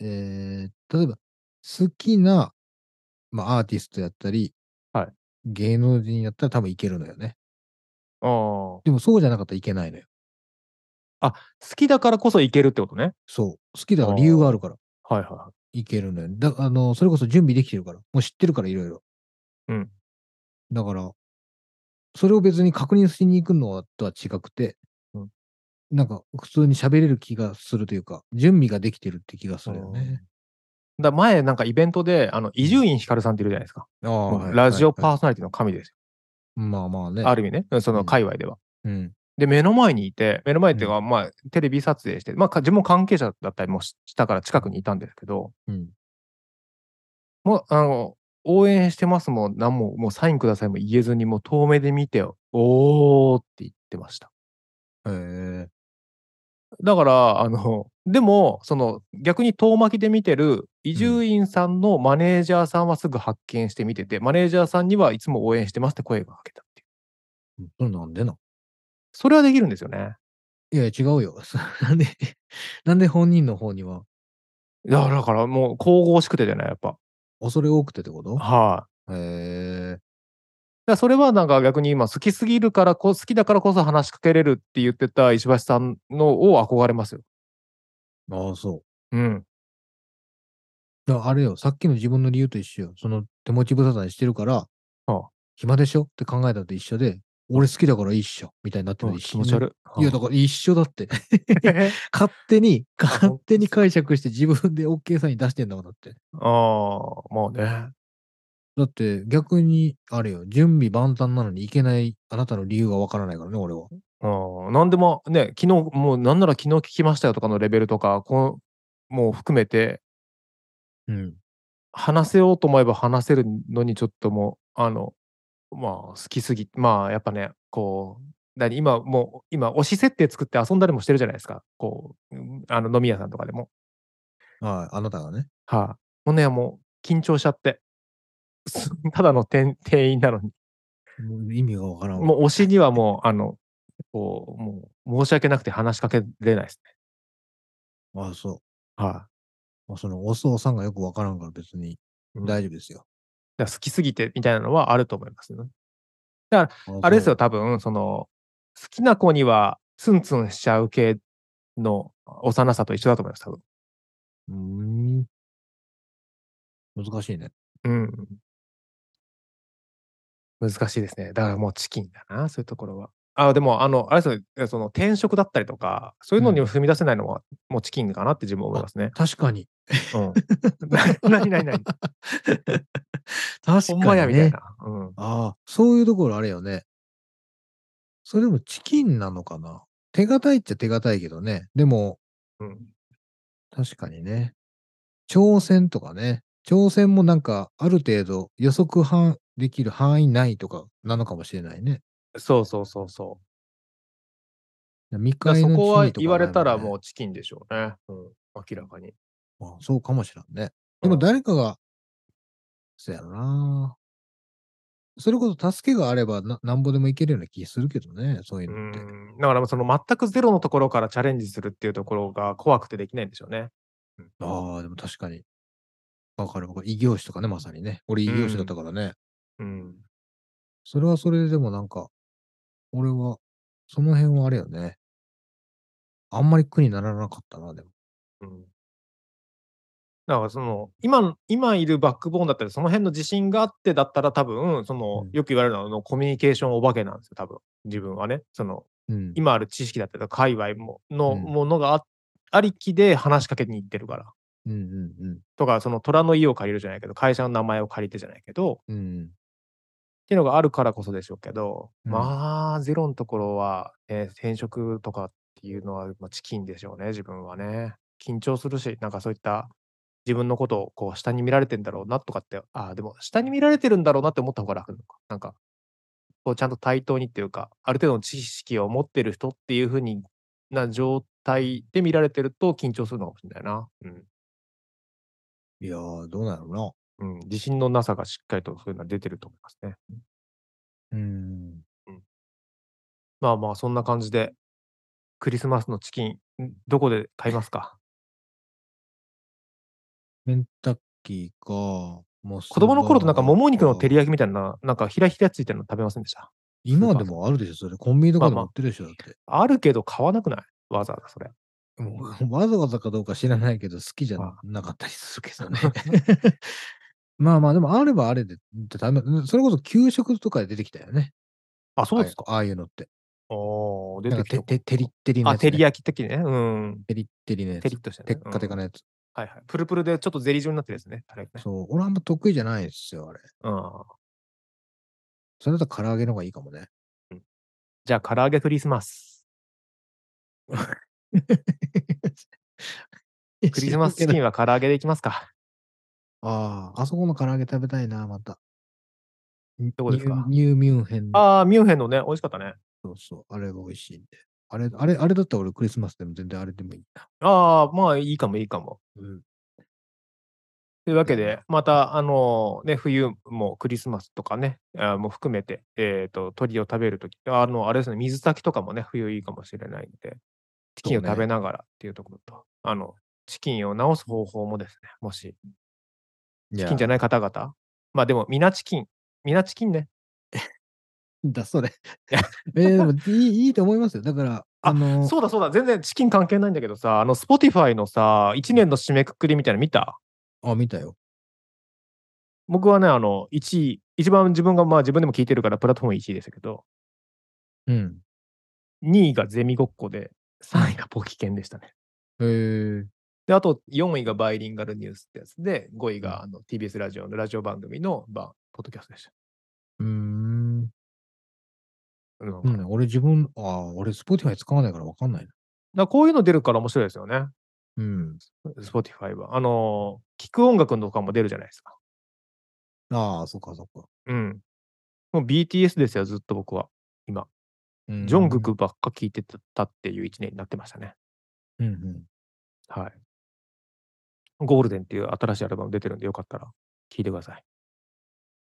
Speaker 1: い
Speaker 2: えー、例えば、好きな、まあ、アーティストやったり、
Speaker 1: はい。
Speaker 2: 芸能人やったら多分いけるのよね。
Speaker 1: ああ。好
Speaker 2: でもそうじゃなかったらいけないのよ。
Speaker 1: きだからこそいけるってことね。
Speaker 2: そう。好きだから理由があるから
Speaker 1: はいはいはい。
Speaker 2: いけるのよ。だあの、それこそ準備できてるから。もう知ってるからいろいろ。
Speaker 1: うん。
Speaker 2: だから、それを別に確認しに行くのとは違くて、
Speaker 1: うん
Speaker 2: なんか普通に喋れる気がするというか、準備ができてるって気がするよね。
Speaker 1: だから前なんかイベントで、あの、伊集院光さんっているじゃないですか。
Speaker 2: ああ
Speaker 1: もうラジオパー
Speaker 2: ー
Speaker 1: ソナリティの神ですよ。
Speaker 2: まあまあね。
Speaker 1: ある意味ね。うんその界隈では。
Speaker 2: うん。
Speaker 1: で、目の前にいて、目の前っていうか、まあ、テレビ撮影して、まあ、か自分も関係者だったりもししたから近くにいたんですけど、
Speaker 2: うん。
Speaker 1: もう、あの、応援してますも、なんも、もうサインくださいも言えずに、もう遠目で見てよ、おーって言ってました。
Speaker 2: へえ
Speaker 1: だから、あの、でも、その、逆に遠巻きで見てる伊集院さんのマネージャーさんはすぐ発見して見てて、マネージャーさんにはいつも応援してますって声がかけたっていう。
Speaker 2: それなんでな。
Speaker 1: それはできるんですよね。
Speaker 2: いや違うよ。 そなんで、なんで本人の方には
Speaker 1: いや、だからもう神々しくてじゃない、やっぱ。
Speaker 2: 恐れ多くてってこと
Speaker 1: はい。
Speaker 2: へえ。
Speaker 1: だからそれはなんか逆に今好きすぎるからこ、好きだからこそ話しかけれるって言ってた石橋さんのを憧れますよ。
Speaker 2: ああ、そう。
Speaker 1: うん。
Speaker 2: だからあれよ、さっきの自分の理由と一緒よ。その手持ち無沙汰にしてるから、
Speaker 1: ああ
Speaker 2: 暇でしょって考えたのと一緒で、俺好きだからいいっしょみたいになってるの一
Speaker 1: 気持
Speaker 2: 緒ね
Speaker 1: ち悪い。
Speaker 2: いや、だから一緒だって。
Speaker 1: ら。
Speaker 2: 勝手に、
Speaker 1: あほんと
Speaker 2: 勝手に解釈して自分で OK さんに出してんだもんだって。
Speaker 1: ああ、まあね。
Speaker 2: だって逆に、あれよ、準備万端なのにいけないあなたの理由がわからないからね、俺は。
Speaker 1: うん、何でもね、昨日、もうなんなら昨日聞きましたよとかのレベルとか、こうもう含めて、
Speaker 2: うん。
Speaker 1: 話せようと思えば話せるのにちょっともう、あの、まあ、好きすぎ、まあ、やっぱね、こう、何今もう、今、推し設定作って遊んだりもしてるじゃないですか。こう、うんあの飲み屋さんとかでも。
Speaker 2: はい、あなたがね。
Speaker 1: はい、もうね、もう緊張しちゃって。す ただの店店員なのに。
Speaker 2: もう意味がわからんわ。
Speaker 1: もう推しにはもう、あの、こう、もう申し訳なくて話しかけれないですね。
Speaker 2: あそう。
Speaker 1: はい、
Speaker 2: まあ、その、おそうさんがよくわからんから別に
Speaker 1: うん
Speaker 2: 大丈夫ですよ。
Speaker 1: だから好きすぎてみたいなのはあると思いますね。あれです
Speaker 2: そう
Speaker 1: よ、。多分、その、好きな子にはツンツンしちゃう系の幼さと一緒だと思います、多分。
Speaker 2: うーん。難しいね。
Speaker 1: うん。難しいですね。だからもうチキンだな、そういうところは。あ、でも、あの、あれですよ、その転職だったりとか、そういうのにも踏み出せないのは、もうチキンかなって自分は思いますね。
Speaker 2: 確かに。
Speaker 1: うん。なになになに ほ
Speaker 2: 確か
Speaker 1: んまや、
Speaker 2: に、
Speaker 1: みたい
Speaker 2: ね。
Speaker 1: な。うん。
Speaker 2: ああ、そういうところあれよね。それでもチキンなのかな手堅いっちゃ手堅いけどね。でも、
Speaker 1: うん。
Speaker 2: 確かにね。挑戦とかね。挑戦もなんか、ある程度予測範できる範囲内とかなのかもしれないね。
Speaker 1: そうそうそうそう。
Speaker 2: 未
Speaker 1: だから
Speaker 2: 開
Speaker 1: そ
Speaker 2: の
Speaker 1: こは
Speaker 2: 地とか
Speaker 1: 言われたら
Speaker 2: ない
Speaker 1: も
Speaker 2: もんね
Speaker 1: うチキンでしょうね。うん、明らかに。
Speaker 2: まあそうかもしらんね。でも誰かが、そうやろな。それこそ助けがあればななんぼでもいけるような気するけどね、そういう
Speaker 1: う
Speaker 2: のって。
Speaker 1: ん、だからその全くゼロのところからチャレンジするっていうところが怖くてできないんでしょうね。
Speaker 2: ああ、でも確かに。わかるわかる。異業種とかね、まさにね。俺異業種だったからね。
Speaker 1: うん、
Speaker 2: それはそれででもなんか、俺は、その辺はあれよね。あんまり苦にならなかったな、でも。
Speaker 1: うん。だからその今今いるバックボーンだったりその辺の自信があってだったら多分その、
Speaker 2: うん
Speaker 1: よく言われるのはあのコミュニケーションお化けなんですよ多分自分はねその
Speaker 2: うん。
Speaker 1: 今ある知識だったりとか界隈もの、
Speaker 2: うん
Speaker 1: ものがあありきで話しかけに行ってるから
Speaker 2: うんうんうん。
Speaker 1: とかその虎の家を借りるじゃないけど会社の名前を借りてじゃないけど、
Speaker 2: うんう
Speaker 1: っ
Speaker 2: ん。
Speaker 1: ていうのがあるからこそでしょうけど、
Speaker 2: うん
Speaker 1: まあ、ゼロのところは、えー転職とかっていうのは、まあ、チキンでしょうね、自分はね。緊張するし、なんかそういった自分のことをこう下に見られてんだろうなとかって、ああ、でも下に見られてるんだろうなって思った方が楽なのか。なんか、こうちゃんと対等にっていうか、ある程度の知識を持ってる人っていうふうにな状態で見られてると緊張するのかもしれないな。
Speaker 2: いやー、どうなるな。
Speaker 1: うん。うん、自信のなさがしっかりとそういうのは出てると思いますね。
Speaker 2: うん。
Speaker 1: まあまあ、そんな感じで、クリスマスのチキン、んどこで買います か
Speaker 2: ケンタッキーか、もう
Speaker 1: 子供の頃となんか、もも肉の照
Speaker 2: り
Speaker 1: り焼きみたいな、なんかひらひらついてるの食べませんでした
Speaker 2: 今でもあるでしょ、それ。コンビニとかでも売ってるでしょ、だって。
Speaker 1: あるけど買わなくないわざわざそれ。
Speaker 2: もうわざわざかどうか知らないけど、好きじゃ
Speaker 1: あ
Speaker 2: なかったりするけどね。 まあまあ、でもあればあれで、で食べそれこそ給食とかで出てきたよね。
Speaker 1: あ、そうですか。
Speaker 2: ああいうああいうのって。
Speaker 1: おー、出
Speaker 2: なんか
Speaker 1: てきた
Speaker 2: て、て、てりってりの
Speaker 1: あ、
Speaker 2: やつ、ね。
Speaker 1: 照り焼き的ね。うん。
Speaker 2: てりってりのやつ。
Speaker 1: 照りっとして
Speaker 2: テ
Speaker 1: ね。
Speaker 2: ッカテカ
Speaker 1: うん
Speaker 2: のやつ。
Speaker 1: はいはい。プルプルでちょっとゼリー状になってるやつね。たれがね
Speaker 2: そう。俺あんま得意じゃないんですよ、あれ。
Speaker 1: うん。
Speaker 2: それだったら唐揚げの方がいいかもね。
Speaker 1: じゃあ、唐揚げクリスマス。 ク
Speaker 2: ク
Speaker 1: リスマスチキンは唐揚げでいきますか。
Speaker 2: ああ、あそこの唐揚げ食べたいな、また。
Speaker 1: どこですか
Speaker 2: ニューニューミュンヘンの。
Speaker 1: あー、ミュンヘンのね、美味しかったね。
Speaker 2: そうそう、あれが美味しいんで。あれ、あれ、あれだったら俺クリスマスでも全然あれでもいいな。
Speaker 1: あー、まあいいかもいいかも。
Speaker 2: うん。
Speaker 1: というわけ
Speaker 2: だよ
Speaker 1: で
Speaker 2: ね、
Speaker 1: また、あのね、冬もクリスマスとかね、あも含めて、えっ、と、鳥を食べるとき、あの、あれですね、水炊きとかもね、冬いいかもしれないんで、チキンを
Speaker 2: そうね
Speaker 1: 食べながらっていうところと、あの、チキンを直す方法もですね、もし、
Speaker 2: チ
Speaker 1: チキンじゃ
Speaker 2: ない
Speaker 1: ない方々、まあでも、ミナチキン、ミナチキンね、
Speaker 2: やんだ、それ。
Speaker 1: や
Speaker 2: えー、でもいい、いいと思いますよ。だから、あのー
Speaker 1: そうだそうだ、全然チキン関係ないんだけどさ、あの、Spotify のさ、1年の締めくくりみたいなの見た
Speaker 2: あ、見たよ。
Speaker 1: 僕はね、あの、1位、一番自分が、まあ自分でも聞いてるから、プラットフォーム1位ですけど、
Speaker 2: うん。
Speaker 1: 2位がゼミごっこで、3位がポキケンでしたね。
Speaker 2: へえ。
Speaker 1: で、あと4位がバイリンガルニュースってやつで、5位があの TBS ラジオのラジオ番組の、まあ、ポッドキャストでした。
Speaker 2: うーん。
Speaker 1: うんだ
Speaker 2: う
Speaker 1: か
Speaker 2: ん、俺自分、ああ、俺 Spotify 使わないから分かんないな。
Speaker 1: らこういうの出るから面白いですよね、
Speaker 2: うん。
Speaker 1: Spotify は。あのー、聞く音楽とかも出るじゃないですか。
Speaker 2: ああ、そっかそっか。
Speaker 1: うん。もう BTS ですよ、ずっと僕は。今。
Speaker 2: うん
Speaker 1: ジョングクばっか聞いてたっていう一年になってましたね。
Speaker 2: うんうん。
Speaker 1: はい。ゴールデンっていう新しいアルバム出てるんで、よかったら聞いてください。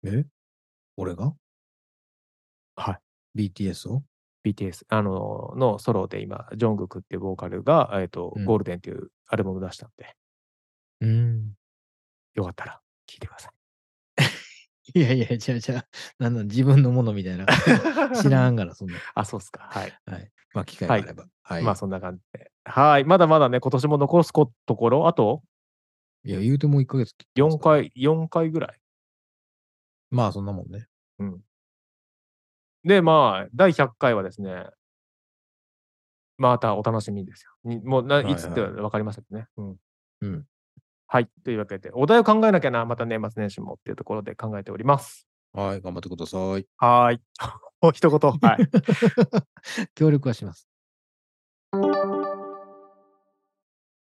Speaker 2: え俺が。
Speaker 1: はい
Speaker 2: BTS を
Speaker 1: BTS あののソロで今、ジョングクっていうボーカルが、えっと
Speaker 2: うん
Speaker 1: ゴールデンっていうアルバム出したんで、
Speaker 2: うん。
Speaker 1: よかったら聞いてください。
Speaker 2: いやいや、じゃあじゃあ、 なんなん自分のものみた いな。 知らんから、そんな。
Speaker 1: あ、そうっすか。はい。
Speaker 2: はい。まあ、機会があれば。はい。
Speaker 1: まあそんな感じで。はい。まだまだね、今年も残すこところ、あと
Speaker 2: いや、言うてもう1ヶ月切ってます
Speaker 1: 4
Speaker 2: から。
Speaker 1: 回、4回ぐらい。
Speaker 2: まあ、そんなもんね。
Speaker 1: で、まあ、第100回はですね、またお楽しみにですよ。にもうな、
Speaker 2: いはい
Speaker 1: いつって分かりましたけどね。うん
Speaker 2: うん。
Speaker 1: はい。というわけで、お題を考えなきゃな、また年末年始もっていうところで考えております。
Speaker 2: はい、頑張ってください。
Speaker 1: はーい。 お一言。はい。
Speaker 2: 協力はします。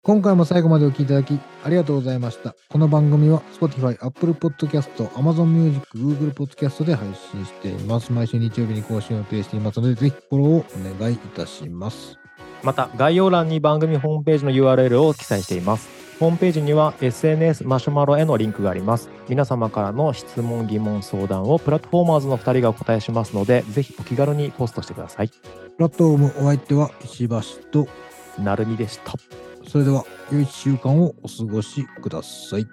Speaker 2: 今回も最後までお聞きいただきありがとうございました。この番組は Spotify、Apple Podcast、Amazon Music、Google Podcast で配信しています。毎週日曜日に更新を予定していますので、ぜひフォローをお願いいたします。
Speaker 1: また、概要欄に番組ホームページの URL を記載しています。ホームページには SNS マシュマロへのリンクがあります。皆様からの質問、疑問、相談をプラットフォーマーズの2人がお答えしますので、ぜひお気軽にポストしてください。
Speaker 2: プラットフォームお相手は石橋と、
Speaker 1: なるみでした。
Speaker 2: それでは良い1週間をお過ごしください。